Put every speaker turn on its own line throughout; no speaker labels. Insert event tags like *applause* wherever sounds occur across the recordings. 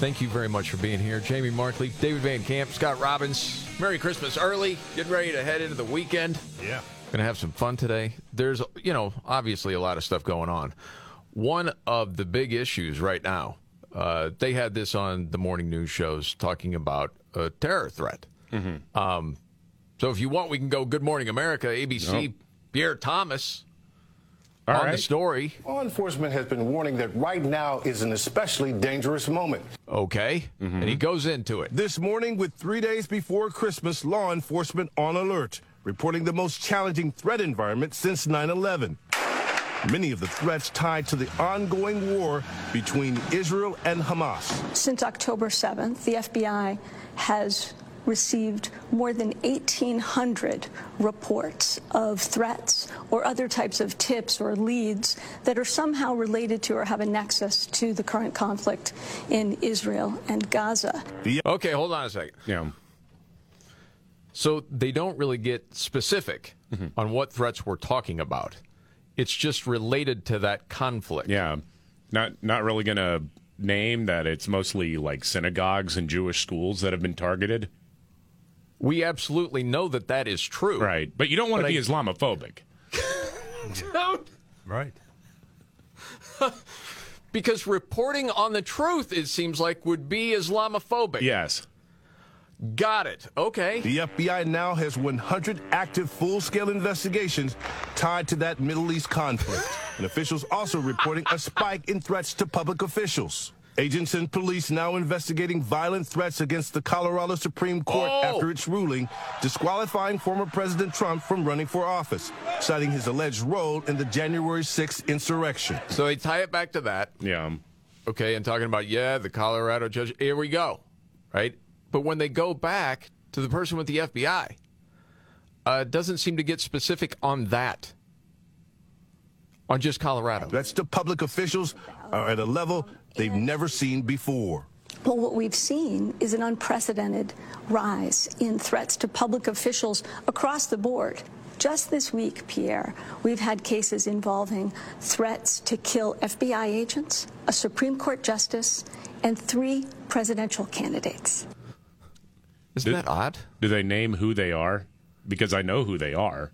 Thank you very much for being here. Jamie Markley, David Van Camp, Scott Robbins. Merry Christmas early. Getting ready to head into the weekend.
Yeah.
Going to have some fun today. There's, you know, obviously a lot of stuff going on. One of the big issues right now, uh, they had this on the morning news shows talking about a terror threat. Mm-hmm. Um, so if you want, we can go Good Morning America, ABC, nope. Pierre Thomas. All on right. the story.
Law enforcement has been warning that right now is an especially dangerous moment.
Okay. Mm-hmm. And he goes into it.
This morning, with three days before Christmas, law enforcement on alert, reporting the most challenging threat environment since 9 11. Many of the threats tied to the ongoing war between Israel and Hamas.
Since October 7th, the FBI has received more than 1,800 reports of threats or other types of tips or leads that are somehow related to or have a nexus to the current conflict in Israel and Gaza.
Okay, hold on a second.
Yeah.
So they don't really get specific mm-hmm. on what threats we're talking about. It's
*laughs*
just related to that conflict.
Yeah. Not not really going to name that it's mostly like synagogues and Jewish schools that have been targeted.
We absolutely know that that is true.
Right. But you don't want but to be I... Islamophobic.
don't.
Right.
*laughs* because reporting on the truth, it seems like, would be Islamophobic.
Yes.
Got it. Okay.
The FBI now has 100 active full scale investigations tied to that Middle East conflict. and officials also reporting a spike in threats to public officials. Agents and police now investigating violent threats against the Colorado Supreme Court oh. after its ruling disqualifying former President Trump from running for office, citing his alleged role in the January 6th insurrection.
So they tie it back to that.
Yeah.
Okay, and talking about, yeah, the Colorado judge. Here we go. Right? But when they go back to the person with the FBI, uh, doesn't seem to get specific on that on just Colorado.
That's the public officials are at a level they've never seen before.
Well, what we've seen is an unprecedented rise in threats to public officials across the board. Just this week, Pierre, we've had cases involving threats to kill FBI agents, a Supreme Court justice, and three presidential candidates.
Isn't do, that odd?
Do they name who they are? Because I know who they are.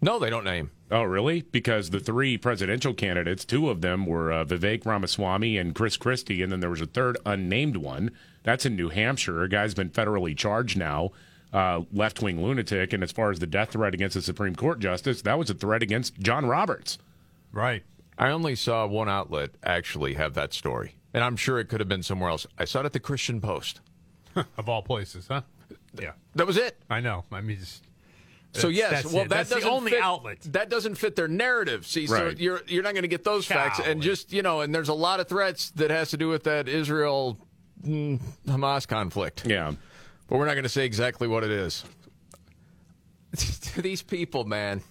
No, they don't name.
Oh, really? Because the three presidential candidates, two of them were uh, Vivek Ramaswamy and Chris Christie, and then there was a third unnamed one. That's in New Hampshire. A guy's been federally charged now, uh, left wing lunatic. And as far as the death threat against the Supreme Court justice, that was a threat against John Roberts.
Right.
I only saw one outlet actually have that story, and I'm sure it could have been somewhere else. I saw it at the Christian Post.
*laughs* of all places, huh? Yeah.
That was it.
I know. I mean, just.
So yes, that's well, that doesn't
the only
fit,
outlet.
That doesn't fit their narrative. See, right. so you're you're not going to get those Golly. facts, and just you know, and there's a lot of threats that has to do with that Israel mm, Hamas conflict.
Yeah,
but we're not going to say exactly what it is. *laughs* These people, man,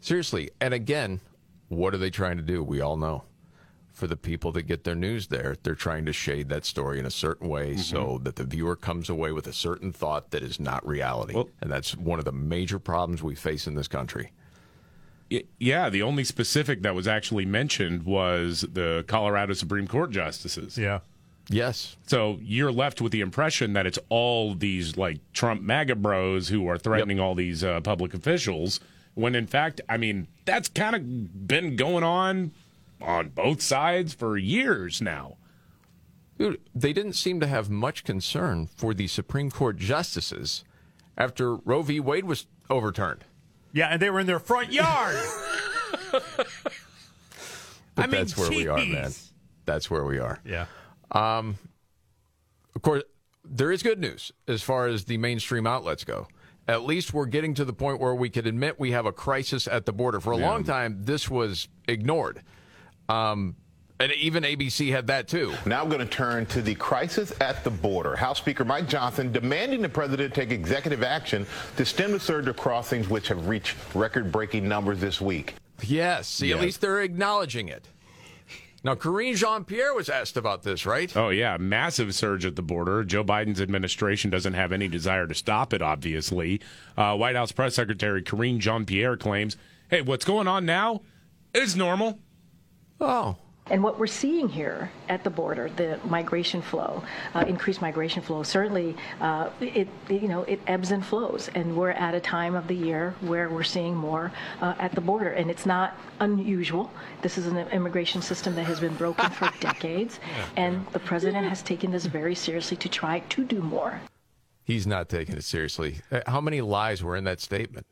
seriously. And again, what are they trying to do? We all know. For the people that get their news there, they're trying to shade that story in a certain way mm-hmm. so that the viewer comes away with a certain thought that is not reality. Well, and that's one of the major problems we face in this country.
It, yeah, the only specific that was actually mentioned was the Colorado Supreme Court justices.
Yeah.
Yes.
So you're left with the impression that it's all these like Trump MAGA bros who are threatening yep. all these uh, public officials when in fact, I mean, that's kind of been going on on both sides for years now.
Dude, they didn't seem to have much concern for the Supreme Court justices after Roe v. Wade was overturned.
Yeah, and they were in their front
*laughs*
yard.
But
I mean,
that's where we are, man.
jeez.
That's where we are.
Yeah.
Um, of course, there is good news as far as the mainstream outlets go. At least we're getting to the point where we could admit we have a crisis at the border. For a long time, this was ignored. Um, and even ABC had that too.
Now I'm going to turn to the crisis at the border. House Speaker Mike Johnson demanding the president take executive action to stem the surge of crossings, which have reached record-breaking numbers this week.
Yes. See, at
Yes.
least they're acknowledging it. Now, Karine Jean Pierre was asked about this, right?
Oh, yeah. Massive surge at the border. Joe Biden's administration doesn't have any desire to stop it, obviously. Uh, White House Press Secretary Karine Jean Pierre claims hey, what's going on now is normal.
Oh.
And what we're seeing here at the border, the migration flow, uh, increased migration flow, certainly uh, it you know it ebbs and flows, and we're at a time of the year where we're seeing more uh, at the border, and it's not unusual. This is an immigration system that has been broken for decades, and the president has taken this very seriously to try to do more.
He's not taking it seriously. Uh, How many lies were in that statement?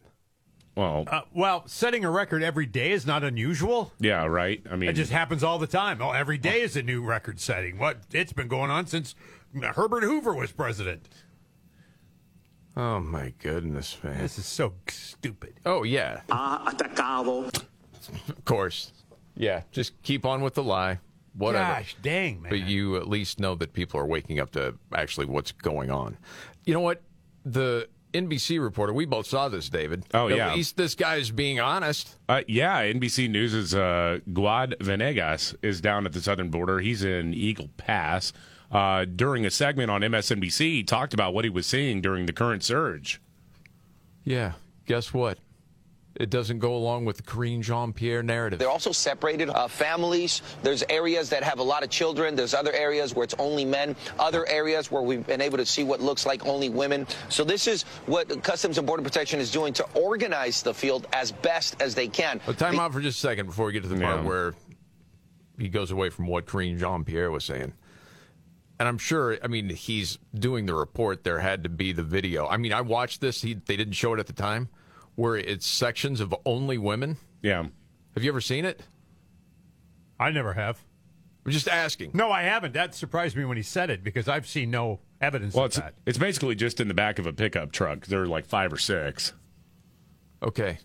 Well,
Uh, well, setting a record every day is not unusual.
Yeah, right. I mean,
It just happens all the time. Oh, every day is a new record setting. What it's been going on since Herbert Hoover was president.
Oh my goodness, man!
This is so stupid.
Oh yeah,
ha atacado.
of course. Yeah, just keep on with the lie. Whatever.
Gosh, dang, man.
But you at least know that people are waking up to actually what's going on. You know what? The NBC reporter, we both saw this, David.
Oh,
at
yeah.
At least this guy's being honest.
Uh, yeah, NBC News' uh, Guad Venegas is down at the southern border. He's in Eagle Pass. Uh, during a segment on MSNBC, he talked about what he was seeing during the current surge.
Yeah. Guess what? It doesn't go along with the Karine Jean Pierre narrative.
They're also separated uh, families. There's areas that have a lot of children. There's other areas where it's only men. Other areas where we've been able to see what looks like only women. So this is what Customs and Border Protection is doing to organize the field as best as they can.
But time out for just a second before we get to the part where he goes away from what Karine Jean Pierre was saying. And I'm sure, I mean, he's doing the report. There had to be the video. I mean, I watched this. He, they didn't show it at the time, where it's sections of only women.
Yeah.
Have you ever seen it?
I never have.
I'm just asking.
No, I haven't. That surprised me when he said it because I've seen no evidence
Well,
of
it's,
that.
it's basically just in the back of a pickup truck. There are like five or six.
Okay.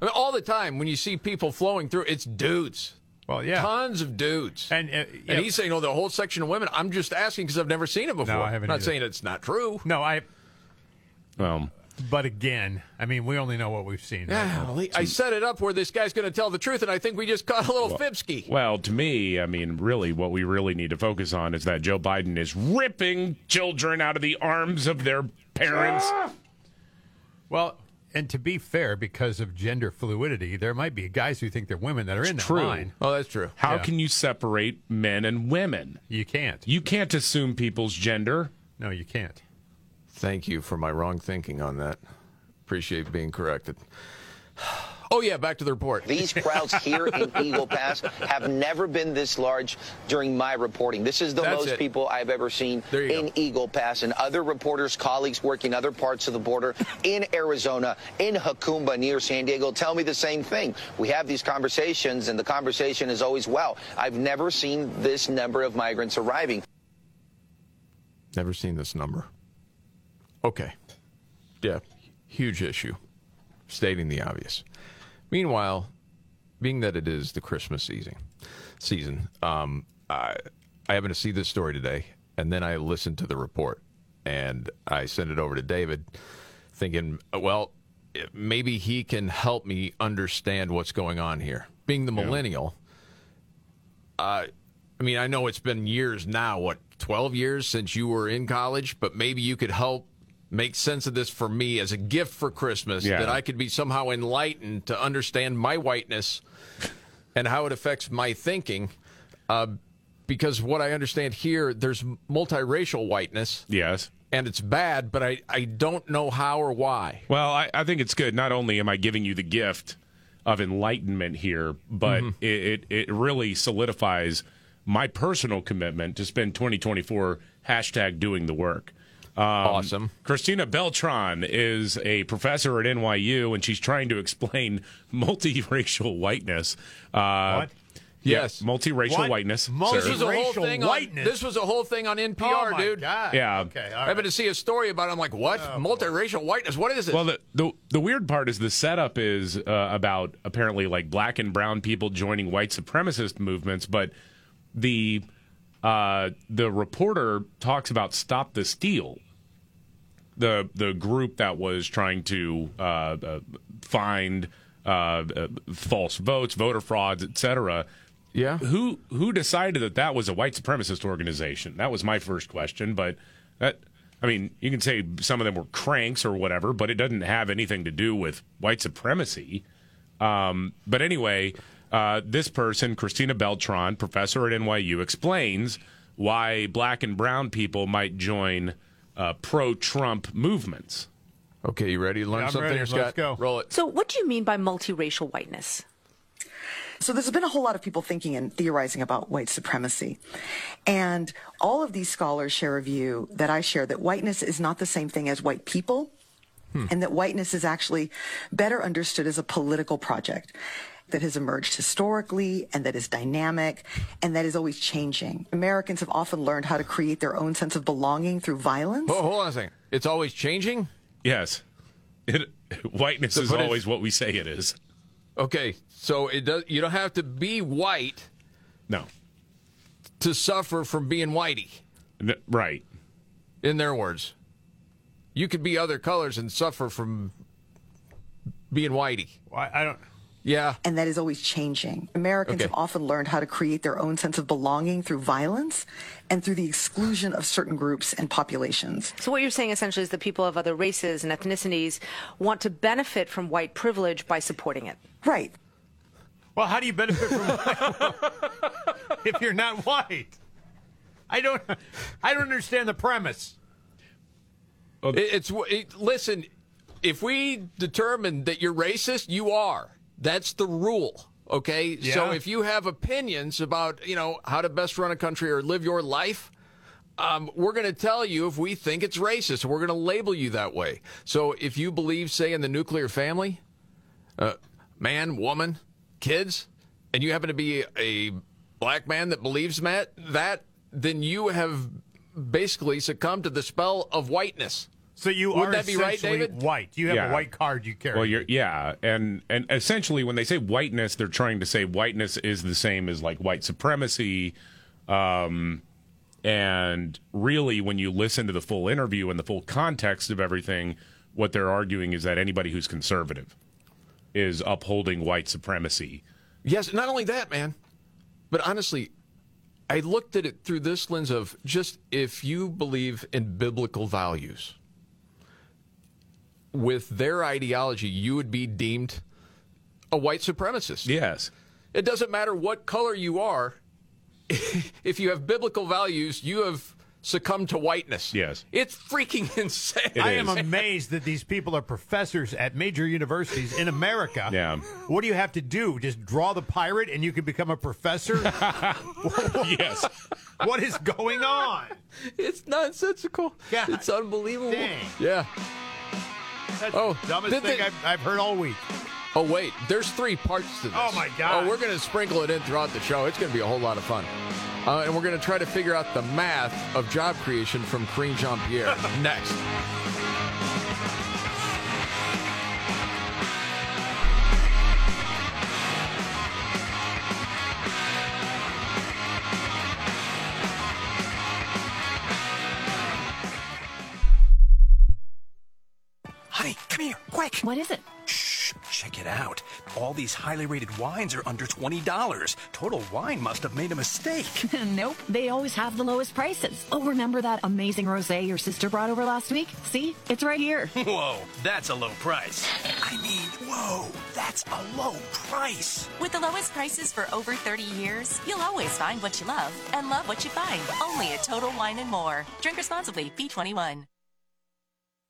I mean, all the time when you see people flowing through, it's dudes.
Well, yeah.
Tons of dudes.
And, uh, yeah.
and he's saying, oh, the whole section of women. I'm just asking because I've never seen it before.
No, I haven't
am not
either.
saying it's not true.
No, I.
Um,
but again, I mean, we only know what we've seen.
Yeah, Lee, I set it up where this guy's going to tell the truth, and I think we just caught a little fibsky.
Well, to me, I mean, really, what we really need to focus on is that Joe Biden is ripping children out of the arms of their parents.
Well, and to be fair, because of gender fluidity, there might be guys who think they're women that are in that
True.
line.
Oh, that's true.
How
Yeah.
can you separate men and women?
You can't.
You can't assume people's gender.
No, you can't.
Thank you for my wrong thinking on that. Appreciate being corrected. *sighs* Oh, yeah, back to the report. *laughs*
These crowds here in Eagle Pass have never been this large during my reporting. This is the
That's
most
it.
people I've ever seen
There you
in Eagle Pass and other reporters, colleagues working other parts of the border in Arizona, in Hakumba near San Diego tell me the same thing. We have these conversations and the conversation is always, wow, I've never seen this number of migrants arriving.
Never seen this number. Okay. Yeah, huge issue. Stating the obvious. Meanwhile, being that it is the Christmas season, season, um, I, I happened to see this story today, and then I listened to the report, and I sent it over to David, thinking, well, it- maybe he can help me understand what's going on here. Being the millennial, uh, I mean, I know it's been years now, what, 12 years since you were in college, but maybe you could help make sense of this for me as a gift for Christmas
Yeah.
that I could be somehow enlightened to understand my whiteness and how it affects my thinking. Uh, because what I understand here, there's multiracial whiteness,
Yes.
and it's bad, but I, I don't know how or why.
Well, I, I think it's good. Not only am I giving you the
Mm-hmm.
gift of enlightenment here, but it, it, it really solidifies my personal commitment to spend 2024 hashtag doing the work. Um,
awesome.
Christina Beltran is a professor at NYU, and she's trying to explain *laughs* multiracial whiteness. Uh,
What? Yes.
yeah, multiracial
What?
whiteness.
This was a whole
Multiracial
thing. On, this was a whole thing on NPR,
Oh, my
dude.
God.
Yeah.
Okay. All
I
right. Oh,
happened to see a story about. it. I'm like, what? Multiracial whiteness? What is this?
Well, the, the the weird part is the setup is uh, about apparently like black and brown people joining white supremacist movements, but the uh, the reporter talks about Stop the Steal, the the group that was trying to uh, uh, find uh, uh, false votes, voter frauds, etc.
Yeah.
Who who decided that that was a white supremacist organization? That was my first question, but that I mean, you can say some of them were cranks or whatever, but it doesn't have anything to do with white supremacy. Um, but anyway, uh, this person, Christina Beltran, professor at NYU, explains why black and brown people might join uh, pro Trump movements.
Okay, you ready to learn
Yeah, I'm
something,
ready.
here,
Let's
Scott?
go.
Roll it.
So, what do you mean by multiracial whiteness?
So there's been a whole lot of people thinking and theorizing about white supremacy. And all of these scholars share a view that I share that whiteness is not the same thing as white people
Hmm.
Hmm.
and that whiteness is actually better understood as a political project that has emerged historically and that is dynamic and that is always changing. Americans have often learned how to create their own sense of belonging through violence.
Oh, hold on a second. It's always changing.
Yes. It, whiteness
To
is
put it-
always what we say it is.
Okay, so it does. You don't have to be white
No.
to suffer from being whitey.
N- right.
In their words, you could be other colors and suffer from being whitey.
I, I don't.
Yeah.
And that is always changing. Americans
Okay.
have often learned how to create their own sense of belonging through violence and through the exclusion of certain groups and populations.
So, what you're saying essentially is that people of other races and ethnicities want to benefit from white privilege by supporting it.
Right.
Well, how do you benefit from *laughs* if you're not white? I don't. I don't understand the premise.
It- it's it, listen. If we determine that you're racist, you are. That's the rule. Okay. So
Yeah.
if you have opinions about you know how to best run a country or live your life. Um, we're going to tell you if we think it's racist. and We're going to label you that way. So if you believe, say, in the nuclear family, uh, man, woman, kids, and you happen to be a black man that believes that, that then you have basically succumbed to the spell of whiteness.
So you
Wouldn't
are
that be right,
essentially
David?
white. You have
Yeah.
a white card you carry.
Well, you're, yeah, and and essentially when they say whiteness, they're trying to say whiteness is the same as like white supremacy. Um, and really, when you listen to the full interview and the full context of everything, what they're arguing is that anybody who's conservative is upholding white supremacy.
Yes, not only that, man, but honestly, I looked at it through this lens of just if you believe in biblical values, with their ideology, you would be deemed a white supremacist.
Yes.
It doesn't matter what color you are, *laughs* if you have biblical values, you have succumbed to whiteness.
Yes.
It's freaking *laughs* insane.
I am amazed that these people are professors at major universities in America.
Yeah.
What do you have to do? Just draw the pirate and you can become
*laughs*
a professor? yes. What is going on?
It's nonsensical.
God
It's unbelievable.
dang.
Yeah.
That's
Oh,
the dumbest
did
thing
they-
I've, I've heard all week.
Oh wait, there's three parts to this.
Oh, my God.
Oh, we're gonna sprinkle it in throughout the show. It's gonna be a whole lot of fun, uh, and we're gonna try to figure out the math of job creation from Corinne Jean
*laughs*
Pierre next.
Honey, come here, quick.
What is it?
Check it out. All these highly rated wines are under $20. Total Wine must have made a
*laughs*
mistake.
nope, they always have the lowest prices. Oh, remember that amazing rosé your sister brought over last week? See, it's right here.
Whoa, that's a low price. I mean, whoa, that's a low price.
With the lowest prices for over 30 years, you'll always find what you love and love what you find. Only at Total Wine and More. Drink responsibly. B21.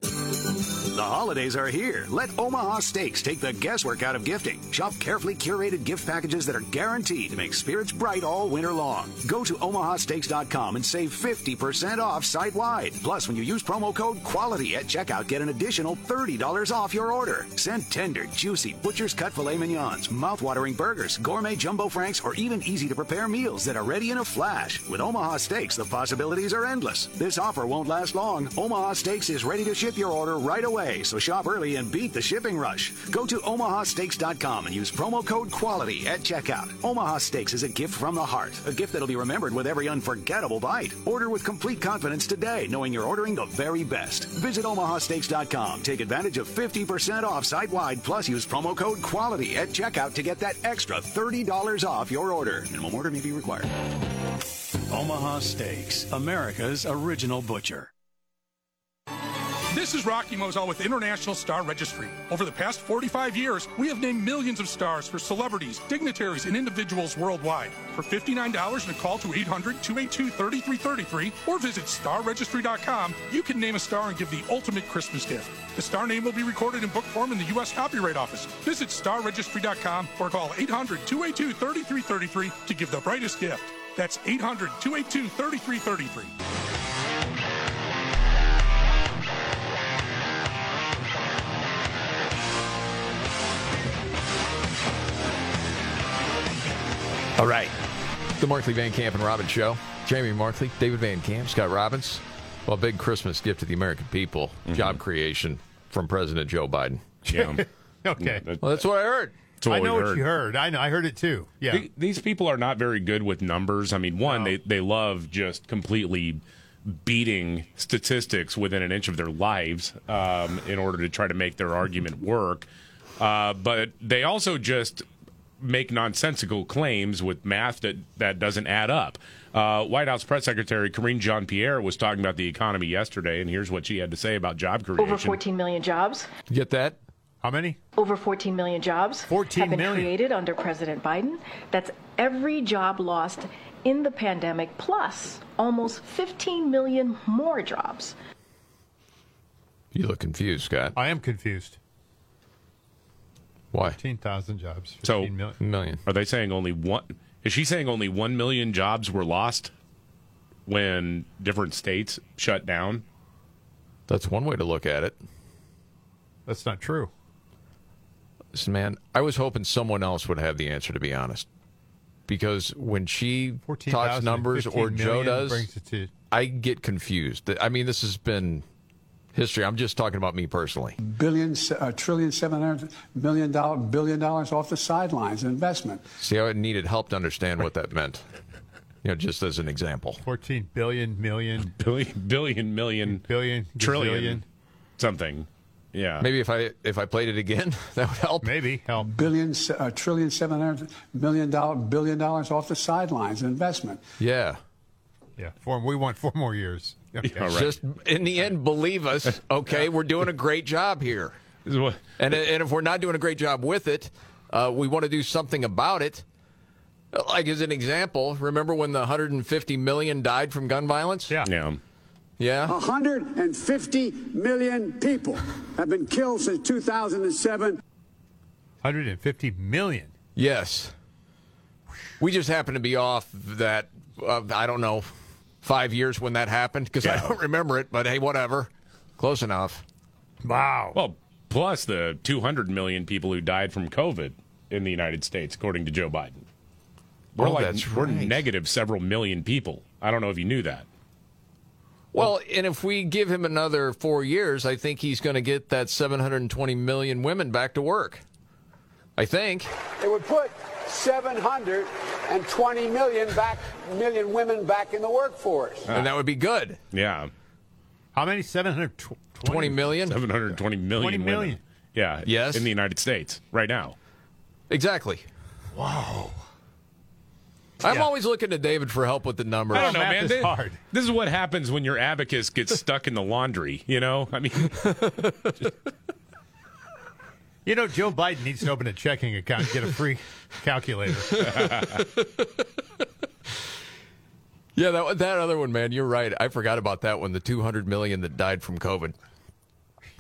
The holidays are here. Let Omaha Steaks take the guesswork out of gifting. Shop carefully curated gift packages that are guaranteed to make spirits bright all winter long. Go to omahasteaks.com and save 50% off site wide. Plus, when you use promo code QUALITY at checkout, get an additional $30 off your order. Send tender, juicy, butcher's cut filet mignons, mouth-watering burgers, gourmet jumbo franks, or even easy to prepare meals that are ready in a flash. With Omaha Steaks, the possibilities are endless. This offer won't last long. Omaha Steaks is ready to ship your order right away, so shop early and beat the shipping rush. Go to omahasteaks.com and use promo code QUALITY at checkout. Omaha Steaks is a gift from the heart, a gift that'll be remembered with every unforgettable bite. Order with complete confidence today, knowing you're ordering the very best. Visit omahasteaks.com. Take advantage of 50% off site-wide, plus use promo code QUALITY at checkout to get that extra $30 off your order. Minimum order may be required. Omaha Steaks, America's original butcher.
This is Rocky Moselle with International Star Registry. Over the past 45 years, we have named millions of stars for celebrities, dignitaries, and individuals worldwide. For $59 and a call to 800 282 3333 or visit starregistry.com, you can name a star and give the ultimate Christmas gift. The star name will be recorded in book form in the U.S. Copyright Office. Visit starregistry.com or call 800 282 3333 to give the brightest gift. That's 800 282 3333.
All right. The Markley Van Camp and Robbins Show. Jamie Markley, David Van Camp, Scott Robbins. Well, big Christmas gift to the American people mm-hmm. job creation from President Joe Biden. *laughs*
Yeah.
okay.
Well, that's what I heard.
I know heard. what you heard. I know. I heard it too. Yeah. The,
these people are not very good with numbers. I mean, one, no. they, they love just completely beating statistics within an inch of their lives um, in order to try to make their argument work. Uh, but they also just make nonsensical claims with math that, that doesn't add up. Uh, White House Press Secretary Karine Jean Pierre was talking about the economy yesterday, and here's what she had to say about job creation.
Over 14 million jobs.
You get that?
How many?
Over 14 million jobs
14
have been
million.
created under President Biden. That's every job lost in the pandemic, plus almost 15 million more jobs.
You look confused, Scott.
I am confused.
Why?
15,000 jobs. 15
so,
million.
million.
Are they saying only one? Is she saying only 1 million jobs were lost when different states shut down?
That's one way to look at it.
That's not true.
Listen, man, I was hoping someone else would have the answer, to be honest. Because when she 14, talks numbers or Joe does, to... I get confused. I mean, this has been history. I'm just talking about me personally.
Billion, uh, trillion, seven hundred million dollar billion dollars off the sidelines in investment.
See, I needed help to understand what that meant. You know, just as an example.
Fourteen billion, million,
*laughs* billion, billion, million,
billion,
trillion, gazillion. something. Yeah.
Maybe if I if I played it again, *laughs* that would help.
Maybe help.
Billion, uh, trillion, seven hundred million dollar billion dollars off the sidelines in investment.
Yeah.
Yeah. Four, we want four more
*laughs*
years.
Okay. Yeah, right. Just in the end, believe us. Okay, we're doing a great job here, and and if we're not doing a great job with it, uh, we want to do something about it. Like as an example, remember when the 150 million died from gun violence?
Yeah. Yeah.
Yeah.
150 million people have been killed since 2007.
150 million.
Yes. We just happen to be off that. Uh, I don't know five years when that happened because yeah. I don't remember it. But hey, whatever, close enough.
Wow.
Well, plus the 200 million people who died from COVID in the United States, according to Joe Biden. We're oh, like right. we're negative several million people. I don't know if you knew that.
Well, and if we give him another four years, I think he's going to get that 720 million women back to work. I think
it would put 720 million back million women back in the workforce.
And that would be good.
Yeah.
How many 720 20
million?
720 million. 20 million. Women. Yeah.
Yes.
In the United States right now.
Exactly.
Wow.
I'm yeah. always looking to David for help with the numbers.
I don't know,
Math
man.
Is
this,
hard.
this is what happens when your abacus
*laughs*
gets stuck in the laundry, you know? I mean just,
you know, Joe Biden needs to open a checking account and get a
*laughs*
free calculator.
yeah, that that other one, man. You're right. I forgot about that one. The 200 million that died from COVID.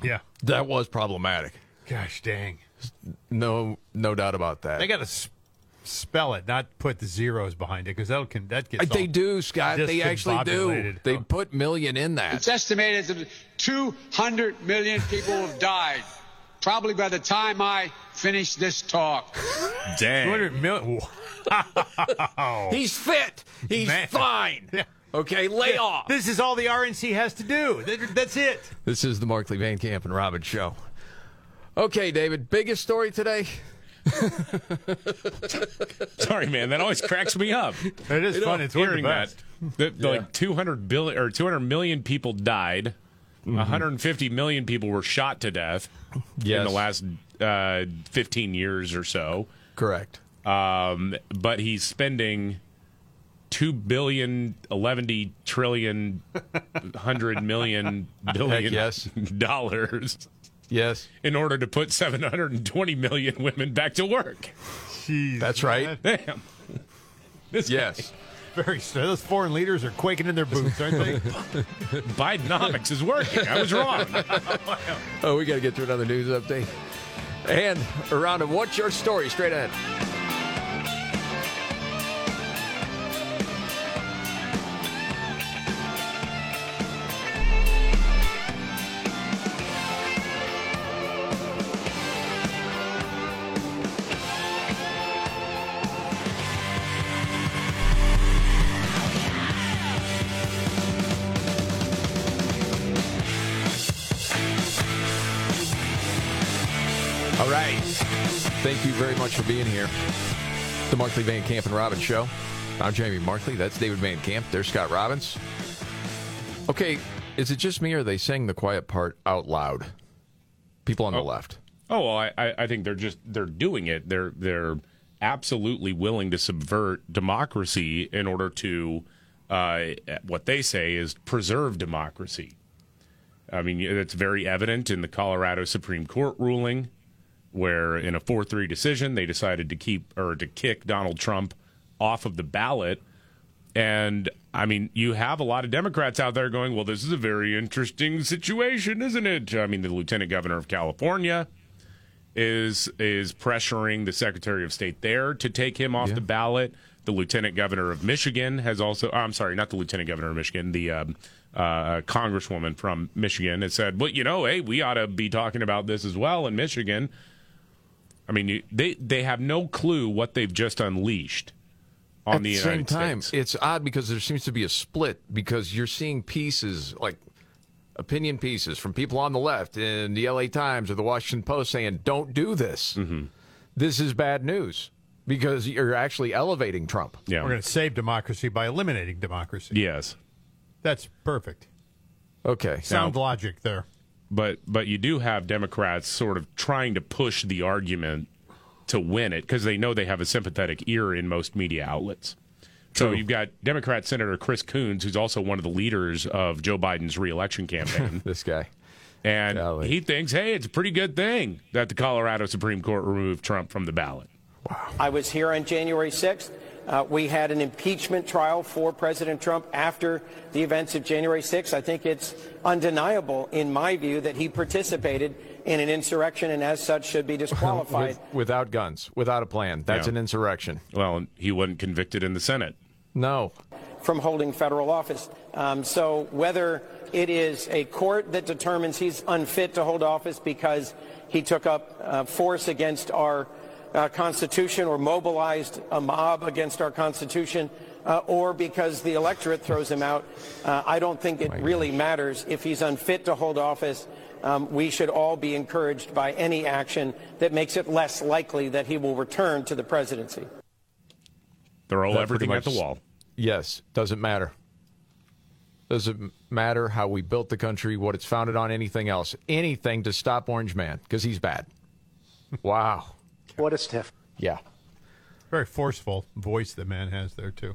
Yeah. That was problematic.
Gosh dang.
No, no doubt about that.
They got to s- spell it, not put the zeros behind it, because that'll can that gets.
They
all
do, Scott. They actually do.
discombobulated.
They put million in that.
It's estimated that 200 million people have died, probably by the time I finish this talk.
Dang.
200 million. Wow.
He's fit. He's fine. Okay, lay off.
This is all the RNC has to do. That- That's it.
This is the Markley Van Camp and Robin show. Okay, David, biggest story today?
Sorry, man. That always cracks me up.
It is
You know,
fun. It's one of the
hearing
best.
that. that Like 200 billion or 200 million people died.
Mm-hmm.
150 million people were shot to death in
Yes.
the last uh, 15 years or so.
Correct.
Um, but he's spending two billion, eleventy trillion, hundred
*laughs*
million billion
yes.
dollars.
Yes.
In order to put 720 million women back to work.
That's right.
Damn.
yes.
Very strange. Those foreign leaders are quaking in their boots, aren't
*laughs*
they?
*laughs*
Bidenomics is working. I was wrong.
Oh, we got to get to another news update. And around of what's your story straight ahead. All right. Thank you very much for being here. The Markley Van Camp and Robbins Show. I'm Jamie Markley. That's David Van Camp. There's Scott Robbins. Okay, is it just me or they sang the quiet part out loud? People on the left.
Oh well, I, I I think they're just they're doing it. They're they're absolutely willing to subvert democracy in order to uh, what they say is preserve democracy. I mean, it's very evident in the Colorado Supreme Court ruling, where in a four three decision they decided to keep or to kick Donald Trump off of the ballot. And I mean, you have a lot of Democrats out there going, well, this is a very interesting situation, isn't it? I mean, the lieutenant governor of California is is pressuring the secretary of state there to take him off the ballot. The lieutenant governor of Michigan has also, oh, I'm sorry, not the lieutenant governor of Michigan, the um, uh, congresswoman from Michigan has said, well, you know, hey, we ought to be talking about this as well in Michigan. I mean, you- they they have no clue what they've just unleashed on
At
the
the
United
same time,
States.
it's odd because there seems to be a split because you're seeing pieces like opinion pieces from people on the left in the LA Times or the Washington Post saying, "Don't do this.
Mm-hmm.
This is bad news." Because you're actually elevating Trump.
Yeah.
We're going to save democracy by eliminating democracy.
Yes.
That's perfect.
Okay.
Sound logic there.
but but you do have Democrats sort of trying to push the argument to win it because they know they have a sympathetic ear in most media outlets. So you've got Democrat Senator Chris Coons, who's also one of the leaders of Joe Biden's reelection campaign.
*laughs* this guy.
And he thinks, hey, it's a pretty good thing that the Colorado Supreme Court removed Trump from the ballot.
I was here on January 6th. Uh, we had an impeachment trial for President Trump after the events of January 6th. I think it's undeniable, in my view, that he participated in an insurrection and as such should be disqualified.
With, without guns, without a plan. That's
Yeah.
an insurrection.
Well, he wasn't convicted in the Senate.
No.
from holding federal office. Um, so whether it is a court that determines he's unfit to hold office because he took up uh, force against our uh, Constitution or mobilized a mob against our Constitution uh, or because the electorate throws him out, uh, I don't think it really matters if he's unfit to hold office. Um, we should all be encouraged by any action that makes it less likely that he will return to the presidency.
Throw
That
everything
pretty
at the
much-
wall.
Yes, doesn't matter. Doesn't matter how we built the country, what it's founded on, anything else, anything to stop Orange Man because he's bad. *laughs* Wow.
What a stiff.
Yeah.
Very forceful voice the man has there too.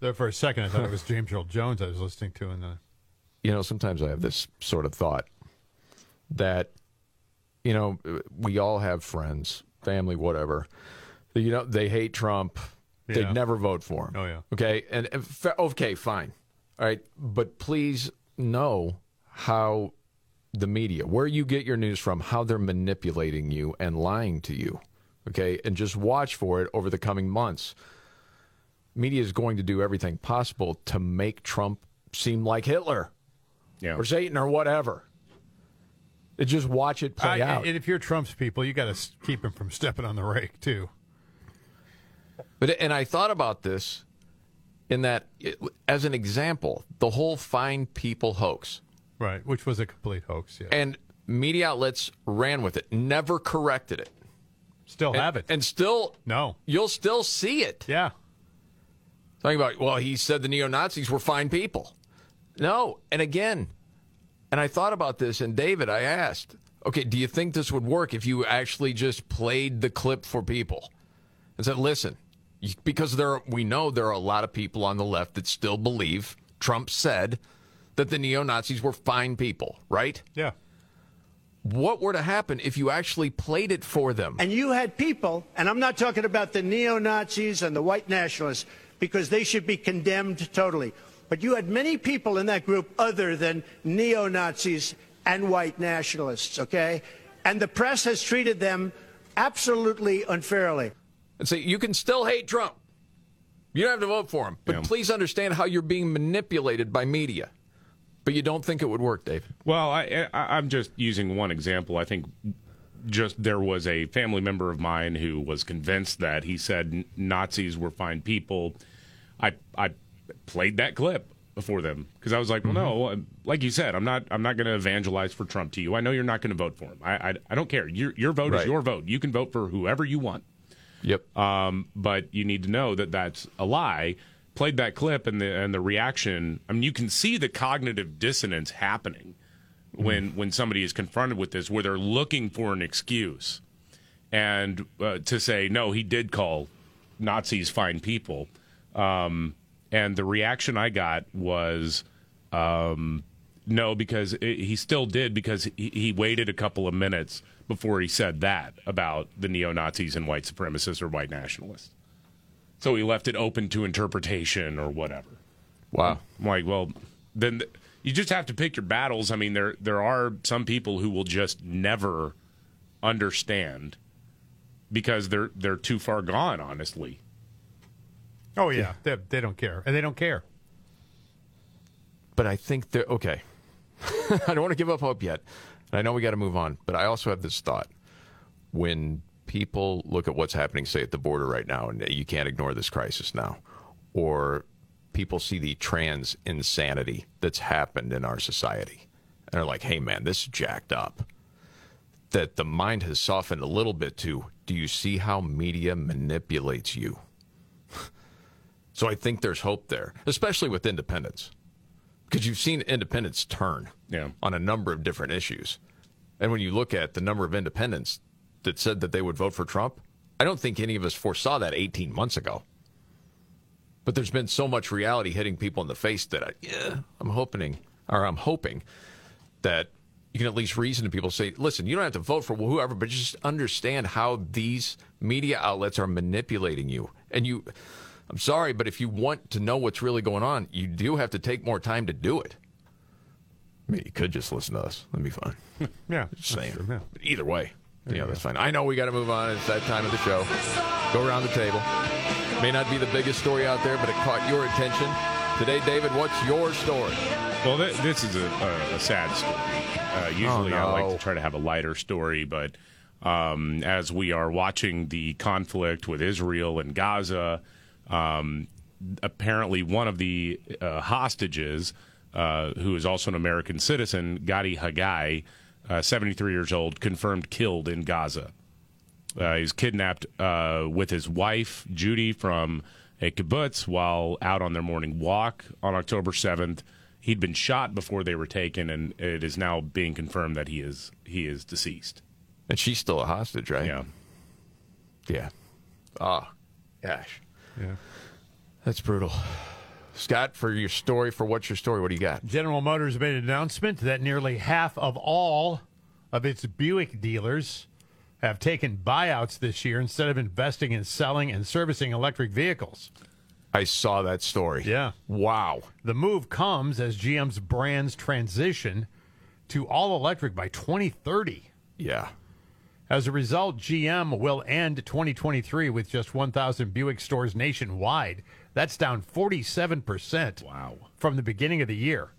There for a second, I thought
*laughs*
it was James Earl Jones I was listening to in the
You know, sometimes I have this sort of thought that, you know, we all have friends, family, whatever. that, You know, they hate Trump.
Yeah.
They'd never vote for him.
Oh, yeah.
Okay. And and fa- okay, fine. All right. But please know how the media, where you get your news from, how they're manipulating you and lying to you. Okay. And just watch for it over the coming months. Media is going to do everything possible to make Trump seem like Hitler
yeah.
or Satan or whatever. And just watch it play
I-
out.
And if you're Trump's people, you got to keep him from stepping on the rake too.
But and I thought about this in that it- as an example, the whole fine people hoax
Right, which was a complete hoax. Yeah,
and media outlets ran with it, never corrected it.
still
and,
have it.
and still
No,
you'll still see it.
Yeah.
Talking about well, he said the neo Nazis were fine people. No, and again, and I thought about this, and David, I asked, okay, do you think this would work if you actually just played the clip for people and said, listen, you- because there are, we know there are a lot of people on the left that still believe Trump said that the neo Nazis were fine people, right?
Yeah.
What were to happen if you actually played it for them?
And you had people, and I'm not talking about the neo Nazis and the white nationalists, because they should be condemned totally. But you had many people in that group other than neo Nazis and white nationalists, okay? And the press has treated them absolutely unfairly.
and say you can still hate Trump. You don't have to vote for him, but please understand how you're being manipulated by media. But you don't think it would work, Dave?
Well, I, I, I'm just using one example. I think just there was a family member of mine who was convinced that he said Nazis were fine people. I I played that clip for them because I was like, well,
Mm-hmm.
no, like you said, I'm not I'm not going to evangelize for Trump to you. I know you're not going to vote for him. I I, I don't care. Your your vote
Right.
is your vote. You can vote for whoever you want.
Yep.
Um, but you need to know that that's a lie. Played that clip and the and the reaction. I mean, you can see the cognitive dissonance happening when when somebody is confronted with this, where they're looking for an excuse and uh, to say no, he did call Nazis fine people. Um, and the reaction I got was um, no, because it, he still did because he, he waited a couple of minutes before he said that about the neo Nazis and white supremacists or white nationalists. So he left it open to interpretation or whatever.
Wow.
I'm like, well, then th- you just have to pick your battles. I mean, there there are some people who will just never understand because they're they're too far gone, honestly.
Oh yeah, They, they don't care, and they don't care.
But I think they're okay. *laughs* I don't want to give up hope yet. And I know we got to move on, but I also have this thought. When people look at what's happening, say, at the border right now, and you can't ignore this crisis now, or people see the trans insanity that's happened in our society, and are like, hey, man, this is jacked up. That the mind has softened a little bit to, do you see how media manipulates you? *laughs* so I think there's hope there, especially with independents because you've seen independents turn on a number of different issues. And when you look at the number of independents that said that they would vote for Trump, I don't think any of us foresaw that 18 months ago. But there's been so much reality hitting people in the face that I, yeah, I'm hoping, or I'm hoping that you can at least reason to people say, listen, you don't have to vote for whoever, but just understand how these media outlets are manipulating you. And you, I'm sorry, but if you want to know what's really going on, you do have to take more time to do it. I mean, you could just listen to us. That'd be fine.
*laughs* Yeah,
Just saying. But either way, yeah, that's fine. I know we got to move on. It's that time of the show. Go around the table. May not be the biggest story out there, but it caught your attention. Today, David, what's your story?
Well, th- this is a, a, a sad story. Uh, usually, I like to try to have a lighter story, but um, as we are watching the conflict with Israel and Gaza, um, apparently one of the uh, hostages, uh, who is also an American citizen, Gadi Hagai, uh, 73 years old, confirmed killed in Gaza. Uh, he's kidnapped uh, with his wife, Judy, from a kibbutz while out on their morning walk on October 7th. He'd been shot before they were taken, and it is now being confirmed that he is he is deceased.
And she's still a hostage, right?
Yeah.
Yeah. Oh, gosh. Yeah. That's brutal. Scott, for your story, for what's your story? What do you got?
General Motors made an announcement that nearly half of all of its Buick dealers have taken buyouts this year instead of investing in selling and servicing electric vehicles.
I saw that story.
Yeah.
Wow.
The move comes as GM's brand's transition to all electric by 2030.
Yeah.
As a result, GM will end 2023 with just 1,000 Buick stores nationwide. That's down 47%.
Wow.
From the beginning of the year.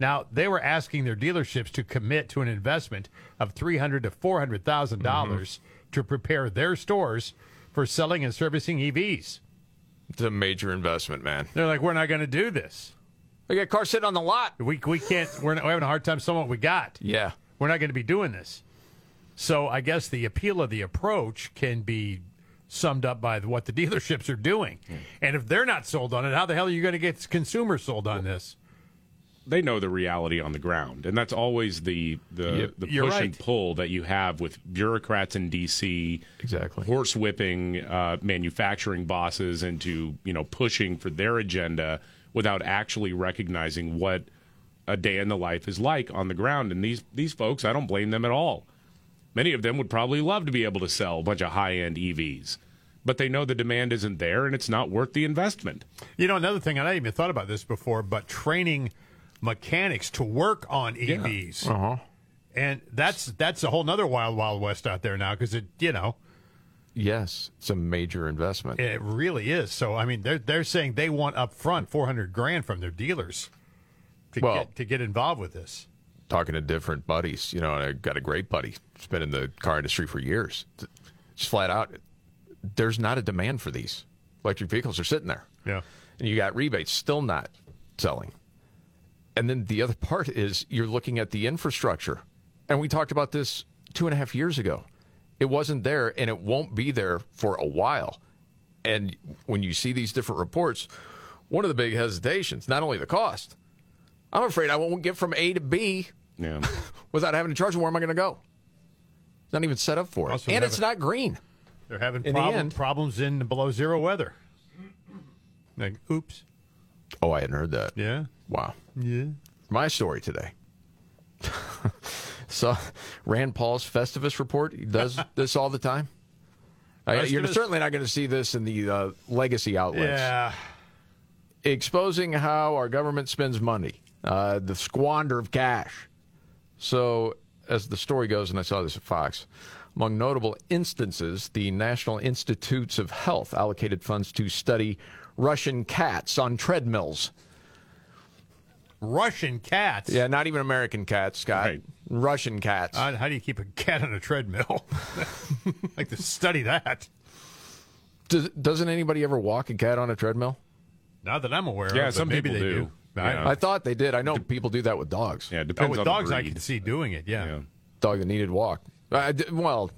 Now, they were asking their dealerships to commit to an investment of 300 to $400,000 dollars
Mm-hmm.
to prepare their stores for selling and servicing EVs.
It's a major investment, man.
They're like, we're not going to do this.
We got cars sitting on the lot.
We, we can't, we're, not, we're having a hard time selling what we got.
Yeah.
We're not going to be doing this. So I guess the appeal of the approach can be summed up by what the dealerships are doing.
Hmm.
And if they're not sold on it, how the hell are you going to get consumers sold on this?
they know the reality on the ground, and that's always the the,
Yeah,
the
you're
push
right.
and pull that you have with bureaucrats in D.C.
Exactly,
horse whipping uh, manufacturing bosses into you know pushing for their agenda without actually recognizing what a day in the life is like on the ground. And these these folks, I don't blame them at all. Many of them would probably love to be able to sell a bunch of high end EVs, but they know the demand isn't there, and it's not worth the investment.
You know, another thing, and I hadn't even thought about this before, but training mechanics to work on EVs.
Uh-huh.
And that's that's a whole nother wild, wild west out there now because it, you know,
Yes, it's a major investment.
it really is. So, I mean, they're, they're saying they want up front 400 grand from their dealers to,
Well-
get, to get involved with this.
Talking to different buddies, you know, and I got a great buddy. He's been in the car industry for years. Just flat out, there's not a demand for these electric vehicles. Are sitting there.
Yeah.
and you got rebates still not selling. And then the other *laughs* part is you're looking at the infrastructure. And we talked about this two and a half years ago. It wasn't there and it won't be there for a while. And when you see these different reports, one of the big hesitations, not only the cost, I'm afraid I won't get from A to B
Yeah.
*laughs* without having to charge. Where am I going to go? It's not even set up for it.
Also
and
never-
it's not green.
They're having
In the
problem,
end-
problems in below zero weather. Like, oops.
Oh, I hadn't heard that.
Yeah.
Wow.
Yeah.
my story today. *laughs* so, Rand Paul's Festivus report
*laughs*
he does this all the time. Uh, you're
Festivus?
certainly not going to see this in the uh, legacy outlets.
Yeah.
Exposing how our government spends money, uh, the squander of cash. So, as the story goes, and I saw this at Fox, among notable instances, the National Institutes of Health allocated funds to study Russian cats on treadmills.
Russian cats.
Yeah, not even American cats, Scott.
Right.
Russian cats.
Uh, how do you keep a cat on a treadmill? *laughs* like to study that.
Does, doesn't anybody ever walk a cat on a treadmill?
Not that I'm aware
Yeah,
of.
some
but maybe
people
they
do.
do.
Yeah.
I,
I thought they did. I know people do that with dogs.
Yeah, it
oh,
depends
with
on
dogs,
the
I
breed.
can see doing it. Yeah.
Yeah.
Dog that needed walk. I did- well,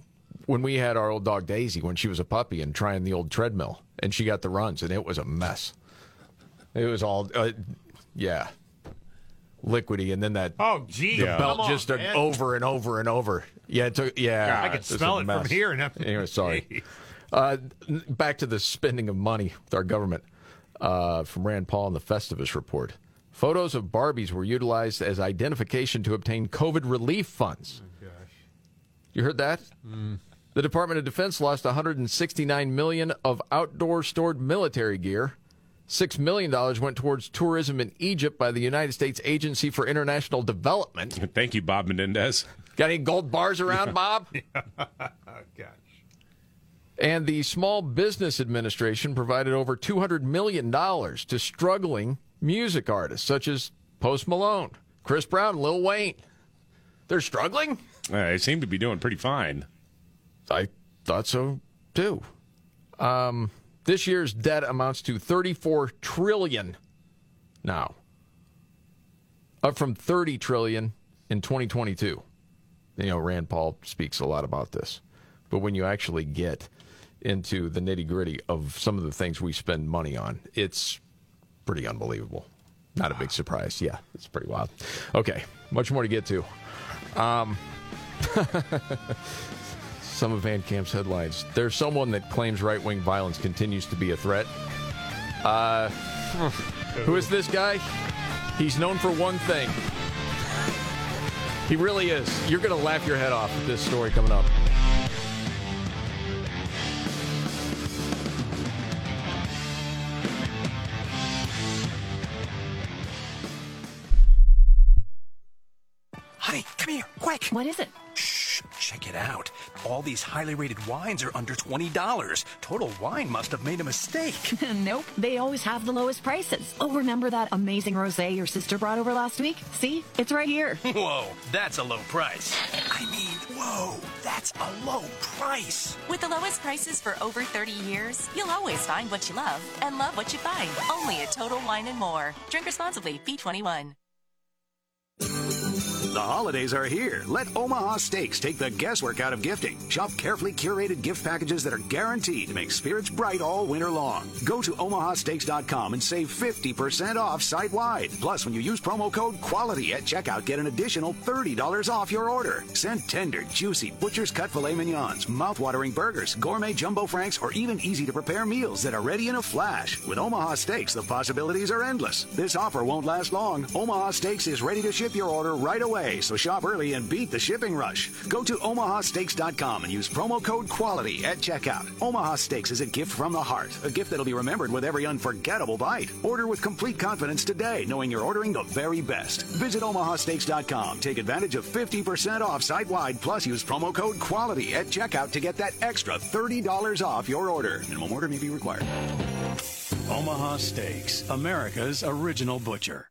when we had our old dog Daisy when she was a puppy and trying the old treadmill, and she got the runs, and it was a mess. It was all, uh, yeah, liquidy, and then that
Oh, gee.
the
come
belt
on,
just uh,
man.
over and over and over. Yeah, it took, yeah.
I could
it's a
smell it from
mess.
here and up-
Anyway, sorry. Uh, n- back to the spending of money with our government uh, from Rand Paul in the Festivus report. Photos of Barbies were utilized as identification to obtain COVID relief funds. You heard that?
Mm.
The Department of Defense lost 169 million of outdoor stored military gear. Six million dollars went towards tourism in Egypt by the United States Agency for International Development.
Thank you, Bob Menendez.
Got any gold bars around,
*laughs*
Bob?
Gosh.
And the Small Business Administration provided over $200 million to struggling music artists such as Post Malone, Chris Brown, Lil Wayne. They're struggling?
Uh, they seem to be doing pretty fine.
I thought so too. Um, this year's debt amounts to 34 trillion now, up from 30 trillion in 2022. You know, Rand Paul speaks a lot about this, but when you actually get into the nitty gritty of some of the things we spend money on, it's pretty unbelievable. Not a big surprise. Yeah, it's pretty wild. Okay, much more to get to. Um, *laughs* some of Van Camp's headlines. There's someone that claims right wing violence continues to be a threat. Uh, *laughs* who is this guy? He's known for one thing. He really is. You're going to laugh your head off at this story coming up.
Honey, Hey, come here, quick.
What is it?
Shh, check it out. All these highly rated wines are under $20. Total Wine must have made a mistake.
*laughs* nope, they always have the lowest prices. Oh, remember that amazing rosé your sister brought over last week? See, it's right here.
Whoa, that's a low price. I mean, whoa, that's a low price.
With the lowest prices for over 30 years, you'll always find what you love and love what you find. Only at Total Wine and More. Drink responsibly. B21.
The holidays are here. Let Omaha Steaks take the guesswork out of gifting. Shop carefully curated gift packages that are guaranteed to make spirits bright all winter long. Go to omahasteaks.com and save 50% off site wide. Plus, when you use promo code QUALITY at checkout, get an additional $30 off your order. Send tender, juicy, butcher's cut filet mignons, mouth-watering burgers, gourmet jumbo franks, or even easy to prepare meals that are ready in a flash. With Omaha Steaks, the possibilities are endless. This offer won't last long. Omaha Steaks is ready to ship your order right away, so shop early and beat the shipping rush. Go to omahasteaks.com and use promo code QUALITY at checkout. Omaha Steaks is a gift from the heart, a gift that'll be remembered with every unforgettable bite. Order with complete confidence today, knowing you're ordering the very best. Visit omahasteaks.com. Take advantage of 50% off site-wide, plus use promo code QUALITY at checkout to get that extra $30 off your order. Minimum order may be required. Omaha Steaks, America's original butcher.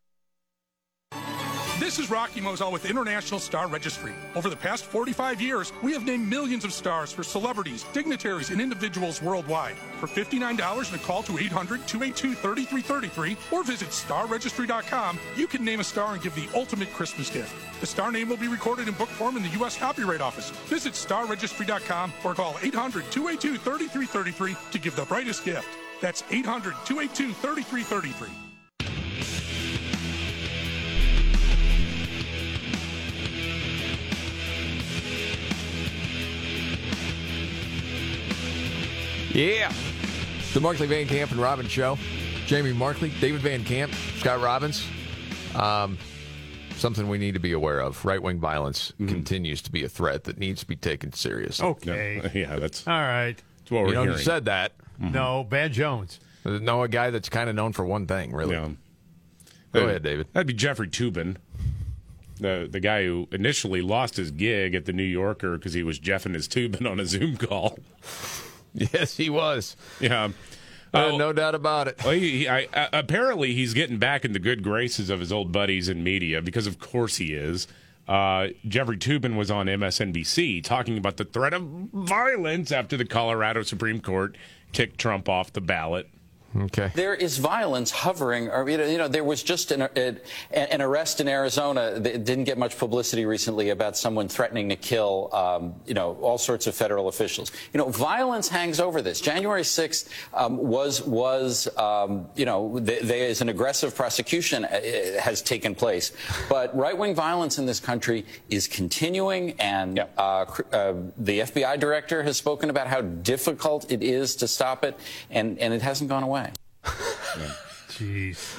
This is Rocky Moselle with International Star Registry. Over the past 45 years, we have named millions of stars for celebrities, dignitaries, and individuals worldwide. For $59 and a call to 800 282 3333 or visit starregistry.com, you can name a star and give the ultimate Christmas gift. The star name will be recorded in book form in the U.S. Copyright Office. Visit starregistry.com or call 800 282 3333 to give the brightest gift. That's 800 282 3333.
Yeah. The Markley Van Camp and Robbins show. Jamie Markley, David Van Camp, Scott Robbins. Um, something we need to be aware of. Right wing violence
Mm-hmm.
continues to be a threat that needs to be taken seriously.
Okay.
yeah, *laughs* that's
All right.
what
you
we're
know who
hearing. Mm-hmm.
said that. Uh,
No, Bad Jones.
No, a guy that's kind of known for one thing, really. Go ahead, David.
That'd be Jeffrey Tubin, the the guy who initially lost his gig at the New Yorker because he was jeffing his Tubin on a Zoom call.
*laughs* Yes, he was.
Yeah.
Uh, no doubt about it.
Well, he, he, I, uh, apparently, he's getting back in the good graces of his old buddies in media because, of course, he is. Uh, Jeffrey Tubin was on MSNBC talking about the threat of violence after the Colorado Supreme Court kicked Trump off the ballot.
Okay.
There is violence hovering. Or, you, know, you know, there was just an, a, an arrest in Arizona that didn't get much publicity recently about someone threatening to kill, um, you know, all sorts of federal officials. You know, violence hangs over this. January 6th um, was was um, you know th- there is an aggressive prosecution uh, has taken place, but right wing violence in this country is continuing, and uh, cr- uh, the FBI director has spoken about how difficult it is to stop it, and, and it hasn't gone away.
Jeez.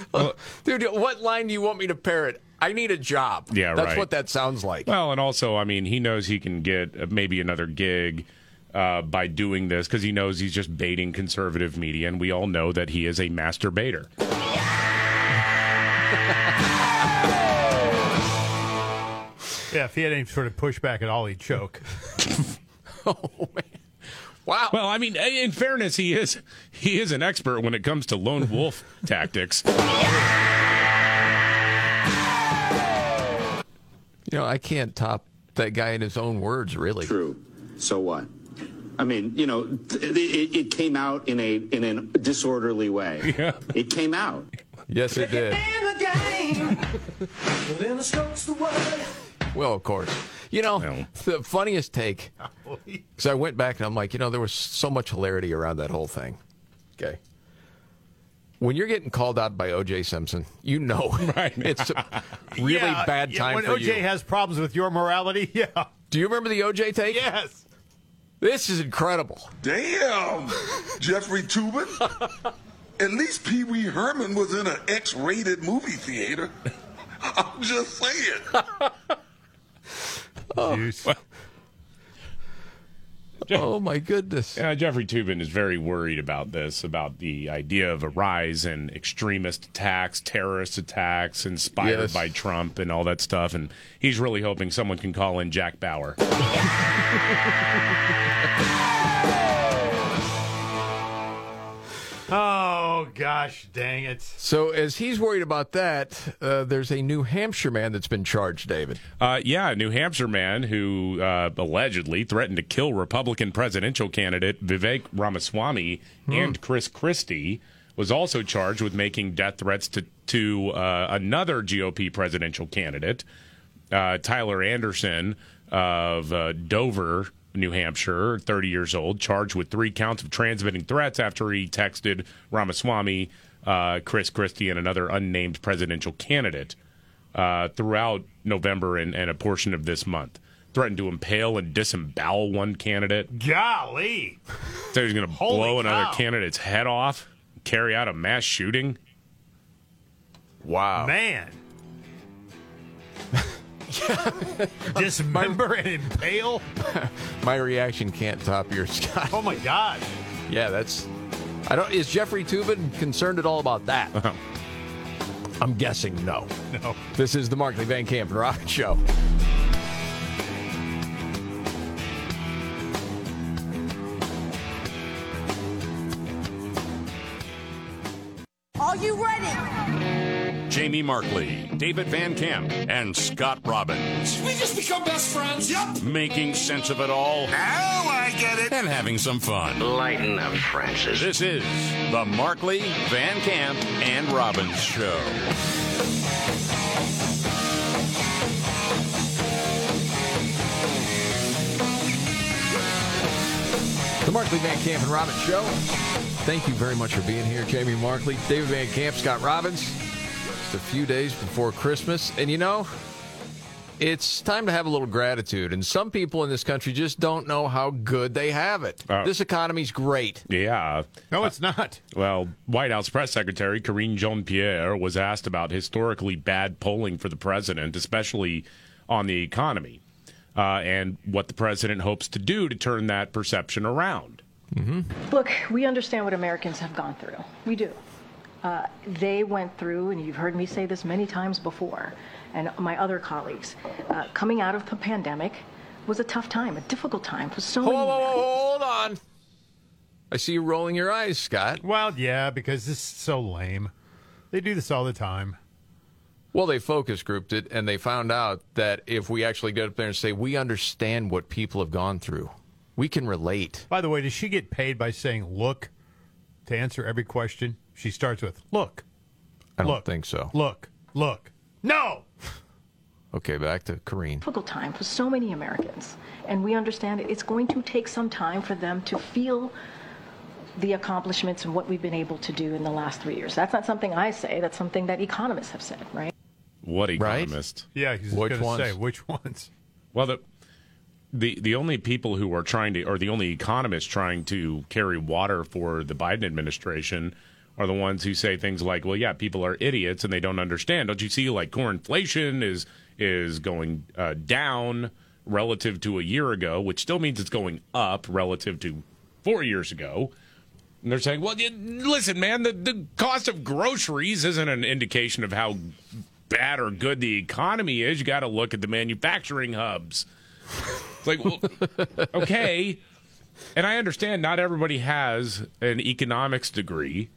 Dude, what line do you want me to parrot? I need a job.
Yeah,
That's
right.
what that sounds like.
Well, and also, I mean, he knows he can get uh, maybe another gig uh, by doing this because he knows he's just baiting conservative media, and we all know that he is a master baiter.
Yeah, if he had any sort of pushback at all, he'd
*laughs*
choke.
Wow.
Well, I mean, in fairness, he is *laughs* he is an expert when it comes to lone wolf *laughs* tactics.
You know, I can't top that guy in his own words, really.
True. So what? I mean, you know, th- it, it came out in a in an disorderly way. It came out.
Yes, it did. Well, of course. You know, the
*laughs*
funniest take, because I went back and I'm like, you know, there was so much hilarity around that whole thing. Okay. When you're getting called out by O.J. Simpson,
*laughs*
you know *laughs* it's a really
Yeah,
bad
yeah,
time
when
for
OJ
you.
has problems with your morality, *laughs* yeah.
Do you remember the OJ take?
Yes.
This is incredible.
Damn, Jeffrey Tubin. *laughs* At least Pee Wee Herman was in an X-rated movie theater. *laughs* I'm just
*laughs*
saying.
Well,
oh my goodness!
Yeah, Uh, Jeffrey Tubin is very worried about this, about the idea of a rise in extremist attacks, terrorist attacks, inspired
Yes.
by Trump and all that stuff. And he's really hoping someone can call in Jack Bauer.
Oh gosh, dang it!
So, as he's worried about that, uh, there's a New Hampshire man that's been charged, David. *laughs*
Uh, yeah, a New Hampshire man who uh, allegedly threatened to kill Republican presidential candidate Vivek Ramaswamy and Chris Christie was also charged with making death threats to to uh, another GOP presidential candidate, uh, Tyler Anderson of uh, Dover, New Hampshire, 30 years old, charged with three counts of transmitting threats after he texted Ramaswamy, uh, Chris Christie, and another unnamed presidential candidate uh, throughout November and, and a portion of this month. Threatened to impale and disembowel one candidate.
Golly!
Said he's going to
Holy
blow
cow.
another candidate's head off. Carry out a mass shooting. Wow,
man!
*laughs*
Dismember and impale.
My reaction can't top *laughs* yours, Scott.
Oh my gosh!
Yeah, that's. I don't. Is Jeffrey Tubin concerned at all about that? I'm guessing no.
No.
This is the Markley Van Camp and Rocket Show.
Are you ready?
Jamie Markley, David Van Camp, and Scott Robbins.
We just become best friends. Yep.
Making sense of it all. Now I get it. And having some fun. Lighten up, Francis. This is the Markley, Van Camp, and Robbins Show.
The Markley Van Camp and Robbins Show. Thank you very much for being here, Jamie Markley, David Van Camp, Scott Robbins. Just a few days before Christmas, and you know, it's time to have a little gratitude. And some people in this country just don't know how good they have it. this economy's great.
Yeah. Uh,
No, it's not.
Well, White House press secretary Karine Jean-Pierre was asked about historically bad polling for the president, especially on the economy, uh, and what the president hopes to do to turn that perception around.
Look, we understand what Americans have gone through. We do. Uh, they went through, and you've heard me say this many times before, and my other colleagues, uh, coming out of the pandemic was a tough time, a difficult time for so many.
Whoa, whoa, whoa, whoa, hold on. I see you rolling your eyes, Scott.
Well, yeah, because this is so lame. They do this all the time.
Well, they focus grouped it and they found out that if we actually get up there and say, we understand what people have gone through, we can relate.
By the way, does she get paid by saying "look" to answer every question? She starts with "look."
I don't
Look.
think so.
Look, look. No!
Okay, back to Kareen.
difficult time for so many Americans. And we understand it. it's going to take some time for them to feel the accomplishments and what we've been able to do in the last three years. That's not something I say, that's something that economists have said, right?
What economist?
Yeah, he's
Which
going to
ones?
say which ones.
Well, the the the only people who are trying to, or the only economists trying to carry water for the Biden administration, are the ones who say things like, "Well, yeah, people are idiots and they don't understand." Don't you see? Like core inflation is is going uh, down relative to a year ago, which still means it's going up relative to four years ago. And they're saying, well, you, listen, man, the, the cost of groceries isn't an indication of how bad or good the economy is. You got to look at the manufacturing hubs. It's like, well, okay. And I understand not everybody has an economics degree,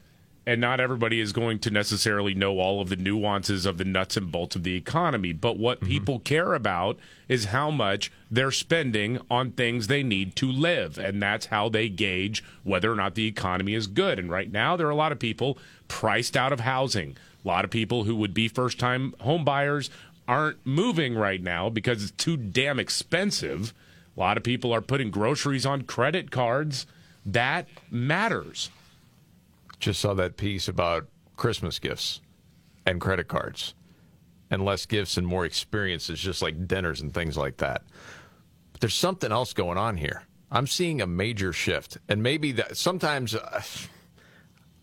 and not everybody is going to necessarily know all of the nuances of the nuts and bolts of the economy. But what
Mm-hmm.
people care about is how much they're spending on things they need to live. And that's how they gauge whether or not the economy is good. And right now, there are a lot of people priced out of housing, a lot of people who would be first time home buyers. Aren't moving right now because it's too damn expensive. A lot of people are putting groceries on credit cards. That matters.
Just saw that piece about Christmas gifts and credit cards and less gifts and more experiences, just like dinners and things like that. But there's something else going on here. I'm seeing a major shift, and maybe that sometimes uh,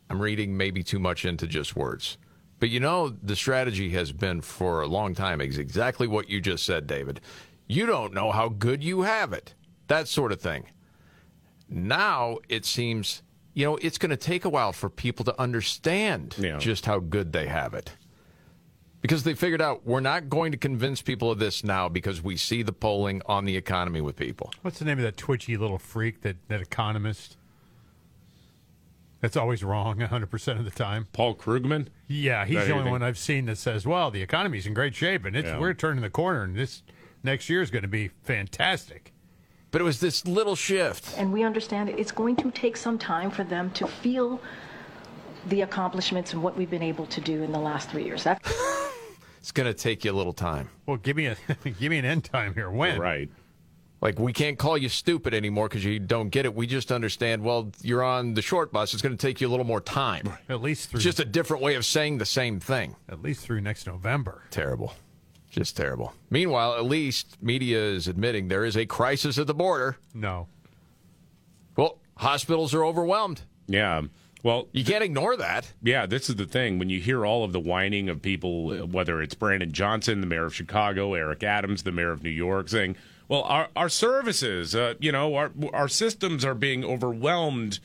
I'm reading maybe too much into just words. But you know, the strategy has been for a long time is exactly what you just said, David. You don't know how good you have it, that sort of thing. Now it seems, you know, it's going to take a while for people to understand just how good they have it. Because they figured out we're not going to convince people of this now because we see the polling on the economy with people.
What's the name of that twitchy little freak that that economist? That's always wrong *laughs* 100% of the time.
Paul Krugman?
Yeah, he's
That
the only
anything?
one I've seen that says, "Well, the economy's in great shape and it's
Yeah.
we're turning the corner and this next year is going to be fantastic."
But it was this little shift.
And we understand it. it's going to take some time for them to feel the accomplishments and what we've been able to do in the last three years. That-
It's going to take you a little time.
Well, give me a *laughs* give me an end time here. When?
Right.
Like we can't call you stupid anymore because you don't get it. We just understand. Well, you're on the short bus. It's going to take you a little more time.
At least through
it's just a different way of saying the same thing.
At least through next November.
Terrible, just terrible. Meanwhile, at least media is admitting there is a crisis at the border.
No.
Well, hospitals are overwhelmed.
Yeah. Well,
you can't ignore that.
Yeah, this is the thing. When you hear all of the whining of people, uh, whether it's Brandon Johnson, the mayor of Chicago, Eric Adams, the mayor of New York, saying, "Well, our our services, uh, you know, our our systems are being overwhelmed."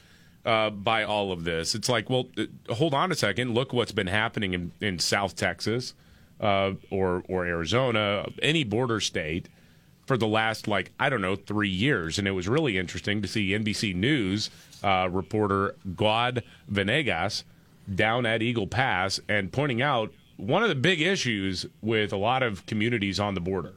Uh, by all of this, it's like, well, uh, hold on a second. Look what's been happening in, in South Texas uh, or or Arizona, any border state for the last like I don't know three years, and it was really interesting to see NBC News uh, reporter Guad Venegas down at Eagle Pass and pointing out one of the big issues with a lot of communities on the border.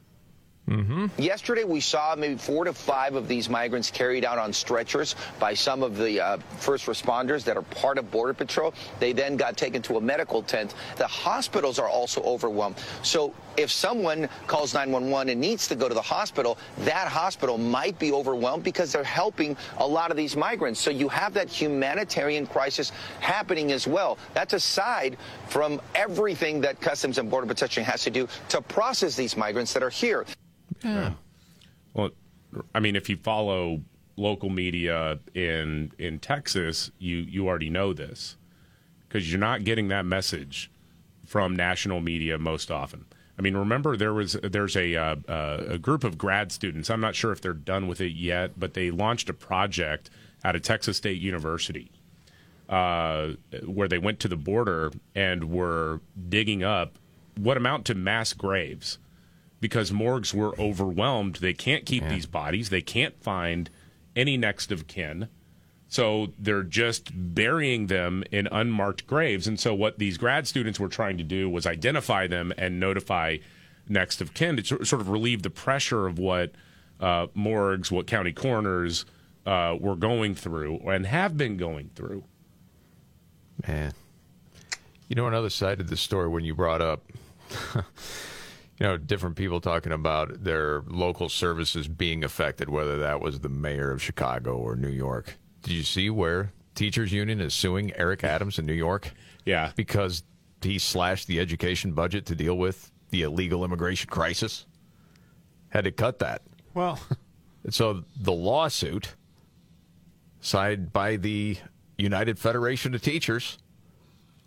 Yesterday, we saw maybe four to five of these migrants carried out on stretchers by some of the uh, first responders that are part of Border Patrol. They then got taken to a medical tent. The hospitals are also overwhelmed. So if someone calls 911 and needs to go to the hospital, that hospital might be overwhelmed because they're helping a lot of these migrants. So you have that humanitarian crisis happening as well. That's aside from everything that Customs and Border Protection has to do to process these migrants that are here.
Yeah.
Well, I mean, if you follow local media in in Texas, you you already know this because you're not getting that message from national media most often. I mean, remember there was there's a uh, uh, a group of grad students. I'm not sure if they're done with it yet, but they launched a project out of Texas State University uh, where they went to the border and were digging up what amount to mass graves because morgues were overwhelmed. They can't keep these bodies, they can't find any next of kin. So they're just burying them in unmarked graves. And so what these grad students were trying to do was identify them and notify next of kin to sor- sort of relieve the pressure of what uh, morgues, what county coroners uh, were going through and have been going through.
Man. You know, another side of the story when you brought up, *laughs* you know, different people talking about their local services being affected, whether that was the mayor of Chicago or New York. Did you see where teachers union is suing Eric Adams in New York?
Yeah.
Because he slashed the education budget to deal with the illegal immigration crisis. Had to cut that.
Well,
*laughs* And so the lawsuit signed by the United Federation of Teachers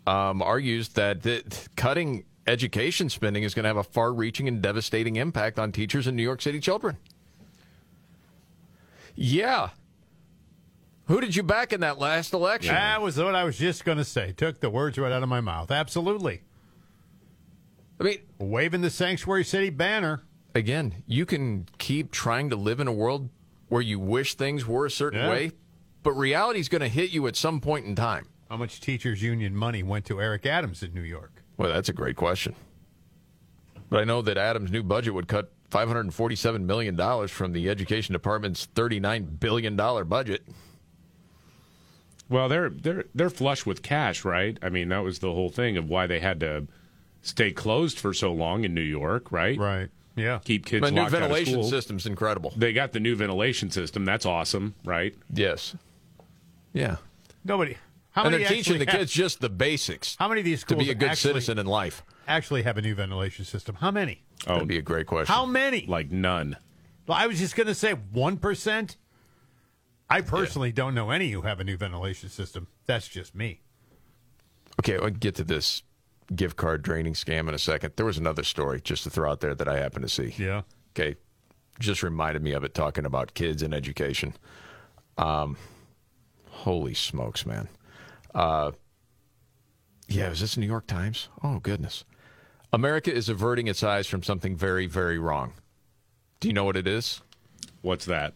um, argues that th- cutting education spending is going to have a far reaching and devastating impact on teachers and New York City children. Yeah. Who did you back in that last election?
That was what I was just going to say. Took the words right out of my mouth. Absolutely.
I mean,
waving the sanctuary city banner.
Again, you can keep trying to live in a world where you wish things were a certain
Yeah.
way, but reality is going to hit you at some point in time.
How much teachers union money went to Eric Adams in New York?
Well, that's a great question. But I know that Adams' new budget would cut $547 million from the Education Department's $39 billion budget.
Well, they're they're they're flush with cash, right? I mean, that was the whole thing of why they had to stay closed for so long in New York, right?
Right. Yeah.
Keep kids.
The new
locked out of
ventilation
school.
system's incredible.
They got the new ventilation system. That's awesome, right?
Yes. Yeah.
Nobody. How
and
many
they're teaching
actually
the
have-
kids just the basics.
How many of these
to
schools
be a good
actually-
citizen in life?
Actually, have a new ventilation system. How many?
Oh,
that'd be a great question.
How many?
Like none.
Well, I was just going to say one percent. I personally don't know any who have a new ventilation system. That's just me.
Okay, I'll get to this gift card draining scam in a second. There was another story just to throw out there that I happened to see.
Yeah.
Okay. Just reminded me of it talking about kids and education. Um, holy smokes, man. Uh, yeah, is this New York Times? Oh, goodness. America is averting its eyes from something very, very wrong. Do you know what it is?
What's that?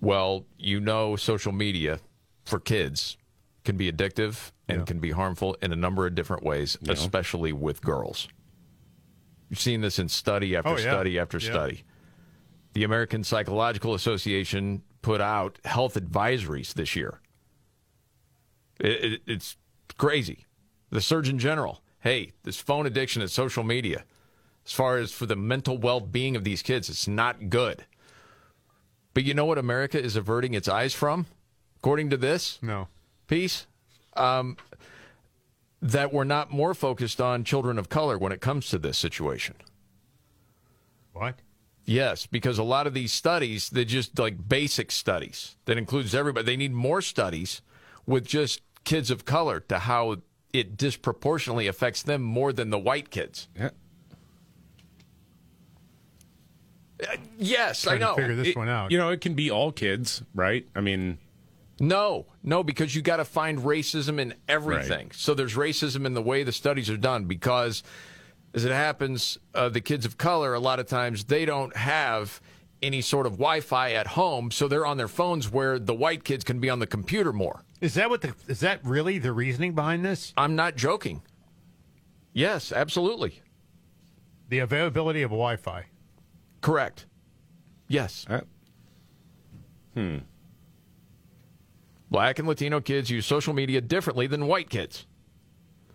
Well, you know, social media for kids can be addictive and can be harmful in a number of different ways, especially with girls. You've seen this in study after
Oh, yeah.
study after
Yeah.
study. The American Psychological Association put out health advisories this year. It, it, it's crazy. The Surgeon General, hey, this phone addiction and social media, as far as for the mental well being of these kids, it's not good. But you know what America is averting its eyes from, according to this?
No.
Piece? Um, that we're not more focused on children of color when it comes to this situation.
What?
Yes, because a lot of these studies, they're just like basic studies that includes everybody. They need more studies with just kids of color to how it disproportionately affects them more than the white kids.
Yeah.
Uh, Yes, I know. It-
You know, it can be all kids, right? I mean,
No, no, because you got to find racism in everything. So there's racism in the way the studies are done because, as it happens, uh, the kids of color, a lot of times, they don't have any sort of Wi Fi at home. So they're on their phones where the white kids can be on the computer more.
Is that what the is that really the reasoning behind this?
I'm not joking. Yes, absolutely.
The availability of Wi-Fi.
Correct. Yes.
hmm.
Black and Latino kids use social media differently than white kids.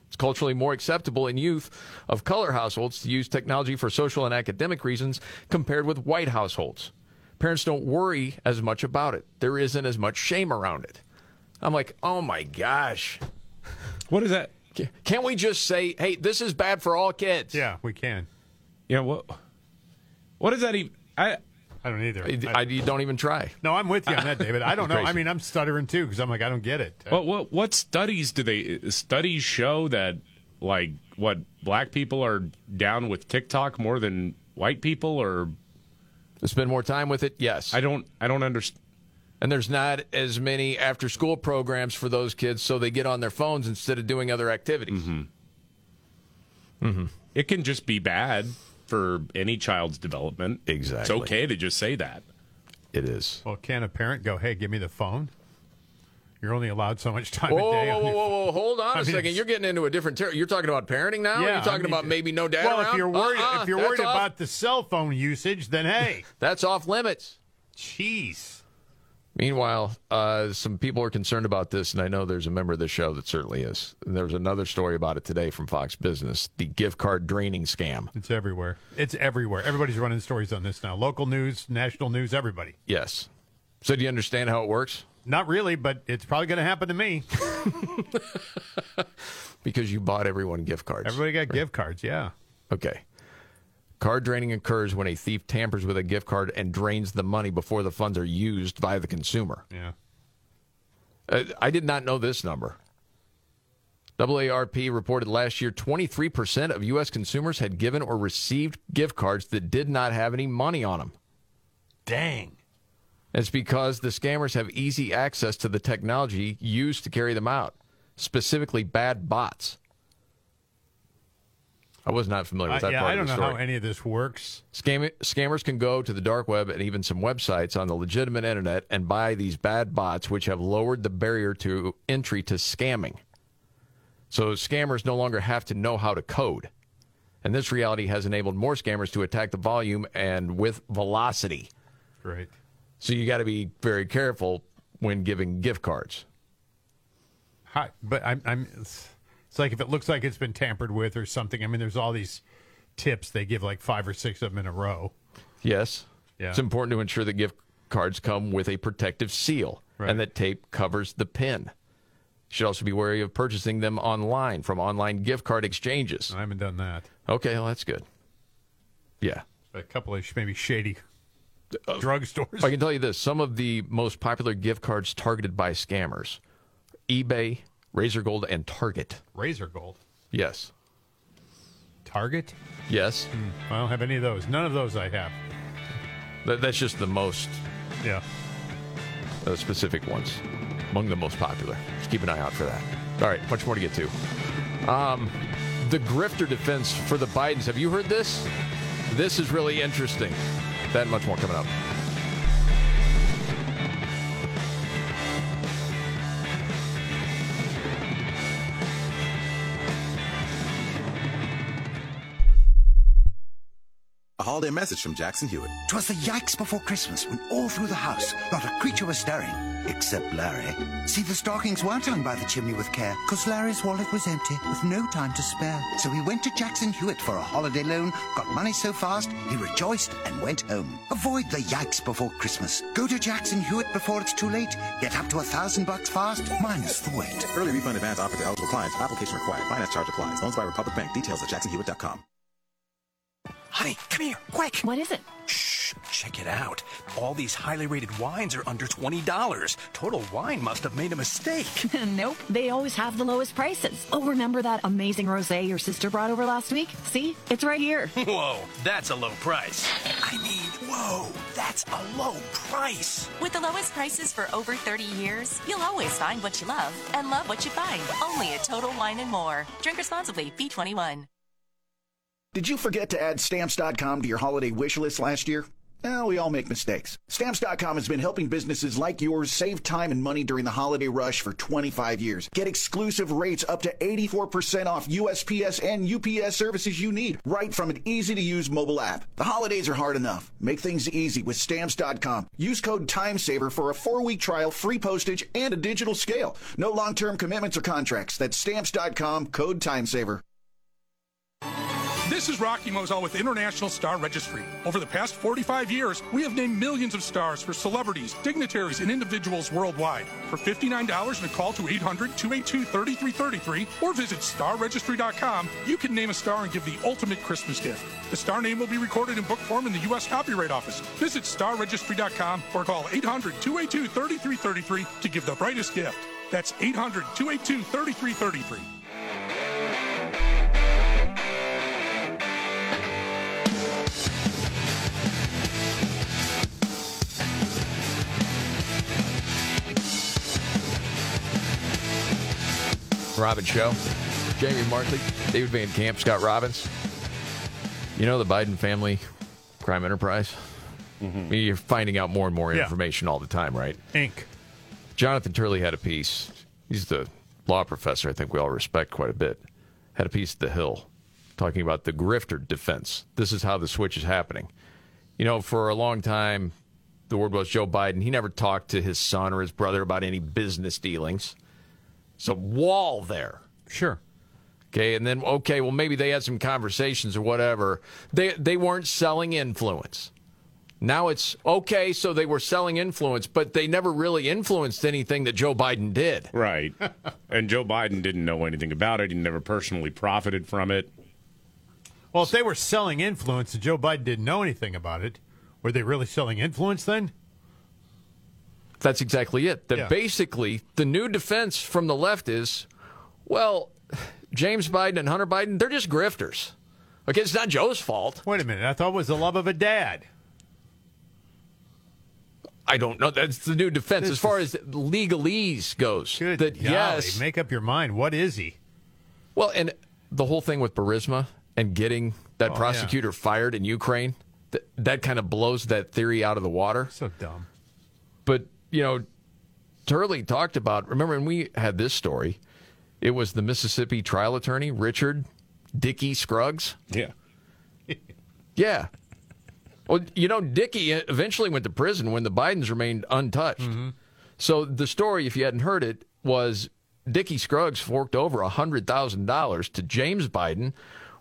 It's culturally more acceptable in youth of color households to use technology for social and academic reasons compared with white households. Parents don't worry as much about it. There isn't as much shame around it. I'm like, oh my gosh.
What is that?
Can't we just say, hey, this is bad for all kids?
Yeah, we can.
Yeah. What? What does that even? I
I don't either.
I, you don't even try.
No, I'm with you on that, David. I
*laughs*
don't know.
Crazy.
I mean, I'm stuttering too because I'm like, I don't get it.
What, what what studies do they studies show that like what black people are down with TikTok more than white people or
spend more time with it? Yes.
I don't I don't understand.
And there's not as many after school programs for those kids, so they get on their phones instead of doing other activities.
Mm-hmm. It can just be bad for any child's development.
Exactly.
It's okay to just say that.
It is.
Well, can a parent go, hey, give me the phone? You're only allowed so much time
Whoa,
a day.
whoa,
on
whoa,
your
whoa,
phone.
whoa! Hold on a
I mean,
second.
it's-
You're getting into a different territory. You're talking about parenting now.
Yeah,
You're talking
I mean,
about maybe no dad
well,
around.
if you're worried,
Uh-uh,
if you're
that's
worried
off-
about the cell phone usage, then hey,
*laughs* that's off limits.
Jeez.
Meanwhile, uh, some people are concerned about this, and I know there's a member of the show that certainly is. And there was another story about it today from Fox Business: the gift card draining scam.
It's everywhere. It's everywhere. Everybody's running stories on this now. Local news, national news, everybody.
Yes. So do you understand how it works?
Not really, but it's probably going to happen to
*laughs*
me.
Because you bought everyone gift cards.
Everybody got gift cards, yeah.
Okay. Card draining occurs when a thief tampers with a gift card and drains the money before the funds are used by the consumer.
Yeah.
Uh, I did not know this number. AARP reported last year 23% of U.S. consumers had given or received gift cards that did not have any money on them.
Dang.
It's because the scammers have easy access to the technology used to carry them out, specifically bad bots. I was not familiar with
I-
that
yeah,
part
I
of
don't
the
know
story.
how any of this works.
Scam- scammers can go to the dark web and even some websites on the legitimate internet and buy these bad bots, which have lowered the barrier to entry to scamming. So scammers no longer have to know how to code. And this reality has enabled more scammers to attack the volume and with velocity.
Right.
So you got to be very careful when giving gift cards.
Hi, but I'm, I'm. It's it's like if it looks like it's been tampered with or something. I mean, there's all these tips they give, like five or six of them in a row.
Yes.
Yeah.
It's important to ensure that gift cards come with a protective seal and that tape covers the pin. Should also be wary of purchasing them online from online gift card exchanges. I
haven't done that.
Okay, well, that's good. Yeah. Uh,
A couple of sh- maybe shady drugstores.
I can tell you this some of the most popular gift cards targeted by scammers eBay, Razor Gold, and Target.
Razor Gold,
Yes.
Target.
Yes.
Hmm. I don't have any of those. None of those I have.
That, that's just the most.
Yeah.
uh, specific ones, among the most popular. Just keep an eye out for that. All right, much more to get to. Um, the grifter defense for the Bidens. Have you heard this? This is really interesting. That much more coming up.
A holiday message from Jackson Hewitt.
'Twas the yikes before Christmas when all through the house not a creature was stirring, except Larry. See, the stockings weren't hung by the chimney with care, 'cause Larry's wallet was empty with no time to spare. So he went to Jackson Hewitt for a holiday loan, got money so fast he rejoiced and went home. Avoid the yikes before Christmas. Go to Jackson Hewitt before it's too late. Get up to a thousand bucks fast, minus the wait.
Early refund advance offered to eligible clients. Application required. Finance charge applies. Loans by Republic Bank. Details at jacksonhewitt.com.
Honey, come here, quick.
What is it?
Shh, check it out. All these highly rated wines are under $20. Total Wine must have made a mistake.
*laughs* nope, they always have the lowest prices. Oh, remember that amazing rosé your sister brought over last week? See, it's right here.
Whoa, that's a low price. I mean, whoa, that's a low price.
With the lowest prices for over 30 years, you'll always find what you love and love what you find. Only at Total Wine and More. Drink responsibly. B21.
Did you forget to add stamps.com to your holiday wish list last year? Well, we all make mistakes. Stamps.com has been helping businesses like yours save time and money during the holiday rush for 25 years. Get exclusive rates up to 84% off USPS and UPS services you need right from an easy to use mobile app. The holidays are hard enough. Make things easy with Stamps.com. Use code TIMESAVER for a four week trial, free postage, and a digital scale. No long term commitments or contracts. That's Stamps.com, code TIMESAVER.
This is Rocky Moselle with International Star Registry. Over the past 45 years, we have named millions of stars for celebrities, dignitaries, and individuals worldwide. For $59 and a call to 800 282 3333 or visit starregistry.com, you can name a star and give the ultimate Christmas gift. The star name will be recorded in book form in the U.S. Copyright Office. Visit starregistry.com or call 800 282 3333 to give the brightest gift. That's 800 282 3333.
Robin Show, Jamie Markley, David Van Camp, Scott Robbins. You know the Biden family crime enterprise? I mean, You're finding out more and more
Mm-hmm. Yeah.
information all the time, right?
Inc.
Jonathan Turley had a piece. He's the law professor I think we all respect quite a bit. Had a piece at The Hill talking about the grifter defense. This is how the switch is happening. You know, for a long time, the word was Joe Biden. He never talked to his son or his brother about any business dealings. It's a wall there.
Sure.
Okay, and then okay, well maybe they had some conversations or whatever. They they weren't selling influence. Now it's okay, so they were selling influence, but they never really influenced anything that Joe Biden did. *laughs*
Right. and Joe Biden didn't know anything about it. He never personally profited from it.
Well, if they were selling influence and Joe Biden didn't know anything about it, were they really selling influence then?
That's exactly it. That
Yeah.
basically the new defense from the left is, well, James Biden and Hunter Biden, they're just grifters. Okay, it's not Joe's fault.
Wait a minute. I thought it was the love of a dad.
I don't know. That's the new defense as far as legalese goes. that
Golly,
yes,
Make up your mind. What is he?
Well, and the whole thing with Burisma and getting that
Oh, yeah.
prosecutor fired in Ukraine, th- that kind of blows that theory out of the water.
So dumb.
But, you know, Turley talked about, remember when we had this story, it was the Mississippi trial attorney, Richard Dickey Scruggs.
Yeah.
yeah. Well, you know, Dickey eventually went to prison when the Bidens remained untouched. So the story, if you hadn't heard it, was Dickey Scruggs forked over $100,000 to James Biden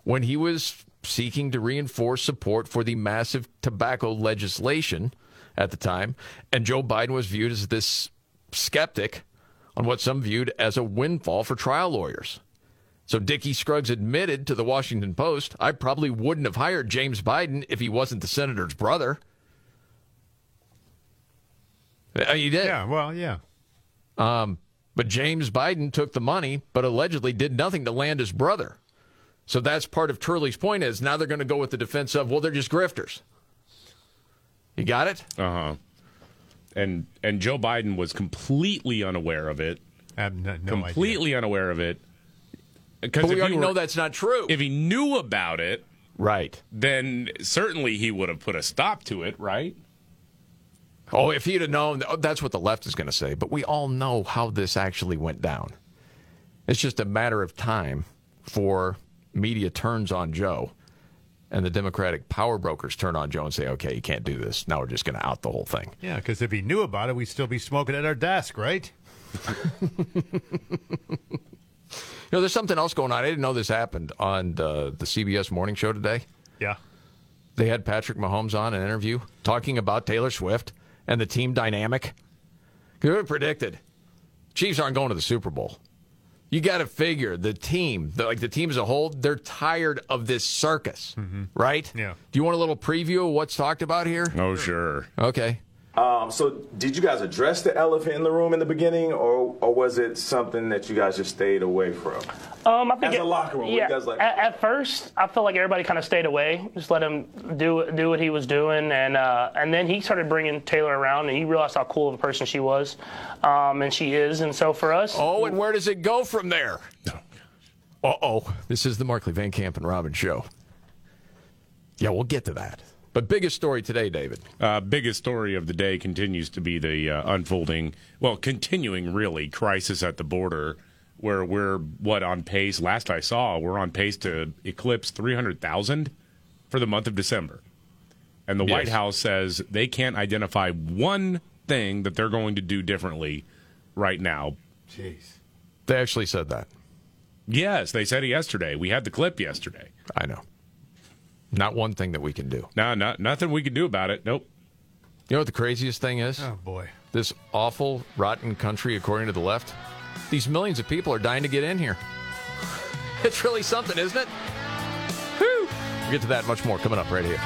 when he was seeking to reinforce support for the massive tobacco legislation at the time. And Joe Biden was viewed as this skeptic on what some viewed as a windfall for trial lawyers. So Dickey Scruggs admitted to the Washington Post, I probably wouldn't have hired James Biden if he wasn't the senator's brother. Uh, He did. Yeah,
well, yeah.
Um, but James Biden took the money, but allegedly did nothing to land his brother. So that's part of Turley's point is now they're going to go with the defense of, well, they're just grifters. You got it?
Uh huh. and and Joe Biden was completely unaware of it. completely unaware of it.
But we
if he
already
were-
know that's not true.
If he knew about it,
right,
then certainly he would have put a stop to it, right?
Oh, if he'd have known, oh, that's what the left is going to say. But we all know how this actually went down. It's just a matter of time for media turns on Joe and the Democratic power brokers turn on Joe and say, okay, you can't do this. Now we're just going to out the whole thing.
Yeah, because if he knew about it, we'd still be smoking at our desk, right?
You know, there's something else going on. I didn't know this happened on uh, the CBS morning show today.
Yeah.
They had Patrick Mahomes on an interview talking about Taylor Swift and the team dynamic. They were predicted Chiefs aren't going to the Super Bowl. You got to figure the team, the, like the team as a whole, they're tired of this circus, right? Yeah. Do you want a little preview of what's talked about here?
Oh, sure.
Okay.
Um, so, did you guys address the elephant in the room in the beginning, or or was it something that you guys just stayed away from?
Um, I
As
think
a
it-
locker room, what
Yeah,
you guys like-
at, at first, I felt like everybody kind of stayed away, just let him do do what he was doing, and uh, and then he started bringing Taylor around, and he realized how cool of a person she was, um, and she is, and so for us.
Oh, and where does it go from there? Uh oh. This is the Markley Van Camp and Robin show. Yeah, we'll get to that. But biggest story today, David.
Uh, biggest story of the day continues to be the uh, unfolding, well, continuing really, crisis at the border, where we're what on pace. Last I saw, we're on pace to eclipse three hundred thousand for the month of December, and the
Yes.
White House says they can't identify one thing that they're going to do differently right now.
Jeez,
they actually said that.
Yes, they said it yesterday. We had the clip yesterday.
I know. Not one thing that we can do.
No, not nothing we can do about it. Nope.
You know what the craziest thing is?
Oh, boy.
This awful, rotten country, according to the left. These millions of people are dying to get in here. *laughs* It's really something, isn't it? Whew. We'll get to that and much more coming up right here.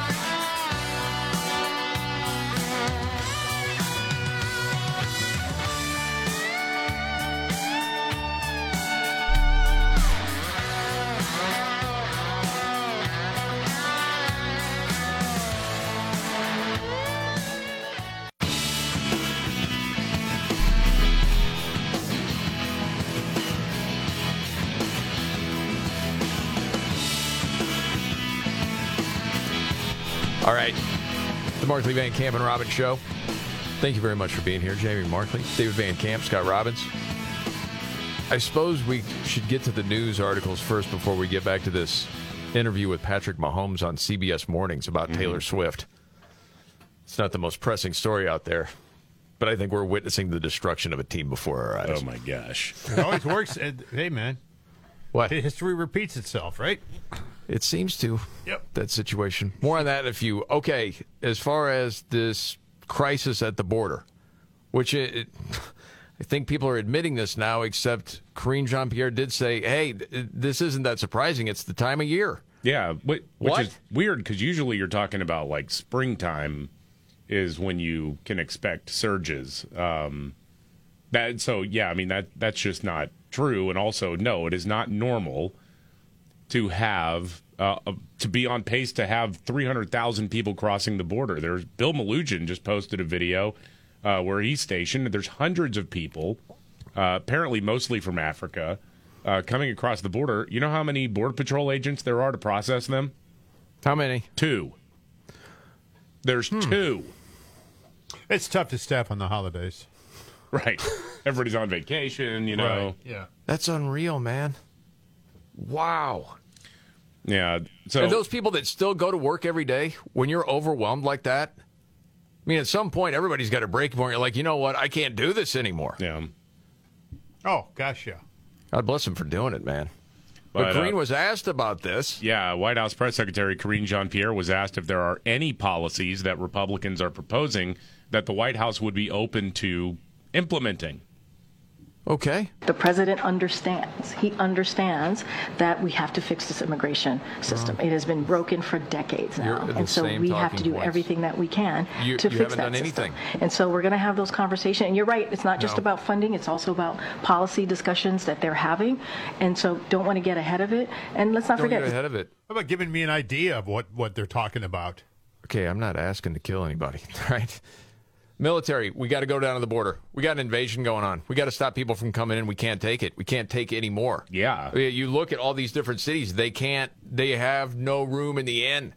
All right. The Markley Van Camp and Robbins Show. Thank you very much for being here, Jamie Markley, David Van Camp, Scott Robbins. I suppose we should get to the news articles first before we get back to this interview with Patrick Mahomes on CBS Mornings about
Mm-hmm.
Taylor Swift. It's not the most pressing story out there, but I think we're witnessing the destruction of a team before our eyes. Oh,
my gosh.
It always works. uh, hey, man.
What?
History repeats itself, right?
It seems to. Yep. That situation. More on that in a few. Okay, as far as this crisis at the border, which it, it- I think people are admitting this now, except Corinne Jean Pierre did say, hey, th- this isn't that surprising. It's the time of year.
Yeah, wh- which
What?
is weird because usually you're talking about like springtime is when you can expect surges. Um, that so yeah, I mean that that's just not true, and also no, it is not normal to have uh, uh, to be on pace to have 300,000 people crossing the border. There's Bill Malugin just posted a video uh, where he's stationed. There's hundreds of people, uh, apparently mostly from Africa, uh, coming across the border. You know how many border patrol agents there are to process them?
How many? Hmm.
Two. There's two.
It's tough to staff on the holidays. *laughs*
Right. Everybody's on vacation, you know.
Right, yeah.
That's unreal, man. Wow.
Yeah. So
and those people that still go to work every day, when you're overwhelmed like that, I mean, at some point, everybody's got a break point. You're like, you know what? I can't do this anymore.
Yeah.
Oh, gosh, yeah.
God bless them for doing it, man. But, Corinne was asked about this.
uh, Yeah, White House Press Secretary Karine Jean Pierre was asked if there are any policies that Republicans are proposing that the White House would be open to implementing. uh,
Okay.
The president understands. He understands that we have to fix this immigration system. It has been broken for decades
You're
now,
the
and so
same
we have to
talking
do
points.
everything that we can
You-
to
you
fix
haven't
that
done
system.
anything.
And so we're going to have those conversations. And you're right; it's not just
No.
about funding; it's also about policy discussions that they're having. And so, don't want to get ahead of it. And let's not forget
of it.
How about giving me an idea of what, what they're talking about?
*laughs* Okay, I'm not asking to kill anybody, right? Military, we got to go down to the border. We got an invasion going on. We got to stop people from coming in. We can't take it. We can't take any more.
Yeah.
You look at all these different cities, they can't, they have no room in the inn.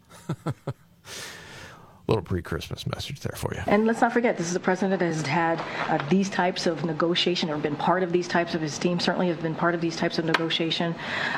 little pre-Christmas message there for you.
And let's not forget, this is a president that has had uh, these types of negotiation or been part of these types of his team. Certainly, has been part of these types of negotiation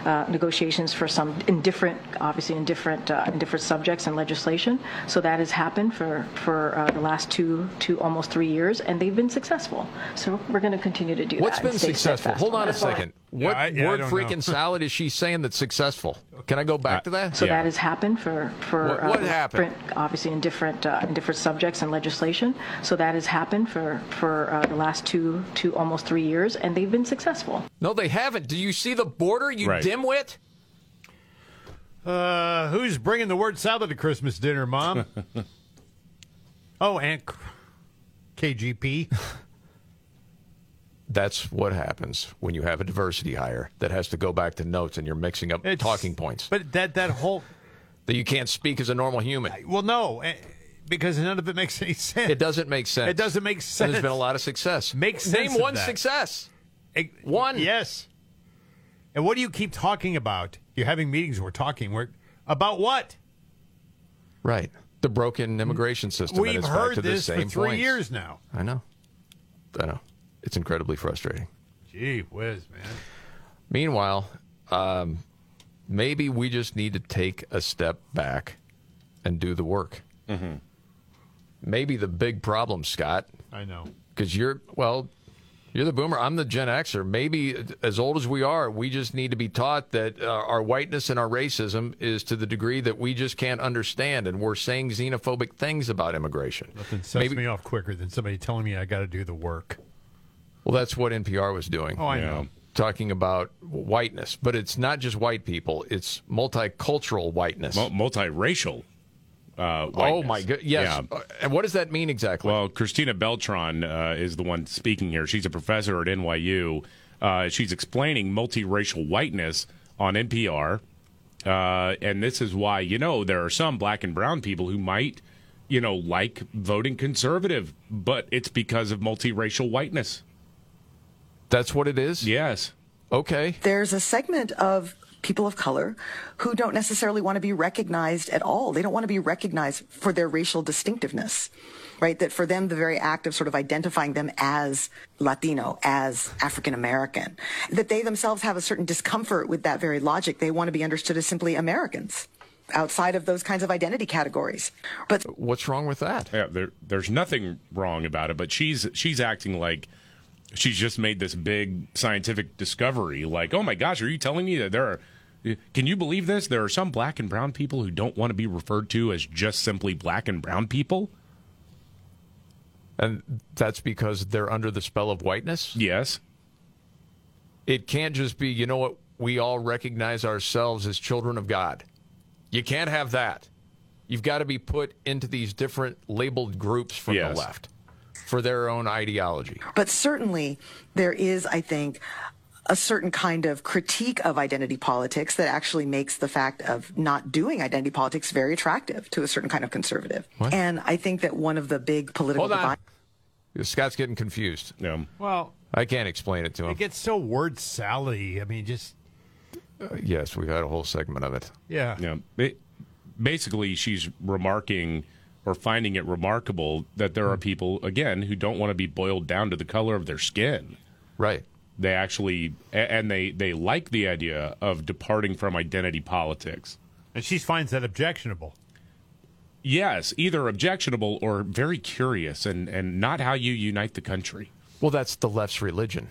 uh, negotiations for some in different, obviously in different uh, in different subjects and legislation. So that has happened for for uh, the last two two almost three years, and they've been successful. So we're going to continue to *laughs* do
What's
that.
been successful? Hold on a second. What
I- yeah, I
word
don't
freaking
know. *laughs* Uh,
salad is she saying that's successful? Can I go back to that?
So that has happened for for uh,
What- what happened?
different, obviously in different uh, in different subjects and legislation. So that has happened for for uh, the last two two almost three years, and they've been successful.
No, they haven't.
*laughs*
Do you see the border, you
Right.
dimwit?
Uh, who's bringing the word salad to Christmas dinner, Mom? oh, Aunt K- KGP.
That's what happens when you have a diversity hire that has to go back to notes and you're mixing up talking points.
But that that whole
that you can't speak as a normal human.
Well, no, eh, because none of it makes any sense.
It doesn't make sense.
It doesn't make
And
sense.
there's been a lot of success.
Make sense.
Name
of
one
that.
success.
Eh,
One.
Yes. And what do you keep talking about? You're having meetings. We're talking. We're about what?
Right. The broken immigration system. and
We've
it's back
heard
to the
this for
same
three
points.
years now.
I know. I know. It's incredibly frustrating.
Gee whiz, man.
Meanwhile, um, maybe we just need to take a step back and do the work. Mm-hmm. Maybe the big problem, Scott,
I know.
because you're well, you're the boomer. I'm the Gen Xer. Maybe as old as we are, we just need to be taught that uh, our whiteness and our racism is to the degree that we just can't understand, and we're saying xenophobic things about immigration.
Nothing sets me off quicker than somebody telling me I got to do the work.
Well, that's what NPR was doing.
Oh, I know. Yeah.
Talking about whiteness, but it's not just white people; it's multicultural whiteness,
multiracial. Uh,
Oh my good, yes. And what does that mean exactly?
Well, Christina Beltran uh, is the one speaking here. She's a professor at NYU. Uh, she's explaining multiracial whiteness on NPR, uh, and this is why you know there are some black and brown people who might you know like voting conservative, but it's because of multiracial whiteness.
That's what it is.
Yes.
Okay.
There's a segment of people of color who don't necessarily want to be recognized at all. They don't want to be recognized for their racial distinctiveness, right? That for them, the very act of sort of identifying them as Latino, as African American, that they themselves have a certain discomfort with that very logic. They want to be understood as simply Americans outside of those kinds of identity categories. But
What's wrong with that?
Yeah, there, there's nothing wrong about it, but she's she's acting like she's just made this big scientific discovery. Like, oh my gosh, are you telling me that there are? Can you believe this? There are some black and brown people who don't want to be referred to as just simply black and brown people.
And that's because they're under the spell of whiteness?
Yes.
It can't just be, you know what, we all recognize ourselves as children of God. You can't have that. You've got to be put into these different labeled groups from
Yes.
the left for their own ideology.
But certainly, there is, I think, a certain kind of critique of identity politics that actually makes the fact of not doing identity politics very attractive to a certain kind of conservative. And I think that one of the big political
Hold on.
divi-
Scott's getting confused.
No.
Well,
I can't explain it to
it
him.
gets so word sally. I mean, just
Uh, yes, we've had a whole segment of it.
yeah.
Yeah. Ba- basically, she's remarking or finding it remarkable that
Hmm.
there are people, again, who don't want to be boiled down to the color of their skin.
Right.
They actually, a- and they, they like the idea of departing from identity politics.
And she finds that objectionable.
Yes, either objectionable or very curious and, and not how you unite the country.
Well, that's the left's religion.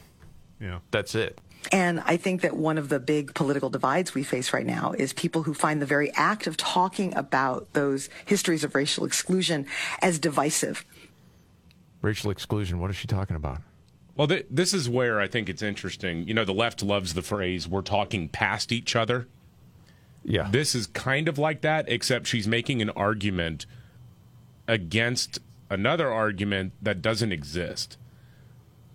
Yeah.
That's it.
And I think that one of the big political divides we face right now is people who find the very act of talking about those histories of racial exclusion as divisive.
Racial exclusion. What is she talking about?
Well, th- this is where I think it's interesting. You know, the left loves the phrase, we're talking past each other.
Yeah.
This is kind of like that, except she's making an argument against another argument that doesn't exist.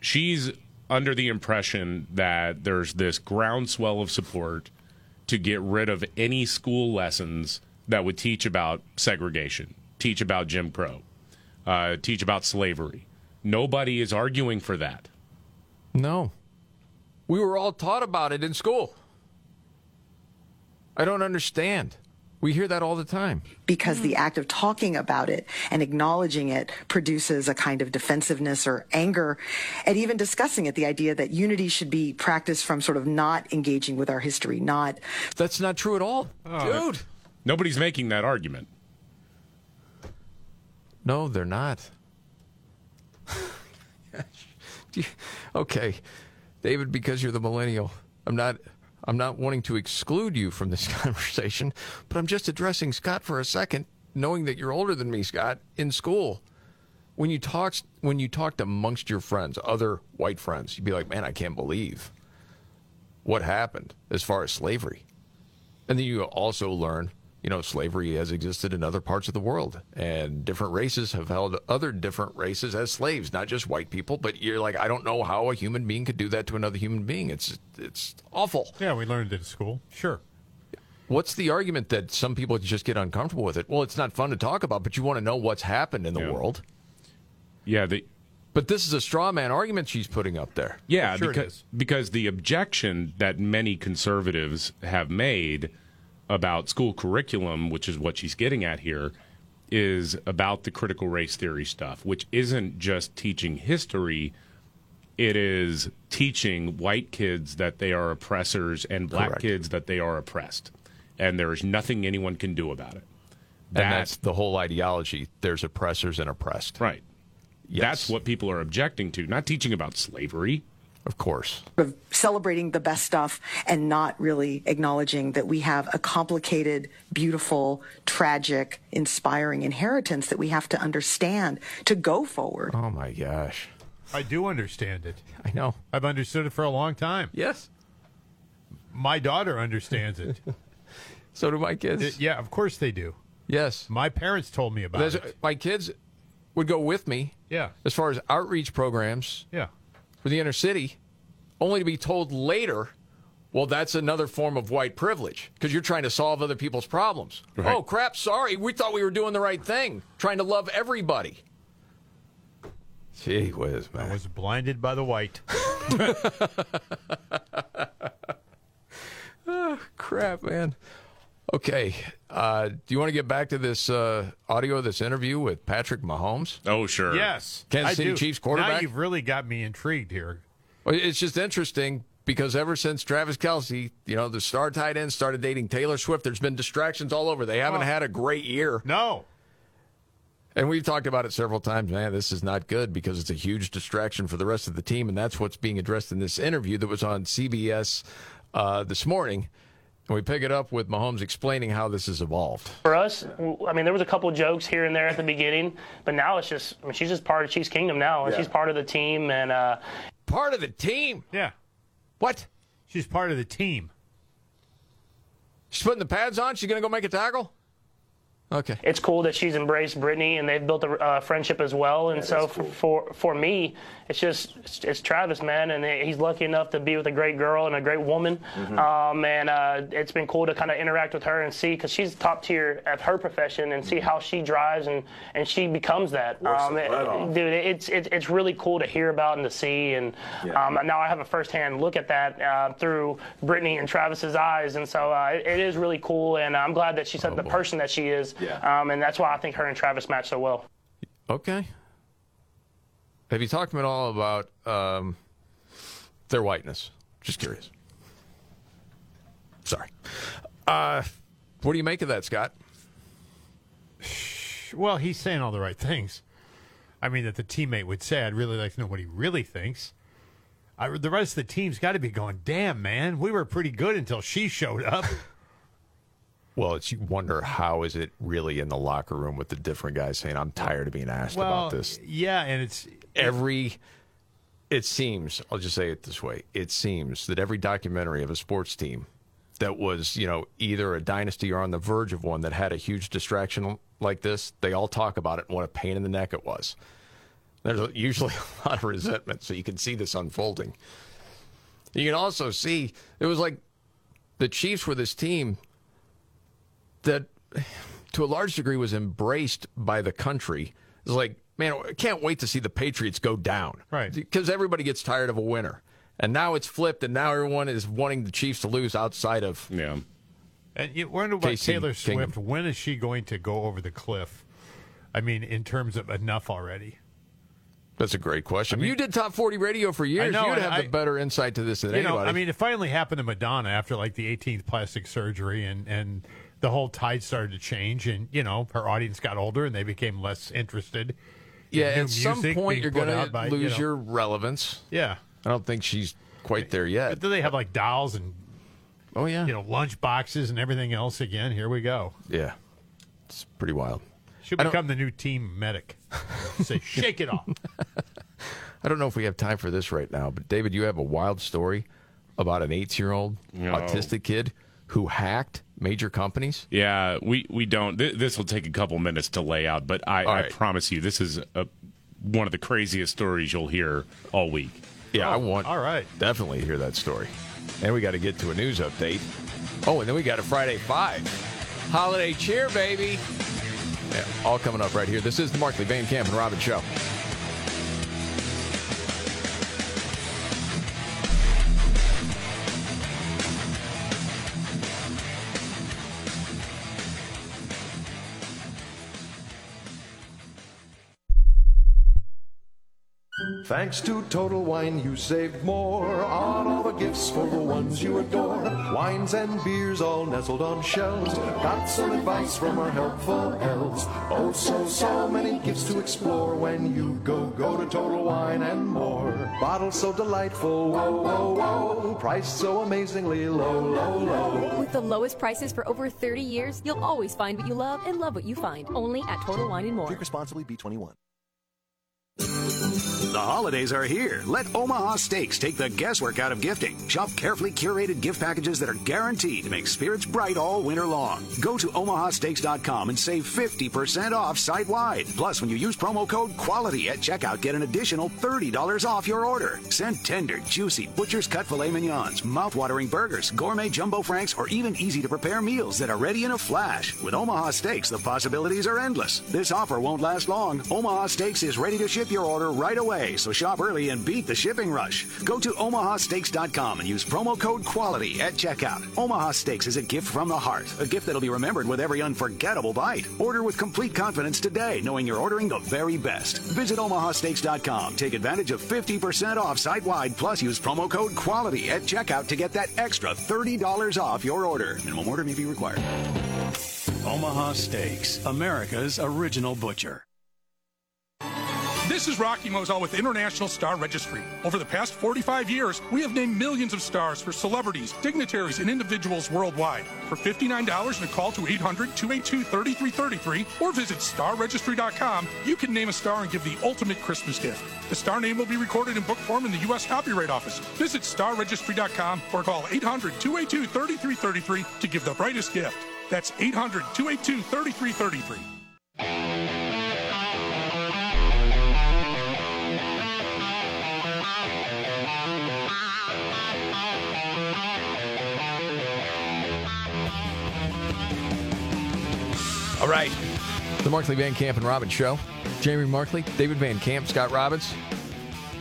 She's under the impression that there's this groundswell of support to get rid of any school lessons that would teach about segregation, teach about Jim Crow. uh, teach about slavery. Nobody is arguing for that.
No. We were all taught about it in school. I don't understand. We hear that all the time.
because the act of talking about it and acknowledging it produces a kind of defensiveness or anger and even discussing it the idea that unity should be practiced from sort of not engaging with our history not
that's not true at all dude
Nobody's making that argument.
No, they're *laughs* not. Do you- okay, David, because you're the millennial, I'm not. I'm not wanting to exclude you from this *laughs* conversation, but I'm just addressing Scott for a second, knowing that you're older than me, Scott. In school, when you talked when you talked amongst your friends, other white friends, you'd be like, "Man, I can't believe what happened as far as slavery." And then you also learn, you know, slavery has existed in other parts of the world, and different races have held other different races as slaves, not just white people. But you're like, I don't know how a human being could do that to another human being. It's it's awful.
Yeah, we learned it in school. Sure.
What's the argument that some people just get uncomfortable with it? Well, it's not fun to talk about, but you want to know what's happened in the world.
Yeah, the,
but this is a straw man argument she's putting up there.
Yeah, because, because the objection that many conservatives have made about school curriculum, which is what she's getting at here, is about the critical race theory stuff, which isn't just teaching history. It is teaching white kids that they are oppressors and black
Correct.
kids that they are oppressed. And there is nothing anyone can do about it.
and that's the whole ideology. There's oppressors and oppressed.
Right. That's what people are objecting to, not teaching about slavery.
Of course.
of celebrating the best stuff and not really acknowledging that we have a complicated, beautiful, tragic, inspiring inheritance that we have to understand to go forward.
Oh my gosh.
I do understand it.
I know.
I've understood it for a long time.
Yes.
My daughter understands it.
*laughs*
Uh,
so do my kids.
yeah, of course they do.
Yes.
My parents told me about
That's-
it.
My kids would go with me.
Yeah.
As far as outreach programs.
Yeah.
For the inner city, only to be told later, well, that's another form of white privilege because you're trying to solve other people's problems.
Right.
Oh crap! Sorry, we thought we were doing the right thing, trying to love everybody. *laughs* Gee whiz, man.
I was blinded by the white.
Ah, crap, man. Okay. Uh, do you want to get back to this uh, audio of this interview with Patrick Mahomes?
Oh, sure.
Yes.
Kansas
I
City
do.
Chiefs quarterback?
Now you've really got me intrigued here.
Well, It's just interesting because ever since Travis Kelsey, you know, the star tight end started dating Taylor Swift, there's been distractions all over. They haven't
Oh.
had a great year.
No.
And we've talked about it several times. Man, this is not good because it's a huge distraction for the rest of the team. And that's what's being addressed in this interview that was on CBS uh, this morning. And we pick it up with Mahomes explaining how this has evolved.
For us, w- I mean, there was a couple jokes here and there at the beginning, but now it's just, I mean, she's just part of Chiefs Kingdom now, and
Yeah.
she's part of the team, and uh,
Part of the team?
Yeah.
What?
She's part of the team.
She's putting the pads on. She's going to go make a tackle. Okay.
It's cool that she's embraced Brittany and they've built a uh, friendship as well. And so f- for for me, it's just it's, it's Travis, man, and he's lucky enough to be with a great girl and a great woman.
Mm-hmm.
Um, and uh, it's been cool to kind of interact with her and see because she's top tier at her profession and see how she drives and and she becomes that. Um,
Works her
it-
butt off.
dude, it's it's it's really cool to hear about and to see. And um, now I have a firsthand look at that uh, through Brittany and Travis's eyes, and so uh, it, it is really cool. And I'm glad that she's the person that she is. Um, and that's why I think her and Travis match so well.
Okay. Have you talked to him at all about um, their whiteness? Just curious. Sorry. Uh, what do you make of that, Scott?
Well, he's saying all the right things. I mean, that the teammate would say, I'd really like to know what he really thinks. I, the rest of the team's got to be going, damn, man, we were pretty good until she showed
*laughs*
up.
Well, it's you wonder how is it really in the locker room with the different guys saying, "I'm tired of being asked about this."
Yeah, and it's
every it seems i'll just say it this way it seems that every documentary of a sports team that was you know either a dynasty or on the verge of one that had a huge distraction like this they all talk about it and what a pain in the neck it was there's usually *laughs* a lot of resentment so you can see this unfolding you can also see it was like the chiefs were this team that to a large degree was embraced by the country. It's like man, I can't wait to see the Patriots go down. Right. Because everybody gets tired of a winner. And now it's flipped, and now everyone is wanting the Chiefs to lose outside of.
Yeah.
And you wonder about
KC
Taylor
Kingdom.
Swift. When is she going to go over the cliff? I mean, in terms of enough already.
That's a great question. you did top 40 radio for years.
know,
You'd
and
have
I-
the better insight to this than
you know,
anybody.
I mean, it finally happened to Madonna after like the 18th plastic surgery, and and the whole tide started to change, and you know, her audience got older, and they became less interested. in
yeah,
new
at some
music
point,
being
you're
put
going to
out by, you
lose
know-
your relevance.
Yeah.
I don't think she's quite there yet.
But then they have like dolls and
oh yeah,
you know, lunch boxes and everything else again. Here we go.
Yeah. It's pretty wild.
She'll
I don't-
become the new team
*laughs*
medic. Say, shake it off.
I don't know if we have time for this right now, but David, you have a wild story about an eight-year-old autistic kid who hacked major companies.
Yeah, we, we don't. Th- this will take a couple minutes to lay out, but I,
All
I
right.
promise you, this is a, one of the craziest stories you'll hear all week.
Yeah, I want.
All right,
definitely hear that story. And we got to get to a news update. Oh, and then we got a Friday Five holiday cheer, baby. Yeah, all coming up right here. This is the Markley Van Camp and Robin Show.
Thanks to Total Wine, you saved more on all the gifts for the ones you adore. Wines and beers all nestled on shelves. Got some advice from our helpful elves. Oh, so, so many gifts to explore when you go, go to Total Wine and more. Bottles so delightful, whoa, whoa, whoa. Priced so amazingly low, low, low.
With the lowest prices for over 30 years, you'll always find what you love and love what you find. Only at Total Wine and More.
Drink responsibly, B21.
The holidays are here. Let Omaha Steaks take the guesswork out of gifting. Shop carefully curated gift packages that are guaranteed to make spirits bright all winter long. Go to omahasteaks.com and save 50% off site wide. Plus, when you use promo code QUALITY at checkout, get an additional $30 off your order. Send tender, juicy, butcher's cut filet mignons, mouthwatering burgers, gourmet jumbo franks, or even easy to prepare meals that are ready in a flash. With Omaha Steaks, the possibilities are endless. This offer won't last long. Omaha Steaks is ready to ship your order right away, so shop early and beat the shipping rush. Go to omahasteaks.com and use promo code QUALITY at checkout. Omaha Steaks is a gift from the heart, a gift that'll be remembered with every unforgettable bite. Order with complete confidence today, knowing you're ordering the very best. Visit omahasteaks.com. Take advantage of 50% off site wide, plus use promo code QUALITY at checkout to get that extra $30 off your order. Minimum order may be required. Omaha Steaks, America's original butcher.
This is Rocky Moselle with International Star Registry. Over the past 45 years, we have named millions of stars for celebrities, dignitaries, and individuals worldwide. For $59 and a call to 800 282 3333 or visit starregistry.com, you can name a star and give the ultimate Christmas gift. The star name will be recorded in book form in the U.S. Copyright Office. Visit starregistry.com or call 800 282 3333 to give the brightest gift. That's 800 282 3333.
All right. The Markley Van Camp and Robbins Show. Jamie Markley, David Van Camp, Scott Robbins.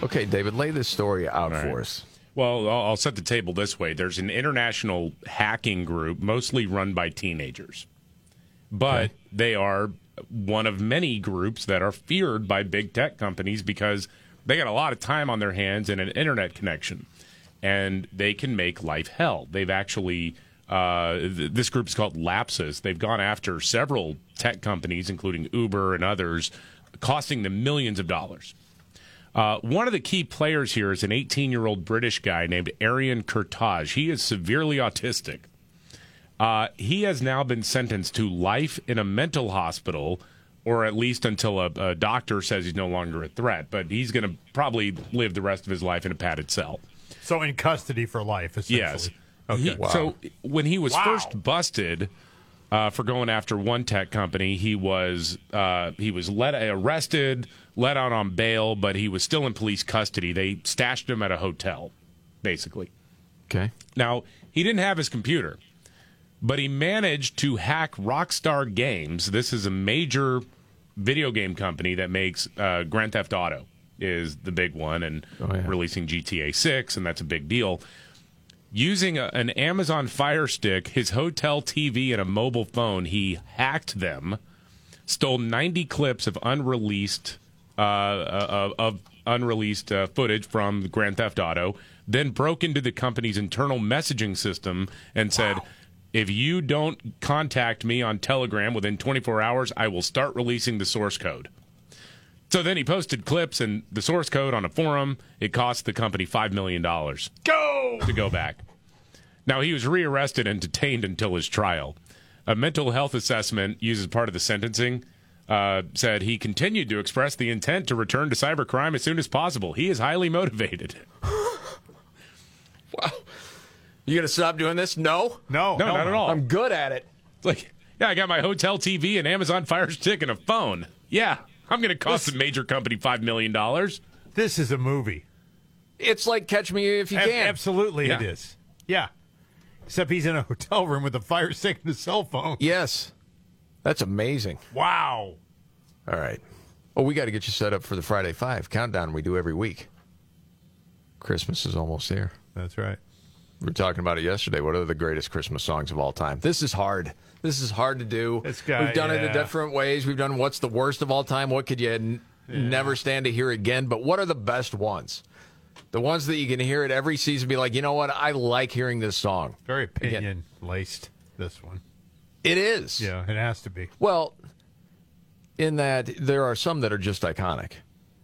Okay, David, lay this story out for us.
Well, I'll I'll set the table this way. There's an international hacking group, mostly run by teenagers, but they are one of many groups that are feared by big tech companies because they got a lot of time on their hands and an internet connection, and they can make life hell. They've actually uh, th- this group is called Lapsus. They've gone after several tech companies, including Uber and others, costing them millions of dollars. Uh, one of the key players here is an 18 year old British guy named Arian Kurtaj. He is severely autistic. Uh, he has now been sentenced to life in a mental hospital, or at least until a, a doctor says he's no longer a threat, but he's going to probably live the rest of his life in a padded cell.
So in custody for life, essentially.
Yes.
Okay.
He- So when he was
Wow.
first busted uh, for going after one tech company, he was uh, he was let arrested, let out on bail, but he was still in police custody. They stashed him at a hotel, basically.
Okay.
Now he didn't have his computer, but he managed to hack Rockstar Games. This is a major video game company that makes uh, Grand Theft Auto is the big one, and releasing GTA Six, and that's a big deal. Using a, an Amazon Fire Stick, his hotel TV, and a mobile phone, he hacked them, stole 90 clips of unreleased uh, uh, of unreleased uh, footage from Grand Theft Auto, then broke into the company's internal messaging system and said, "If you don't contact me on Telegram within 24 hours, I will start releasing the source code." So then he posted clips and the source code on a forum. It cost the company five million dollars. Go to go back. Now he was rearrested and detained until his trial. A mental health assessment used as part of the sentencing uh, said he continued to express the intent to return to cybercrime as soon as possible. He is highly motivated.
You gonna stop doing this? No,
no, no,
Hell
not
no.
at all.
I'm
good at it. It's like, yeah, I got my hotel TV, an Amazon Fire *laughs* Stick, and a phone. Yeah, I'm gonna cost the major company five million dollars.
This is a movie.
It's like Catch Me If You
Ab-
Can.
Absolutely, it
Yeah.
is. Yeah. Except he's in a hotel room with a fire stick and a cell phone.
Yes. That's amazing.
Wow.
All right. Well, we got to get you set up for the Friday Five countdown we do every week. Christmas is almost here.
That's right.
We were talking about it yesterday. What are the greatest Christmas songs of all time? This is hard. This is hard to do.
got-
We've done it
yeah.
in different ways. We've done what's the worst of all time. What could you n- never stand to hear again? But what are the best ones? The ones that you can hear it every season. Be like, you know what? I like hearing this song.
Very opinion laced, this one.
It is.
Yeah, it has to be.
Well, in that there are some that are just iconic.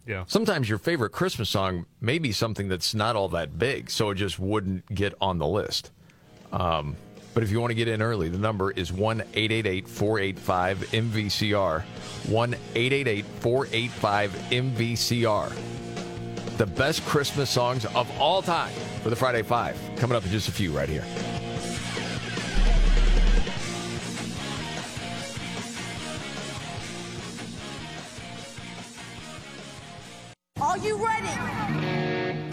Yeah.
Sometimes your favorite Christmas song may be something that's not all that big, so it just wouldn't get on the list. Um, but if you want to get in early, the number is 1 888 485 MVCR. 1 888 485 MVCR. The best Christmas songs of all time for the Friday Five. Coming up in just a few right here.
Are you ready?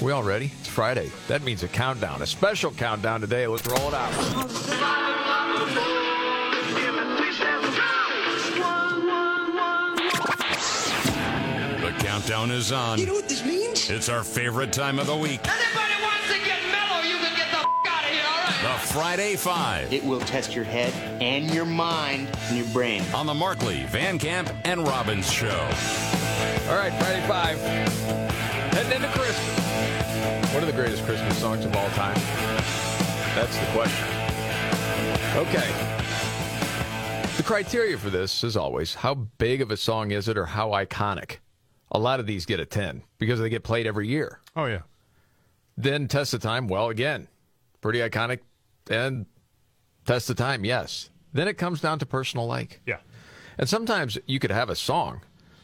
We all ready? It's Friday. That means a countdown, a special countdown today. Let's roll it out.
The countdown is on.
You know what this means?
It's our favorite time of the week.
Anybody wants to get mellow, you can get the f- out of here, all right?
The Friday Five. It will test your head and your mind and your brain. On the Markley, Van Camp, and Robbins Show.
All right, Friday Five. Heading into Christmas. What are the greatest Christmas songs of all time? That's the question. Okay. The criteria for this, as always, how big of a song is it or how iconic? A lot of these get a 10 because they get played every year.
Oh, yeah.
Then test the time. Well, again, pretty iconic. And test the time. Yes. Then it comes down to personal like.
Yeah.
And sometimes you could have a song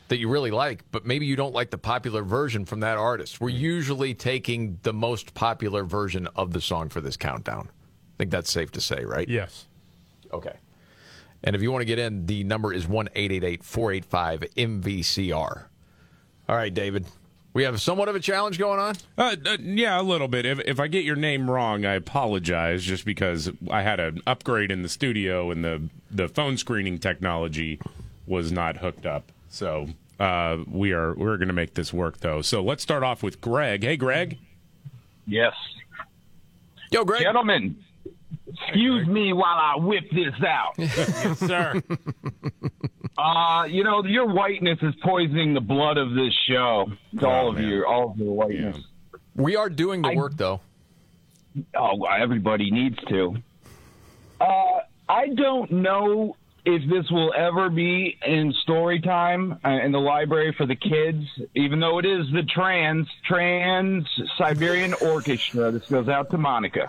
that you really like, but maybe you don't like the popular version from that artist.
Mm-hmm.
We're usually taking the most popular version of the song for this countdown. I think that's safe to say, right?
Yes.
Okay. And if you want to get in, the number is 1 485 MVCR. All right, David. We have somewhat of a challenge going on.
Uh, uh, yeah, a little bit. If if I get your name wrong, I apologize. Just because I had an upgrade in the studio and the the phone screening technology was not hooked up, so uh, we are we're going to make this work though. So let's start off with Greg. Hey, Greg.
Yes.
Yo, Greg.
Gentlemen, excuse me while I whip this
*laughs*
out. yes,
sir.
*laughs* Uh, you know, your whiteness is poisoning the blood of this show. To all of you, all of your whiteness.
Oh, We are doing the work, though.
Oh, everybody needs to. Uh, I don't know if this will ever be in story time uh, in the library for the kids, even though it is the trans trans Siberian Orchestra. This goes out to
*laughs*
Monica.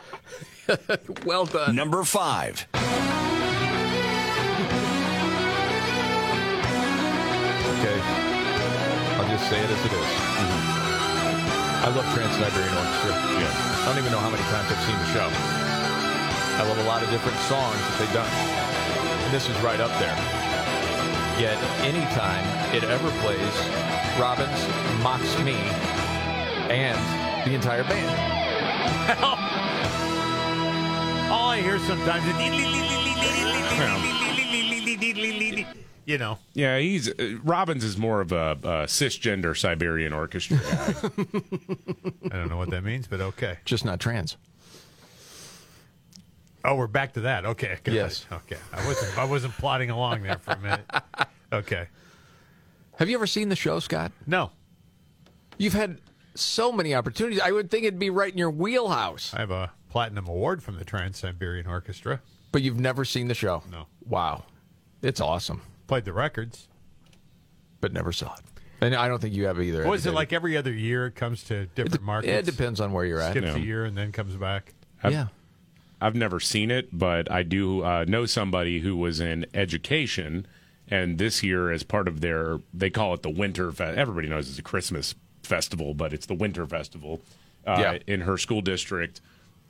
well done.
Number five.
Okay. I'll just say it as it is. I love Trans Siberian Orchestra. Yeah. I don't even know how many times I've seen the show. I love a lot of different songs that they've done. And this is right up there. Yet anytime it ever plays, Robbins mocks me and the entire band.
All I hear sometimes is. You know.
Yeah, he's uh, Robbins is more of a, a cisgender Siberian orchestra guy.
I don't know what that means, but okay.
*laughs* Just not trans.
Oh, we're back to that. Okay. got it.
Yes.
Okay. I wasn't. I wasn't plodding along there for a
*laughs*
minute. Okay.
Have you ever seen the show, Scott?
No.
You've had so many opportunities. I would think it'd be right in your wheelhouse.
I have a platinum award from the Trans Siberian Orchestra.
But you've never seen the show?
No.
Wow. It's awesome.
Played the records.
But never saw it. And I don't think you have either.
What is it
Eddie,
like every other year? It comes to different
did
markets.
you? It depends on where you're at.
Skips a year and then comes back.
I've,
yeah.
I've never seen it, but I do uh, know somebody who was in education, and this year, as part of their, they call it the Winter Fest. Everybody knows it's a Christmas festival, but it's the Winter Festival uh,
Yeah.
in her school district.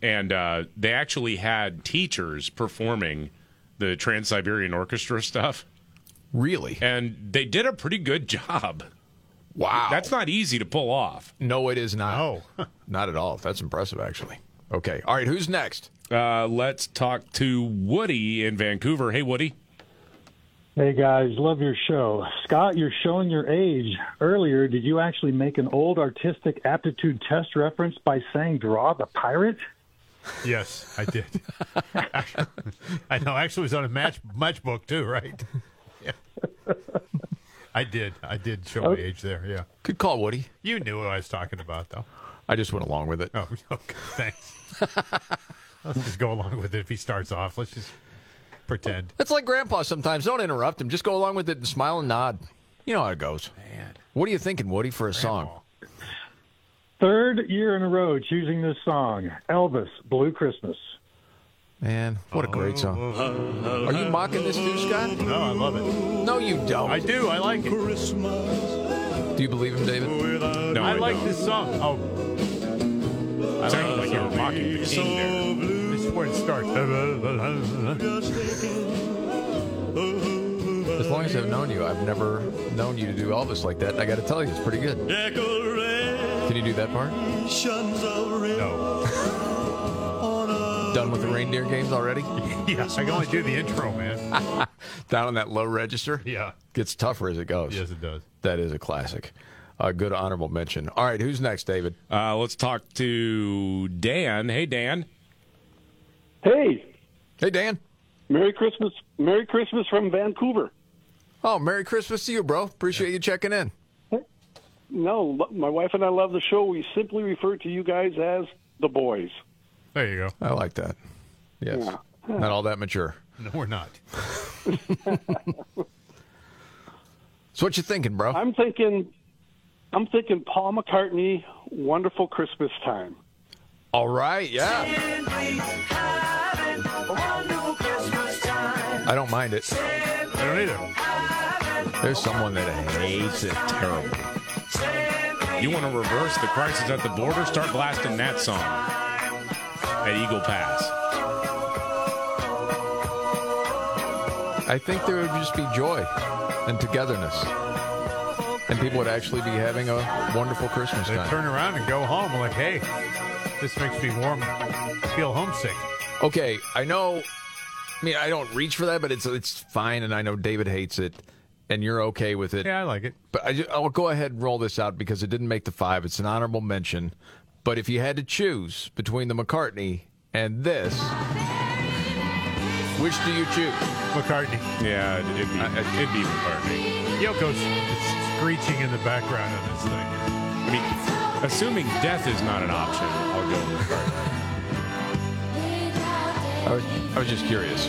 And uh, they actually had teachers performing the Trans Siberian Orchestra stuff.
Really?
And they did a pretty good job.
Wow.
That's not easy to pull off.
No, it is not. No. *laughs* not at all. That's impressive, actually. Okay. All right. Who's next?
Uh, let's talk to Woody in Vancouver. Hey, Woody.
*laughs*
Hey guys, love your show. Scott, you're showing your age. Earlier, did you actually make an old artistic aptitude test reference by saying draw the pirate?
Yes, I did. *laughs*
*laughs*
I know. Actually, it was on a match matchbook too,
*laughs*
right? Yeah. I did. I did show
Oh.
my age there. Yeah.
Good call, Woody.
You knew what I was talking about, though. *laughs*
I just went along with it.
Oh, *laughs* okay. Thanks. Let's just go along with it. If he starts off, let's just pretend.
It's like grandpa sometimes. Don't interrupt him. Just go along with it and smile and nod. You know how it goes. Man. What are you thinking, Woody, for a song?
Third year in a row choosing this song, Elvis, Blue Christmas.
Man, what a great song. Are you mocking this too, Scott?
No, I love it.
No, you don't.
I do. I like it.
Do you believe him, David?
No,
I,
I
like
don't.
this song. Oh, I
Sounded like you were mocking the king there.
This is where it starts.
As long as I've known you, I've never known you to do Elvis like that. I got to tell you, it's pretty good. Can you do that part?
No.
Done with the reindeer games already?
yeah, I can only do the intro, man.
*laughs* Down on that low register?
Yeah.
Gets tougher as it goes.
Yes, it does.
That is a classic. A good honorable mention. All right, who's next, David?
Uh, let's talk to Dan. Hey, Dan.
Hey.
Hey, Dan.
Merry Christmas. Merry Christmas from Vancouver.
Oh, Merry Christmas to you, bro. Appreciate you checking in.
No, l- my wife and I love the show. We simply refer to you guys as the boys.
There you go.
I like that. Yes. Not all that mature.
No, we're not.
So what you thinking, *laughs* bro?
I'm thinking, I'm thinking Paul McCartney, "Wonderful Christmas Time."
All right, yeah. I don't mind it.
I don't either.
There's someone that hates it terrible.
You want to reverse the crisis at the border? Start blasting that song at Eagle Pass.
I think there would just be joy and togetherness. And people would actually be having a wonderful Christmas
They
time.
turn around and go home. I'm like, hey, this makes me warm, feel homesick.
Okay, I know. I mean, I don't reach for that, but it's it's fine, and I know David hates it, and you're okay with it.
Yeah, I like it.
But I ju- I'll go ahead and roll this out because it didn't make the five. It's an honorable mention. But if you had to choose between the McCartney and this, which do you choose?
McCartney.
Yeah, it'd be, it'd be McCartney.
Yoko's screeching in the background on this thing.
I mean, assuming death is not an option, I'll go with McCartney.
I was, I was just curious,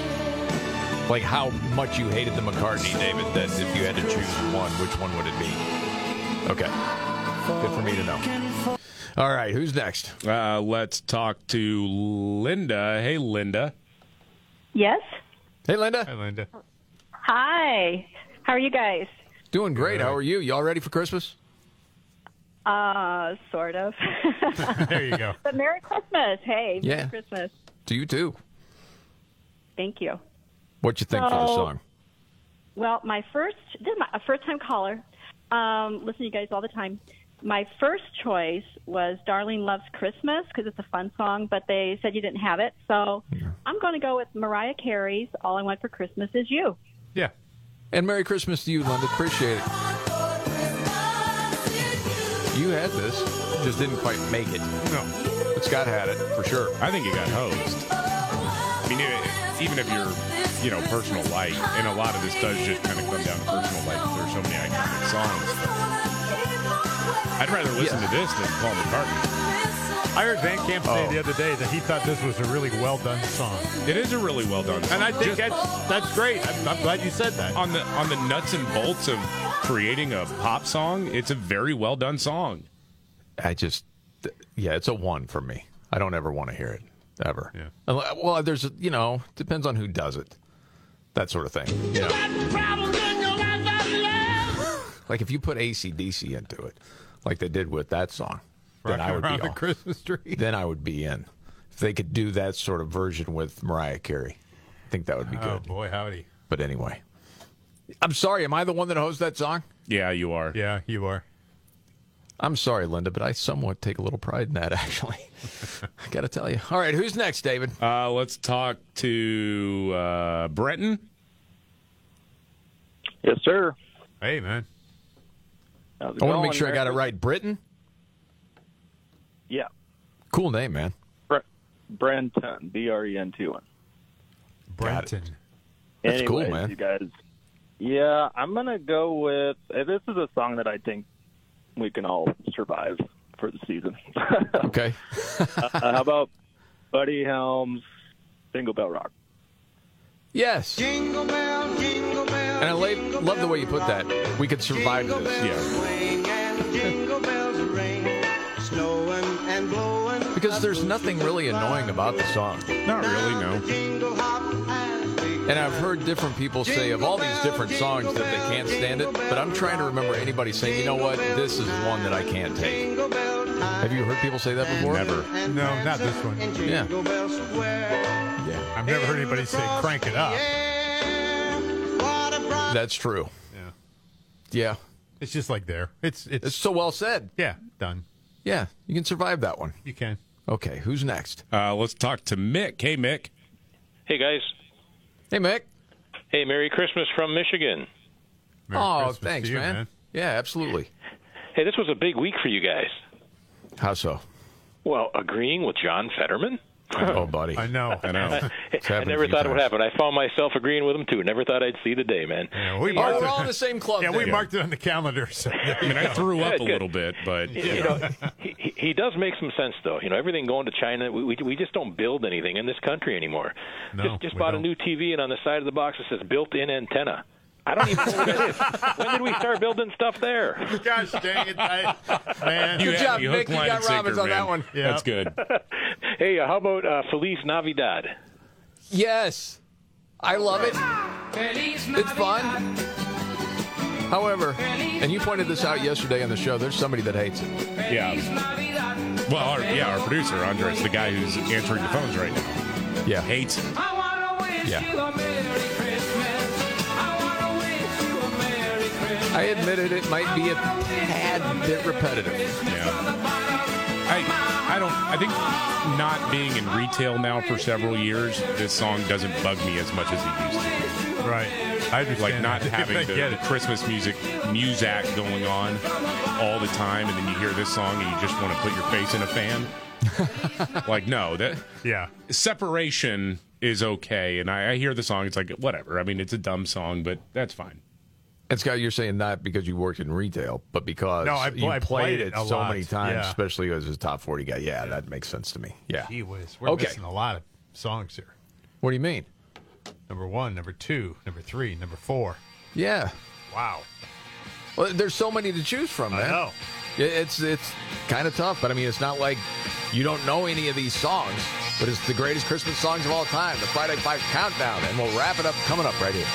like how much you hated the McCartney, David. That if you had to choose one, which one would it be? Okay, good for me to know. All right, who's next?
Uh, let's talk to Linda. Hey, Linda.
Yes.
Hey, Linda.
Hey, Linda.
Hi. How are you guys?
Doing great. How are you? Y'all ready for Christmas?
Uh, sort of. *laughs*
*laughs* there you go.
but Merry Christmas. Hey, Merry
Yeah.
Christmas.
To you too.
Thank you.
What you think for the
So-
song?
Well, my first, this is my a first time caller. Um, listen to you guys all the time. My first choice was Darlene Loves Christmas because it's a fun song, but they said you didn't have it. So I'm going to go with Mariah Carey's All I Want for Christmas Is You.
Yeah. And Merry Christmas to you, Linda. Appreciate it. You had this, just didn't quite make it. No. But Scott had it, for sure.
I think you got hosed. I mean, it, even if you're, you know, personal life, and a lot of this does just kind of come down to personal life. There's so many iconic songs. but I'd rather listen to this than Paul McCartney.
I heard Van Camp
Oh.
say the other day that he thought this was a really well done song.
It is a really well done song.
And I think
Just
that's that's great. I'm, I'm glad you said that.
on the on the nuts and bolts of creating a pop song, it's a very well done song.
I just, th- yeah, it's a one for me. I don't ever want to hear it, ever. Yeah. Well, there's, a- you know, depends on who does it, that sort of thing. You know? Like if you put ACDC into it, like they did with that song, then
Rock
I would
Around
be
the
all-
Christmas tree.
Then I would be in. If they could do that sort of version with Mariah Carey, I think that would be
Oh
good.
boy, howdy.
But anyway, I'm sorry. Am I the one that hosts that song?
Yeah, you are.
Yeah, you are.
I'm sorry, Linda, but I somewhat take a little pride in that. *laughs* Actually, I got to tell you. All right, who's next, David?
Uh, let's talk to uh, Breton.
Yes, sir.
Hey, man.
I want to make sure I got it right. Britain.
Yeah,
Cool name, man.
Bre- Brenton, B R E N T one.
Brenton.
That's cool,
Anyways,
man.
You guys. Yeah, I'm gonna go with. uh, This is a song that I think we can all survive for the season. *laughs*
okay.
uh, how about Buddy Helms, Jingle Bell Rock?
Yes. Jingle bell, jingle
*laughs*
bell. And I love, love the way you put that. We could survive this. Because there's nothing really annoying about the song.
Not really, no.
And I've heard different people say of all these different songs that they can't stand it, but I'm trying to remember anybody saying, you know what, this is one that I can't take. Have you heard people say that before? Never.
No, not this one.
Yeah.
Yeah. I've never heard anybody say crank it up.
That's true.
Yeah.
Yeah.
It's just like there. It's it's,
so well said.
Yeah, done.
Yeah, you can survive that one.
You can.
Okay, who's next?
Uh, let's talk to Mick. Hey, Mick.
Hey guys.
Hey Mick.
Hey, Merry Christmas from Michigan.
oh, thanks, man. Yeah, absolutely.
Hey, this was a big week for you guys.
How so?
Well, agreeing with John Fetterman.
Oh, buddy. I
know.
I *laughs*
know.
I never thought it would happen. I found myself agreeing with him too. Never thought I'd see the day, man.
we
Yeah.
marked
Oh, we're
it-
all in the same club
Yeah,
then.
we
Yeah.
marked it on the calendar. So I
mean, *laughs* I threw up a Good, good.
little bit, but
You know, he, he- he does make some sense, though. You know, everything going to China, we, we, we just don't build anything in this country anymore.
No,
just just
we
bought
don't.
a new TV, and on the side of the box it says built-in antenna. I don't even know what that is. When did we start building stuff there?
*laughs* Gosh dang it,
*laughs*
I, man!
You
Good
had
job,
me
Mick.
hook,
You
line,
got
and sinker,
Robbins on
man.
that one.
That's
good.
*laughs* hey, uh, how about uh, Feliz Navidad?
Yes. I love it. It's fun. However, and you pointed this out yesterday on the show, there's somebody that hates it.
Yeah. Well, our, yeah, our producer, Andres, the guy who's answering the phones right now.
Yeah.
Hates it.
I admitted it might be a tad bit repetitive.
I, I don't. I think not being in retail now for several years, this song doesn't bug me as much as it used to.
Right. I understand.
Like not
that. *laughs* I
having the,
get
the Christmas music muzak going on all the time, and then you hear this song and you just want to put your face in a fan.
*laughs*
like no, that
yeah.
Separation is okay, and I, I hear the song. It's like whatever. I mean, it's a dumb song, but that's fine.
And Scott, you're saying not because you worked in retail, but because
No, I
you
pl- I played
it
it a
so
lot.
many times,
Yeah.
especially as a top 40 guy. Yeah, that makes sense to me. Yeah.
Gee whiz, we're
Okay.
missing a lot of songs here.
What do you mean?
Number one, number two, number three, number four.
Yeah.
Wow.
Well, there's so many to choose from,
I
man.
know.
I- It's it's kind of tough, but I mean, it's not like you don't know any of these songs, but it's the greatest Christmas songs of all time, the Friday Five Countdown, and we'll wrap it up coming up right here.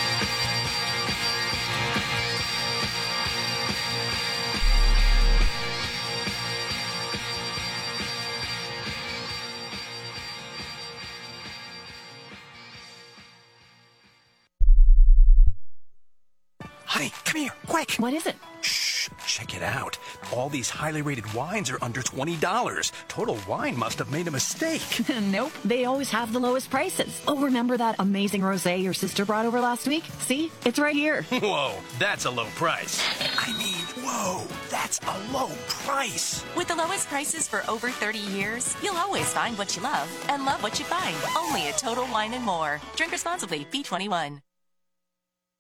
Come here, quick.
What is it?
Shh, check it out. All these highly rated wines are under $20. Total Wine must have made a mistake.
*laughs* nope, they always have the lowest prices. Oh, remember that amazing rosé your sister brought over last week? See, it's right here.
Whoa, that's a low price. I mean, whoa, that's a low price.
With the lowest prices for over 30 years, you'll always find what you love and love what you find. Only at Total Wine and More. Drink responsibly. B21.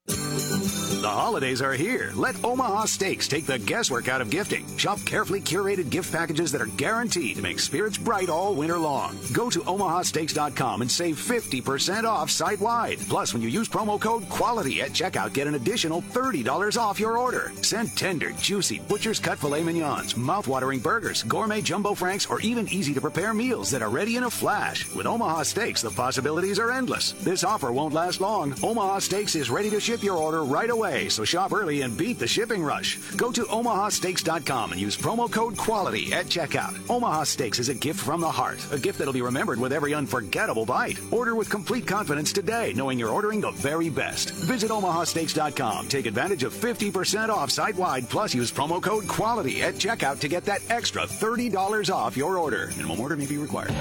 The holidays are here. Let Omaha Steaks take the guesswork out of gifting. Shop carefully curated gift packages that are guaranteed to make spirits bright all winter long. Go to omahasteaks.com and save 50% off site wide. Plus, when you use promo code QUALITY at checkout, get an additional $30 off your order. Send tender, juicy, butcher's cut filet mignons, mouthwatering burgers, gourmet jumbo franks, or even easy to prepare meals that are ready in a flash. With Omaha Steaks, the possibilities are endless. This offer won't last long. Omaha Steaks is ready to ship your order right away, so shop early and beat the shipping rush. Go to omahasteaks.com and use promo code QUALITY at checkout. Omaha Steaks is a gift from the heart, a gift that'll be remembered with every unforgettable bite. Order with complete confidence today, knowing you're ordering the very best. Visit omahasteaks.com, take advantage of 50% off site wide, plus use promo code QUALITY at checkout to get that extra $30 off your order. Minimum order may be required.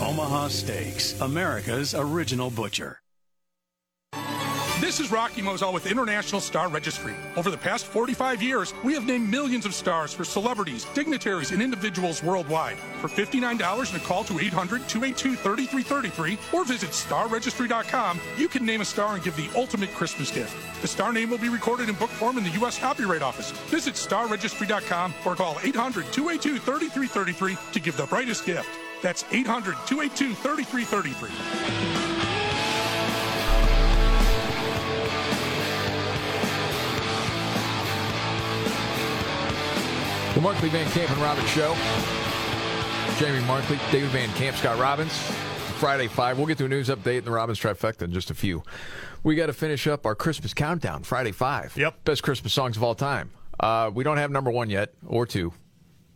Omaha Steaks, America's original butcher.
This is Rocky Moselle with International Star Registry. Over the past 45 years, we have named millions of stars for celebrities, dignitaries, and individuals worldwide. For $59 and a call to 800 282 3333 or visit starregistry.com, you can name a star and give the ultimate Christmas gift. The star name will be recorded in book form in the U.S. Copyright Office. Visit starregistry.com or call 800 282 3333 to give the brightest gift. That's 800 282 3333.
The Markley Van Camp and Robbins Show. Jamie Markley, David Van Camp, Scott Robbins. Friday 5. We'll get to a news update and the Robbins trifecta in just a few. We got to finish up our Christmas countdown, Friday 5. Yep. Best Christmas songs of all time. Uh, we don't have number one yet, or two,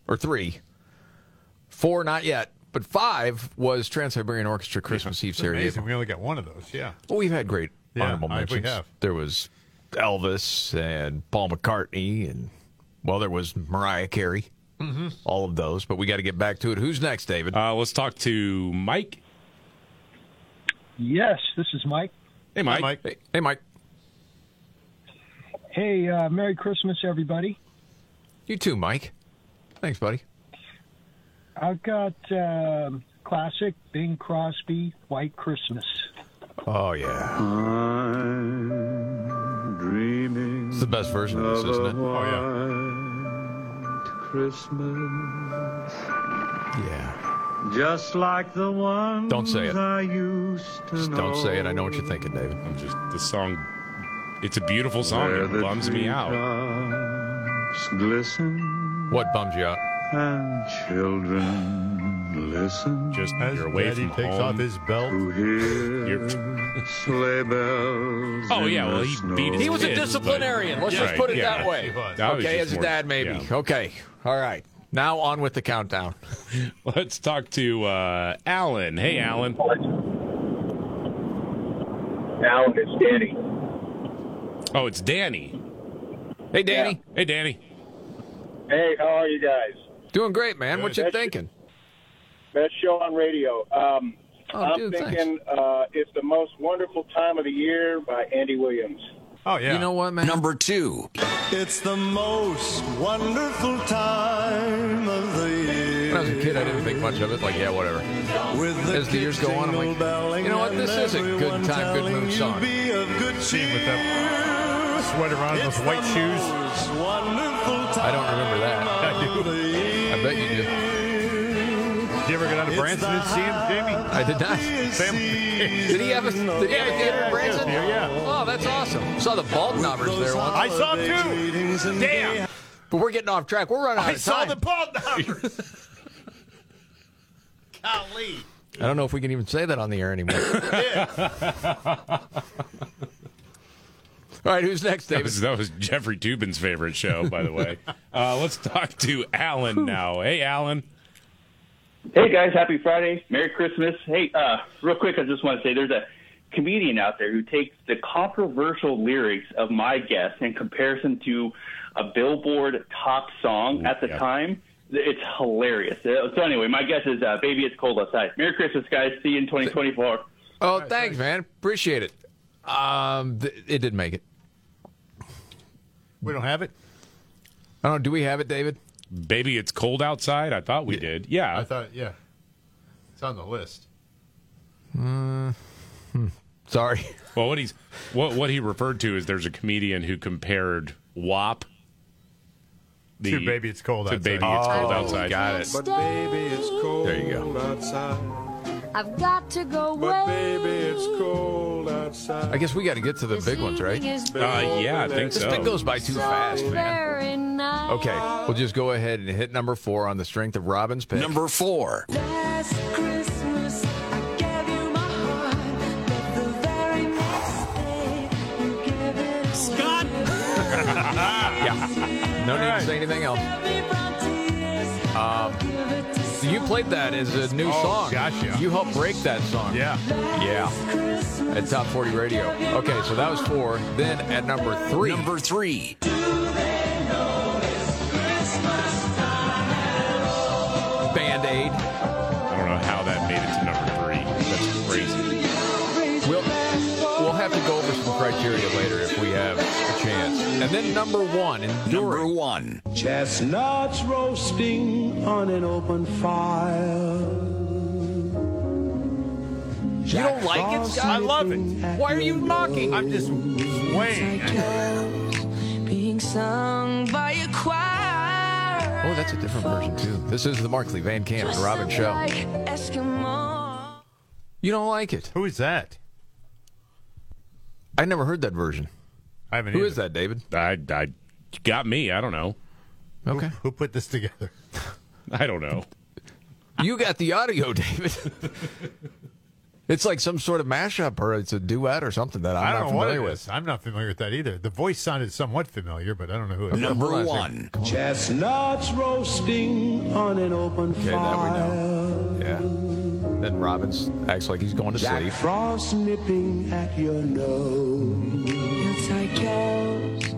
or three. Four, not yet. But five was Trans Siberian Orchestra Christmas Eve
It's
Serenade.
amazing. We only got one of those. Yeah.
Well, we've had great
Yeah,
honorable
I- we
mentions.
have.
There was Elvis and Paul McCartney, and well, there was Mariah Carey.
Mhm.
All of those, but we got to get back to it. Who's next, David?
Uh, let's talk to Mike.
Yes, this is Mike.
Hey, Mike. Mike.
Hey, Mike.
Hey, uh, Merry Christmas, everybody.
You too, Mike. Thanks, buddy.
I've got um classic Bing Crosby, White Christmas.
Oh yeah. It's the best version of this, isn't it? Oh
Christmas.
Yeah.
Just like the one
Don't say it.
I used to
Just don't say it. I know what you're thinking, David.
I'm just the song. It's a beautiful song.
Where
It
the
bums me out.
treetops Glisten.
What bums you out?
And children listen.
Just
you're
away Daddy from takes home. off his
belt. To hear sleigh bells.
Oh,
in
yeah,
the
well, he
snow.
beat his
He was a disciplinarian. Let's just
Right,
put it
yeah.
that way.
He was. I was
Okay,
just
as a
more-
dad, maybe.
yeah.
Okay. All right. Now on with the countdown.
*laughs* Let's talk to uh, Alan. Hey, Alan.
Alan, it's Danny.
Oh, it's Danny.
Hey, Danny.
Hey, Danny.
Hey, how are you guys?
Doing great, man. What you
That's-
thinking?
Best show on radio. Um,
Oh,
I'm
dude, thanks.
thinking uh, it's the most wonderful time of the year by Andy Williams.
Oh yeah.
You know what, man?
Number two.
It's the most wonderful time of the year.
When I was a kid, I didn't think much of it. Like, yeah, whatever. As the years go on, I'm like, you know what? This is a good time, good mood song.
Seen with that sweater on, those white shoes.
I don't remember that. I do. I bet you do. Did you ever go down to Branson and see him, Jamie? I did not. *laughs* Did he have a, did he have a theater in Branson? Yeah. Oh, that's awesome. Saw the Bald Knobbers there once.
I saw
two. Damn. But we're getting off track. We're running out
I
of
saw
time.
the
bald
Golly.
I don't know if we can even say that on the air *laughs* anymore. All right, who's next,
That was, that was Jeffrey Tubin's favorite show, by the way.
*laughs*
uh, let's talk to Alan now. Hey, Alan.
Hey guys, happy Friday, Merry Christmas. Hey, uh, real quick, I just want to say there's a comedian out there who takes the controversial lyrics of my guest and compares them to a Billboard top song at the time. It's hilarious. Uh, So anyway, my guess is uh, "Baby It's Cold Outside." Merry Christmas, guys. See you in 2024.
Oh, thanks, man. Appreciate it. Um, th- it didn't make it.
We don't have it.
I don't. Oh, Do we have it, David?
Baby, it's cold outside. I thought we did. Yeah,
I thought, yeah, it's on the list.
Mm.
Uh,
Sorry.
Well, what he's what what he referred to is there's a comedian who compared WAP.
To Baby It's Cold
to
Outside.
Baby It's Cold
Oh,
Outside.
got it.
But baby, it's cold
There you go.
outside.
I've got to go
But
away.
baby, it's cold outside.
I guess we got to get to the big ones, right?
Uh, yeah, I think
this
so.
thing goes by too fast, man.
Very nice.
Okay, we'll just go ahead and hit number four on the strength of Robin's pick. Number four.
Last Christmas, I gave you my heart, but the very next day, you gave it away. Scott!
*laughs* yeah. No need to say anything else. Um, so you played that as a new
Oh,
song.
gotcha.
You helped break that song.
Yeah.
Yeah. At Top 40 Radio. Okay, so that was four. Then at number three. Number three. Band Aid.
I don't know how that made it to number three. That's crazy.
We'll, we'll have to go over some criteria later if we have a chance. And then number one, enduring. Number one.
Chestnuts roasting on an open fire.
You don't like it, Scott?
I love it. Why are you knocking? I'm just swaying.
Being sung by a choir.
Oh, that's a different version, too. This is the Markley Van Camp and Robin Show.
Like Eskimo.
You don't like it.
Who is that?
I never heard that version.
I haven't.
Who is that, David?
I, I got me. I don't know.
Okay.
Who put this together?
I don't know.
*laughs* You got the audio, *laughs* David. it's like some sort of mashup or it's a duet or something that I'm
I do not
not
know what
familiar
it
with.
is. I'm not familiar with that either. The voice sounded somewhat familiar, but I don't know who it is.
Chestnuts roasting on an open
Okay, that we
fire.
know. Yeah. Then Robbins acts like he's going to
Jack
sleep.
Frost nipping at your nose.
Hillside carols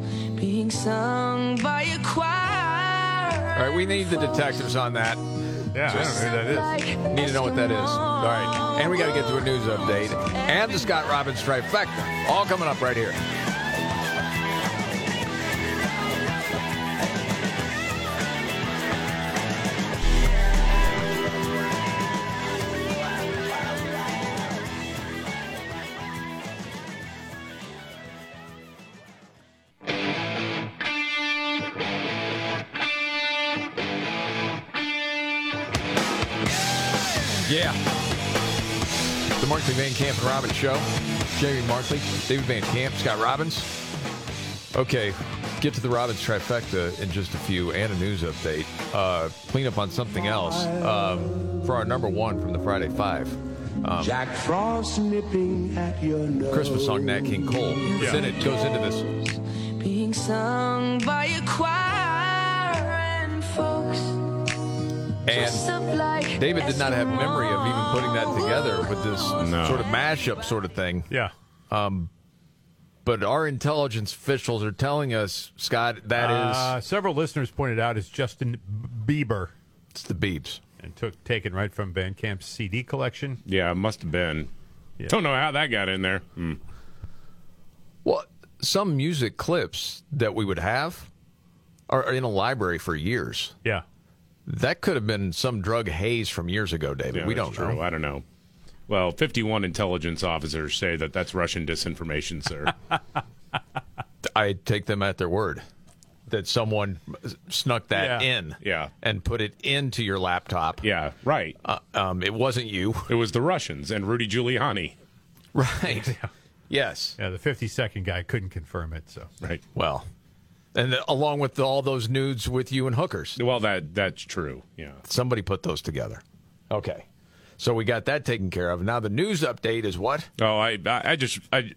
being sung by a choir.
All right, we need the detectives on that.
Yeah, I don't know who
that is.
Need to know what that is. All right, and we got to get to a news update and the Scott Robbins trifecta. All coming up right here. Yeah. The Markley Van Camp and Robbins Show. Jamie Markley, David Van Camp, Scott Robbins. Okay, get to the Robbins trifecta in just a few and a news update. Uh, clean up on something else um, for our number one from the Friday Five. Um,
Jack Frost nipping at your nose.
Christmas song Nat King Cole.
Yeah.
Then it goes into this.
Being sung by a choir and folks. dressed up like
And David did not have memory of even putting that together with this
No.
sort of mashup sort of thing.
Yeah.
Um, but our intelligence officials are telling us, Scott, that is
Uh, several listeners pointed out it's Justin Bieber.
It's the Biebs.
And took taken right from Van Camp's CD collection.
Yeah, it must have been. Don't know how that got in there. Hmm.
Well, some music clips that we would have are are in a library for years.
Yeah.
That could have been some drug haze from years ago, David.
Yeah,
we
that's
don't
true.
know.
I don't know. Well, 51 intelligence officers say that that's Russian disinformation, sir.
*laughs* I take them at their word that someone snuck that
Yeah.
in
yeah.
and put it into your laptop.
Yeah, right.
Uh, um, it wasn't you.
It was the Russians and Rudy Giuliani.
Right. Yes.
Yeah, the 50 second guy couldn't confirm it. So
Right.
Well, and the, along with all those nudes with you and hookers.
Well, that that's true. Yeah.
Somebody put those together. Okay. So we got that taken care of. Now the news update is what?
Oh, I I I just I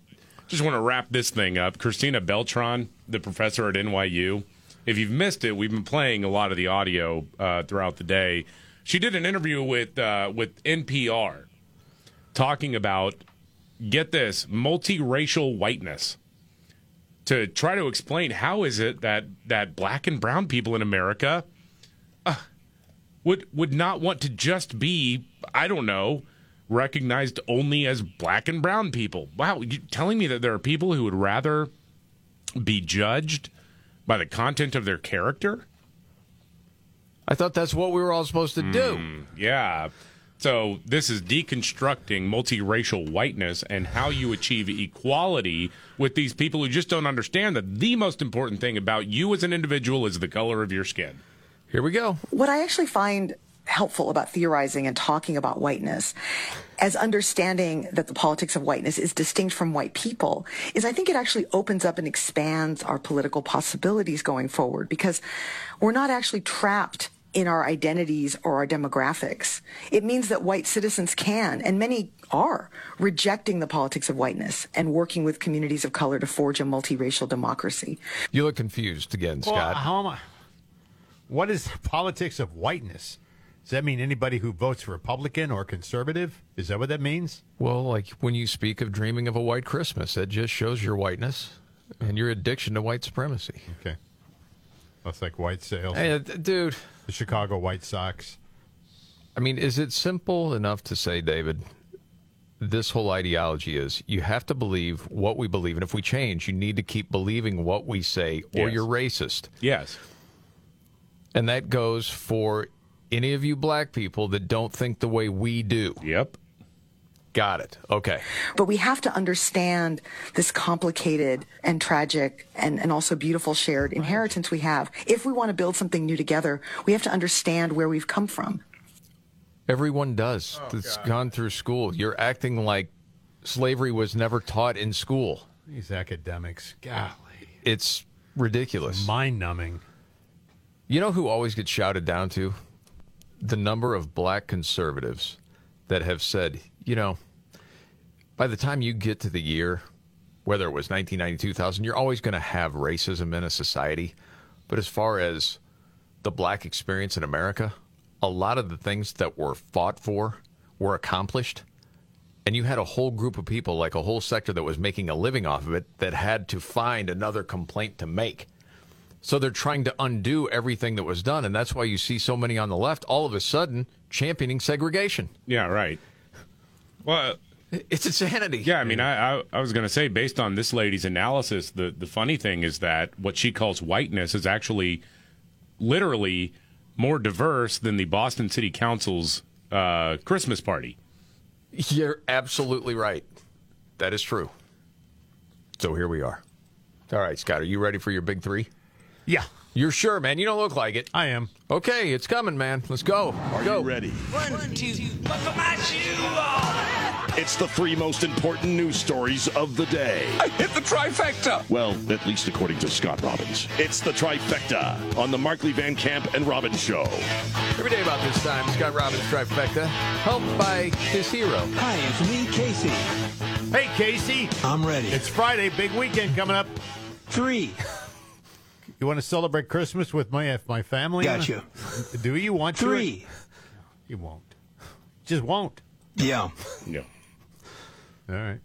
just want to wrap this thing up. Christina Beltran, the professor at NYU. If you've missed it, we've been playing a lot of the audio uh, throughout the day. She did an interview with uh, with NPR talking about get this multiracial whiteness to try to explain how is it that that black and brown people in America uh, would would not want to just be I don't know recognized only as black and brown people. Wow, you telling me that there are people who would rather be judged by the content of their character?
I thought that's what we were all supposed to
Hmm.
do.
Hmm, Yeah. So this is deconstructing multiracial whiteness and how you achieve equality with these people who just don't understand that the most important thing about you as an individual is the color of your skin.
Here we go.
What I actually find helpful about theorizing and talking about whiteness as understanding that the politics of whiteness is distinct from white people is I think it actually opens up and expands our political possibilities going forward because we're not actually trapped in our identities or our demographics. It means that white citizens can, and many are, rejecting the politics of whiteness and working with communities of color to forge a multiracial democracy.
You look confused again,
Well,
Scott.
how am I? What is *laughs* the politics of whiteness? Does that mean anybody who votes Republican or conservative? Is that what that means?
Well, like when you speak of dreaming of a white Christmas, that just shows your whiteness and your addiction to white supremacy.
Okay. That's like white sales.
Hey, uh, dude.
The Chicago White Sox.
I mean, is it simple enough to say, David, this whole ideology is you have to believe what we believe. And if we change, you need to keep believing what we say or
Yes.
you're racist.
Yes.
And that goes for any of you black people that don't think the way we do.
Yep.
Got it. Okay.
But we have to understand this complicated and tragic and, and also beautiful shared inheritance we have. If we want to build something new together, we have to understand where we've come from.
Everyone does
Oh,
that's gone through school. You're acting like slavery was never taught in school.
These academics. Golly.
It's ridiculous.
Mind numbing.
You know who always gets shouted down to? The number of black conservatives that have said, you know, by the time you get to the year, whether it was 1992, 2000, you're always going to have racism in a society. But as far as the black experience in America, a lot of the things that were fought for were accomplished. And you had a whole group of people, like a whole sector that was making a living off of it, that had to find another complaint to make. So they're trying to undo everything that was done. And that's why you see so many on the left all of a sudden championing segregation.
Yeah, right. Well,
it's insanity.
Yeah, I mean, I I, I was going to say based on this lady's analysis, the the funny thing is that what she calls whiteness is actually literally more diverse than the Boston City Council's uh, Christmas party.
You're absolutely right. That is true. So here we are. All right, Scott, are you ready for your big three?
Yeah.
You're sure, man. You don't look like it.
I am.
Okay, it's coming, man. Let's go. Are go. you ready?
One, two, buckle my shoe on.
It's the three most important news stories of the day. I hit the trifecta. Well, at least according to Scott Robbins. It's the trifecta on the Markley Van Camp and Robbins show.
Every day about this time, Scott Robbins trifecta, helped by his hero. Hi, it's me, Casey.
Hey, Casey. I'm ready. It's Friday, big weekend coming up. Three. You want to celebrate Christmas with my my family?
Gotcha.
Do you want to?
Three.
You won't. Just won't.
Yeah.
No.
All right.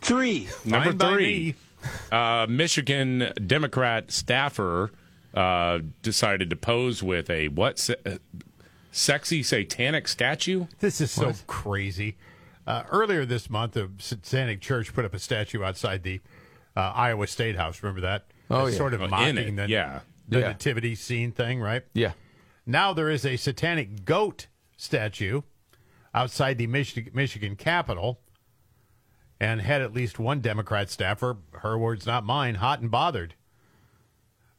Three.
Number
Fine by
three, uh, Michigan Democrat staffer uh, decided to pose with a what se- uh, sexy satanic statue.
This is so crazy. Uh, earlier this month, the Satanic Church put up a statue outside the uh, Iowa State House. Remember that?
Oh,
It's
yeah.
Sort
Oh,
of
in
mocking
it,
the,
yeah.
the
Yeah.
nativity scene thing, right?
Yeah.
Now there is a Satanic goat statue outside the Michi- Michigan Capitol and had at least one Democrat staffer, her words not mine, hot and bothered.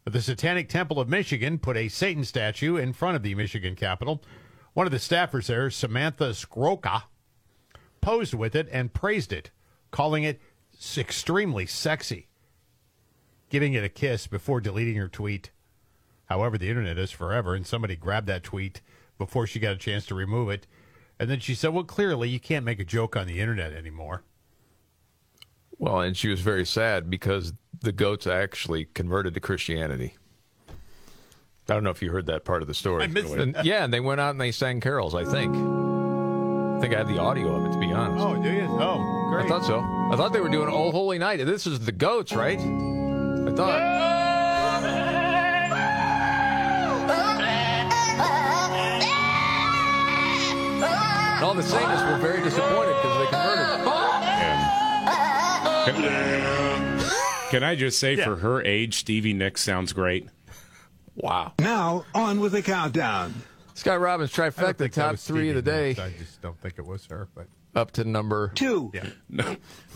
The Satanic Temple of Michigan put a Satan statue in front of the Michigan Capitol. One of the staffers there, Samantha Skroka, posed with it and praised it, calling it s- extremely sexy, giving it a kiss before deleting her tweet. However, the internet is forever, and somebody grabbed that tweet before she got a chance to remove it. And then she said, Well, clearly you can't make a joke on the internet anymore.
Well, and she was very sad because the goats actually converted to Christianity. I don't know if you heard that part of the story.
I missed
And-
it.
Yeah, and they went out and they sang carols, I think. think I had the audio of it, to be honest.
Oh, do you? Oh,
I thought so. I thought they were doing Oh Holy Night. This is the goats, right? I thought. And all the Satanists were very disappointed because they converted.
Can I just say, for her age, Stevie Nicks sounds great.
Wow.
Now, on with the countdown.
Scott Robbins
I don't think
trifecta,
that
top
was
three of the
Stevie
day,
Nicks. I just don't think it was her, but
up to number
Two.
Yeah.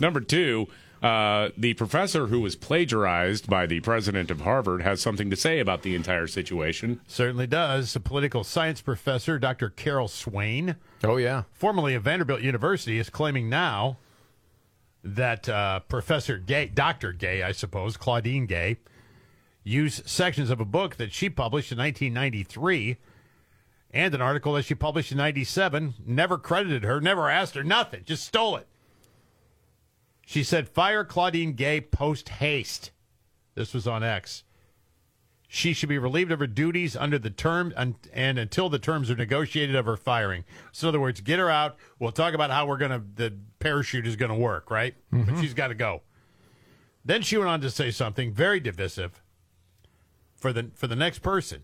Number two, uh, the professor who was plagiarized by the president of Harvard has something to say about the entire situation.
Certainly does. A political science professor, Dr. Carol Swain.
Oh, yeah.
Formerly of Vanderbilt University, is claiming now that uh, Professor Gay, Dr. Gay, I suppose, Claudine Gay, used sections of a book that she published in 1993 and an article that she published in 97, never credited her, never asked her, nothing, just stole it. She said, Fire Claudine Gay post haste. This was on X. She should be relieved of her duties under the term un- and until the terms are negotiated of her firing. So, in other words, get her out. We'll talk about how we're going to, the parachute is going to work, right?
Mm-hmm.
But she's got to go. Then she went on to say something very divisive for the, for the next person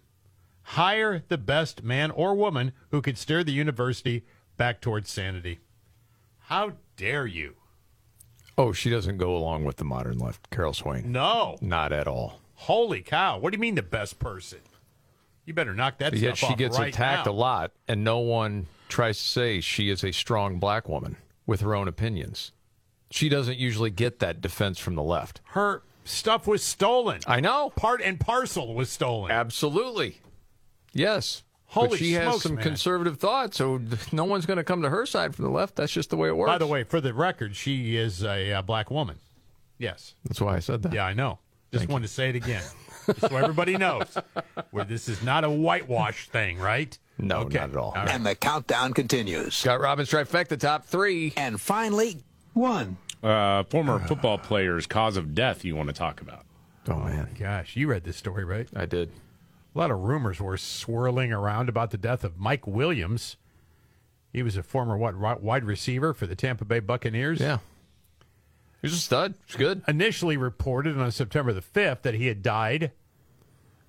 hire the best man or woman who could steer the university back towards sanity. How dare
*laughs*
you?
Oh, she doesn't go along with the modern left, Carol Swain.
No.
Not at all.
Holy cow. What do you mean the best person? You better knock that
But yet
stuff
she
off
gets
right
attacked
now.
a lot, and no one tries to say she is a strong black woman with her own opinions. She doesn't usually get that defense from the left.
Her stuff was stolen.
I know.
Part and parcel was stolen.
Absolutely. Yes.
Holy
but she has
smokes,
some
man.
conservative thoughts, so *laughs* no one's going to come to her side from the left. That's just the way it works.
By the way, for the record, she is a uh, black woman. Yes.
That's why I said that.
Yeah, I know. Just wanted to say it again. Just so everybody knows where this is not a whitewash thing, right?
No, not at all.
And
the countdown continues.
Scott Robbins trifecta, top three.
And finally, one.
Uh, former football player's cause of death you want to talk about.
Oh, man.
Gosh, you read this story, right?
I did.
A lot of rumors were swirling around about the death of Mike Williams. He was a former what ri- wide receiver for the Tampa Bay Buccaneers.
Yeah. He was a stud. He's good.
Initially reported on September the 5th that he had died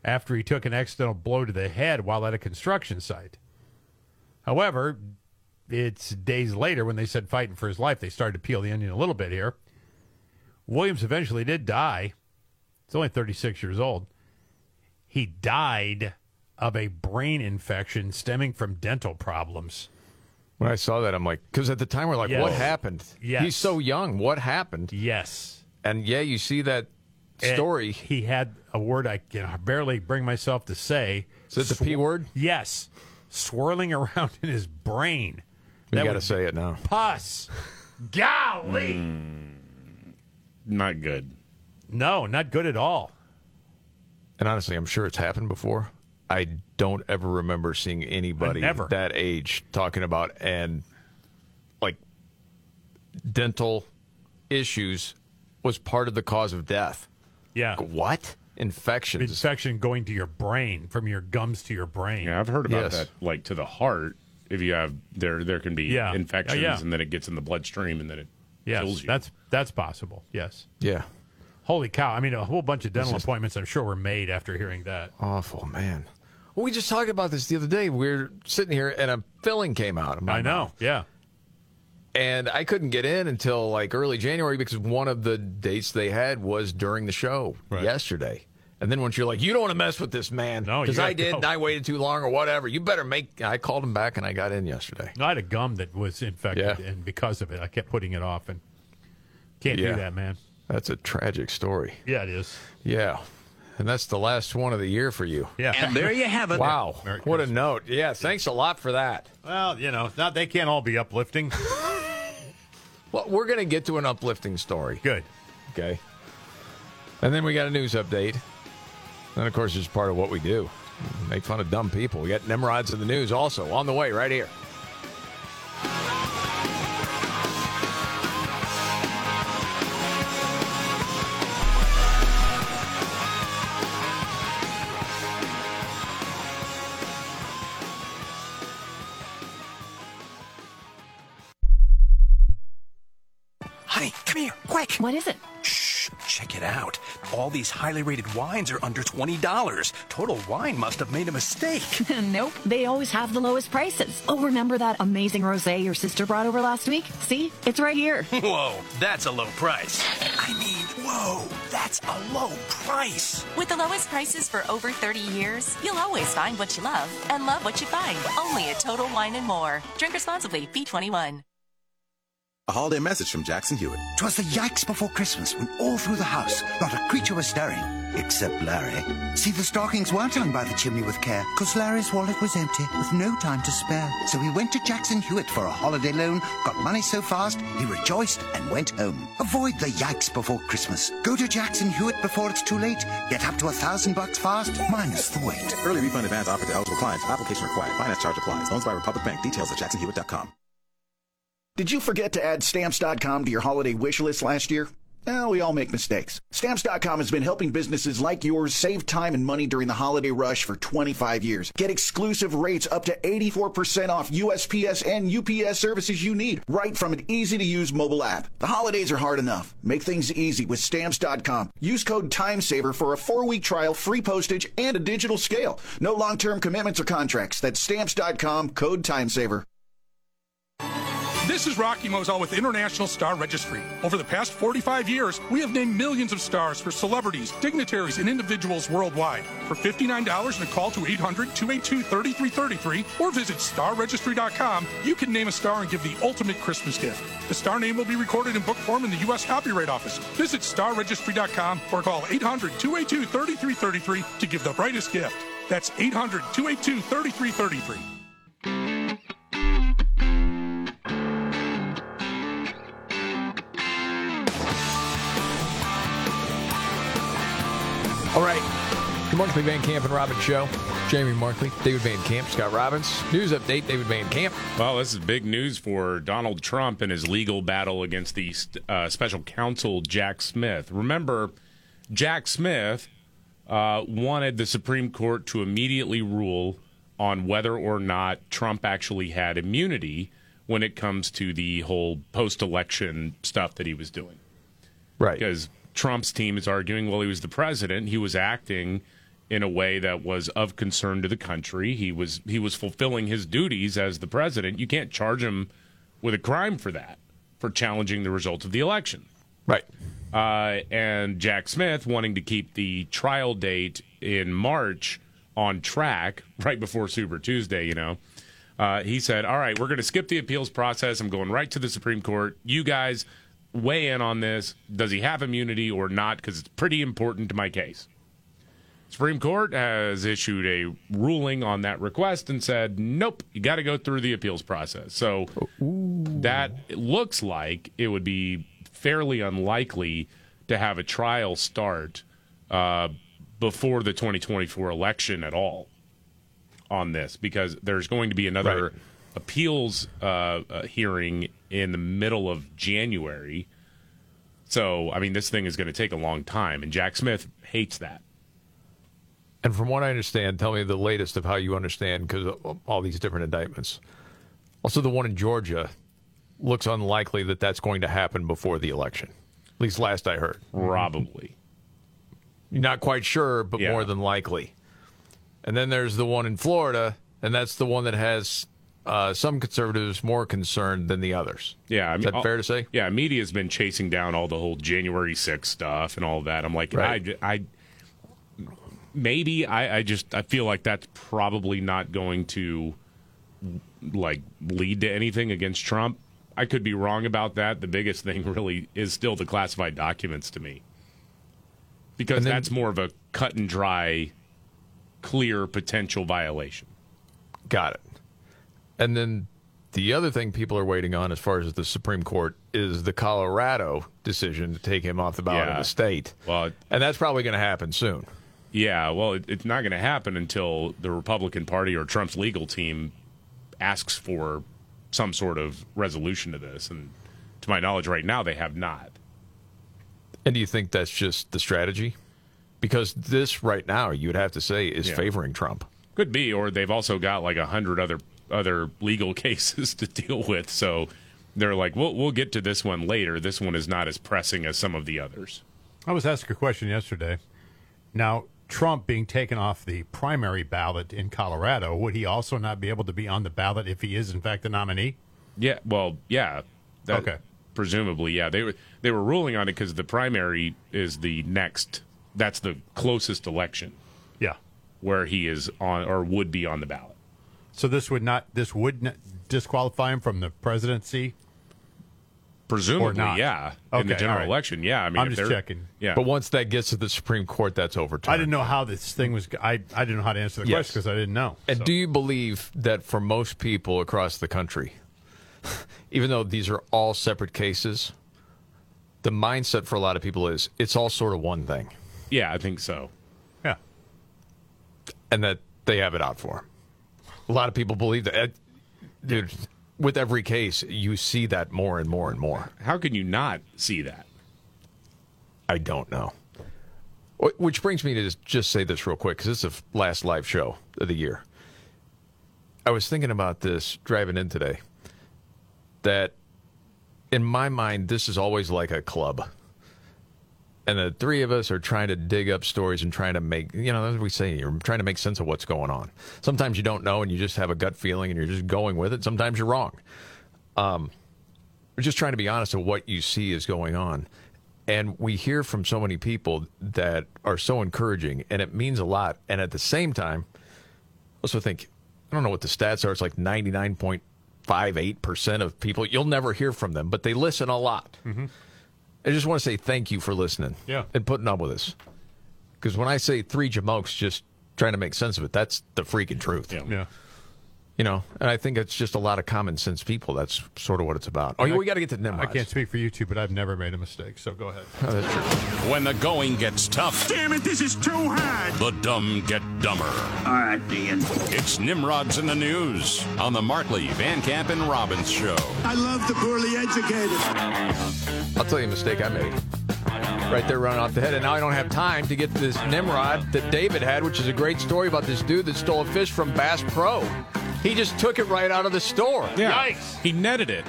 after he took an accidental blow to the head while at a construction site. However, it's days later when they said fighting for his life, they started to peel the onion a little bit here. Williams eventually did die. He's only 36 years old. He died of a brain infection stemming from dental problems.
When I saw that, I'm like, because at the time we're like,
Yes.
what happened?
Yes.
He's so young. What happened?
Yes.
And yeah, you see that
And
story.
he had a word I can barely bring myself to say.
Is it the P word?
Yes. Swirling around *laughs* in his brain.
you got to
was
say it now.
*laughs* Pus. Golly.
Hmm. Not good.
No, not good at all.
And honestly, I'm sure it's happened before. I don't ever remember seeing anybody
Never.
that age talking about and like dental issues was part of the cause of death.
Yeah.
What? Infections.
Infection going to your brain, from your gums to your brain.
Yeah, I've heard about
Yes.
that. Like to the heart, if you have there, there can be
Yeah. Yeah,
infections,
yeah.
and then it gets in the bloodstream, and then it
Yes,
kills you.
that's that's possible. Yes.
Yeah.
Holy cow! I mean, a whole bunch of dental appointments I'm sure were made after hearing that.
Awful, man. We just talked about this the other day. We were sitting here and a filling came out. of my
I know.
mouth.
Yeah.
And I couldn't get in until like early January because one of the dates they had was during the show yesterday. And then once you're like, you don't want to mess with this man
No, you
because
gotta
I did
go.
and I waited too long or whatever. You better make. I called him back and I got in yesterday.
I had a gum that was infected,
Yeah.
and because of it, I kept putting it off, and can't
Yeah.
do that, man.
That's a tragic story.
Yeah, it is.
Yeah. And that's the last one of the year for you.
Yeah. And there you *laughs* have it.
Wow.
Merry
what a note. Yeah. Thanks a lot for that.
Well, you know, not they can't all be uplifting.
*laughs* Well, we're going to get to an uplifting story.
Good.
Okay. And then we got a news update. And of course, it's part of what we do make fun of dumb people. We got Nimrods in the news also on the way right here.
Johnny, come here, quick.
What is it?
Shh, check it out. All these highly rated wines are under $20. Total Wine must have made a mistake.
*laughs* nope. They always have the lowest prices. Oh, remember that amazing rosé your sister brought over last week? See? It's right here.
Whoa, that's a low price. I mean, whoa, that's a low price.
With the lowest prices for over 30 years, you'll always find what you love and love what you find. Only at Total Wine and More. Drink responsibly. B21.
A holiday message from Jackson Hewitt.
'Twas the yikes before Christmas when all through the house not a creature was stirring, except Larry. See, the stockings weren't hung by the chimney with care, 'cause Larry's wallet was empty with no time to spare. So he went to Jackson Hewitt for a holiday loan, got money so fast he rejoiced and went home. Avoid the yikes before Christmas. Go to Jackson Hewitt before it's too late. Get up to a thousand bucks fast, minus the wait.
Early refund advance offered to eligible clients. Application required. Finance charge applies. Loans by Republic Bank. Details at jacksonhewitt.com.
Did you forget to add stamps.com to your holiday wish list last year? Well, we all make mistakes. Stamps.com has been helping businesses like yours save time and money during the holiday rush for 25 years. Get exclusive rates up to 84% off USPS and UPS services you need right from an easy to use mobile app. The holidays are hard enough. Make things easy with stamps.com. Use code TIMESAVER for a four week trial, free postage, and a digital scale. No long term commitments or contracts. That's stamps.com code TIMESAVER.
This is Rocky Moselle with International Star Registry. Over the past 45 years, we have named millions of stars for celebrities, dignitaries, and individuals worldwide. For $59 and a call to 800 282 3333 or visit starregistry.com, you can name a star and give the ultimate Christmas gift. The star name will be recorded in book form in the U.S. Copyright Office. Visit starregistry.com or call 800 282 3333 to give the brightest gift. That's 800 282 3333.
All right. The Markley Van Camp and Robbins Show. Jamie Markley, David Van Camp, Scott Robbins. News update, David Van Camp.
Well, this is big news for Donald Trump in his legal battle against the uh, special counsel Jack Smith. Remember, Jack Smith uh, wanted the Supreme Court to immediately rule on whether or not Trump actually had immunity when it comes to the whole post election stuff that he was doing.
Right.
Because Trump's team is arguing, well, he was the president. He was acting in a way that was of concern to the country. He was he was fulfilling his duties as the president. You can't charge him with a crime for that, for challenging the results of the election.
Right.
Uh, and Jack Smith wanting to keep the trial date in March on track, *laughs* right before Super Tuesday, you know. Uh, he said, All right, we're going to skip the appeals process. I'm going right to the Supreme Court. You guys weigh in on this. Does he have immunity or not? Because it's pretty important to my case. Supreme Court has issued a ruling on that request and said, nope, you got to go through the appeals process. So that it looks like it would be fairly unlikely to have a trial start uh, before the 2024 election at all on this because there's going to be another appeals uh, uh, hearing in the middle of January. So, I mean, this thing is going to take a long time, and Jack Smith hates that.
And from what I understand, tell me the latest of how you understand because all these different indictments. Also, the one in Georgia looks unlikely that that's going to happen before the election. At least last I heard.
Probably.
Not quite sure, but more than likely. And then there's the one in Florida, and that's the one that has uh, some conservatives more concerned than the others.
Yeah, I mean,
Is that fair to say?
Yeah, media's been chasing down all the whole January 6th stuff and all that. I'm like,
Right.
I, I maybe I, I just I feel like that's probably not going to like lead to anything against Trump. I could be wrong about that. The biggest thing *laughs* really is still the classified documents to me. Because that's more of a cut and dry clear potential violation.
Got it. And then the other thing people are waiting on, as far as the Supreme Court, is the Colorado decision to take him off the ballot of
Yeah.
the state.
Well,
and that's probably going to happen soon.
Yeah, well, it, it's not going to happen until the Republican Party or Trump's legal team asks for some sort of resolution to this. And to my knowledge, right now, they have not.
And do you think that's just the strategy? Because this right now, you would have to say, is
Yeah.
favoring Trump.
Could *laughs* be, or they've also got like a hundred other other legal cases to deal with. So They're like, we'll we'll get to this one later. This one is not as pressing as some of the others.
I was asked a question yesterday. Now, Trump being taken off the primary ballot in Colorado, would he also not be able to be on the ballot if he is, in fact, the nominee?
Yeah. Well, yeah. That,
Okay.
Presumably, yeah. They were they were ruling on it because the primary is the next. That's the closest election.
Yeah.
Where he is on or would be on the ballot.
So this would not, this would not disqualify him from the presidency?
Presumably,
not.
yeah. in the
Okay,
general
all right.
election, yeah. I mean,
I'm
if
just
they're-
checking.
Yeah.
But once that gets to the Supreme Court, that's overturned.
I didn't know how this thing was, I, I didn't know how to answer the
Uh, Yes.
question because I didn't know.
And
So-
do you believe that for most people across the country, *laughs* even though these are all separate cases, the mindset for a lot of people is it's all sort of one thing.
Yeah, I think so.
Yeah.
And that they have it out for 'em. A lot of people believe that. Uh, Dude, with every case, you see that more and more and more.
How can you not see that?
I don't know. Wh- Oh, Which brings me to just- just say this real quick because this is the last live show of the year. I was thinking about this driving in today. That in my mind, this is always like a club. And the three of us are trying to dig up stories and trying to make, you know, as we say, you're trying to make sense of what's going on. Sometimes you don't know and you just have a gut feeling and you're just going with it. Sometimes you're wrong. Um, we're just trying to be honest of what you see is going on. And we hear from so many people that are so encouraging and it means a lot. And at the same time, also think, I don't know what the stats are. It's like 99.58% of people, you'll never hear from them, but they listen a lot. I just want to say thank you for listening
Yeah.
and putting up with us. Because when I say three jamokes just trying to make sense of it, that's the freaking truth.
Yeah.
You know, and I think it's just a lot of common sense people. That's sort of what it's about. Oh,
And I-
we got to get to Nimrod.
I can't speak for you two, but I've never made a mistake, so go ahead.
Oh, that's true.
When the going gets tough. Damn it, this is too hard. The dumb get dumber. All right, Dan. It's Nimrod's in the News on the Martley, Van Camp, and Robbins show.
I love the poorly educated.
I'll tell you a mistake I made. Right there, running off the head. And now I don't have time to get to this Nimrod that David had, which is a great story about this dude that stole a fish from Bass Pro. He just took it right out of the store.
Yeah. He netted it.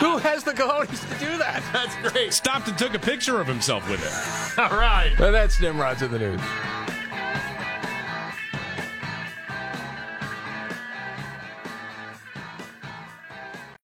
Who has the cojones to do that? *laughs* That's great.
Stopped and took a picture of himself with it.
All right.
Well, that's Nimrod's in the news.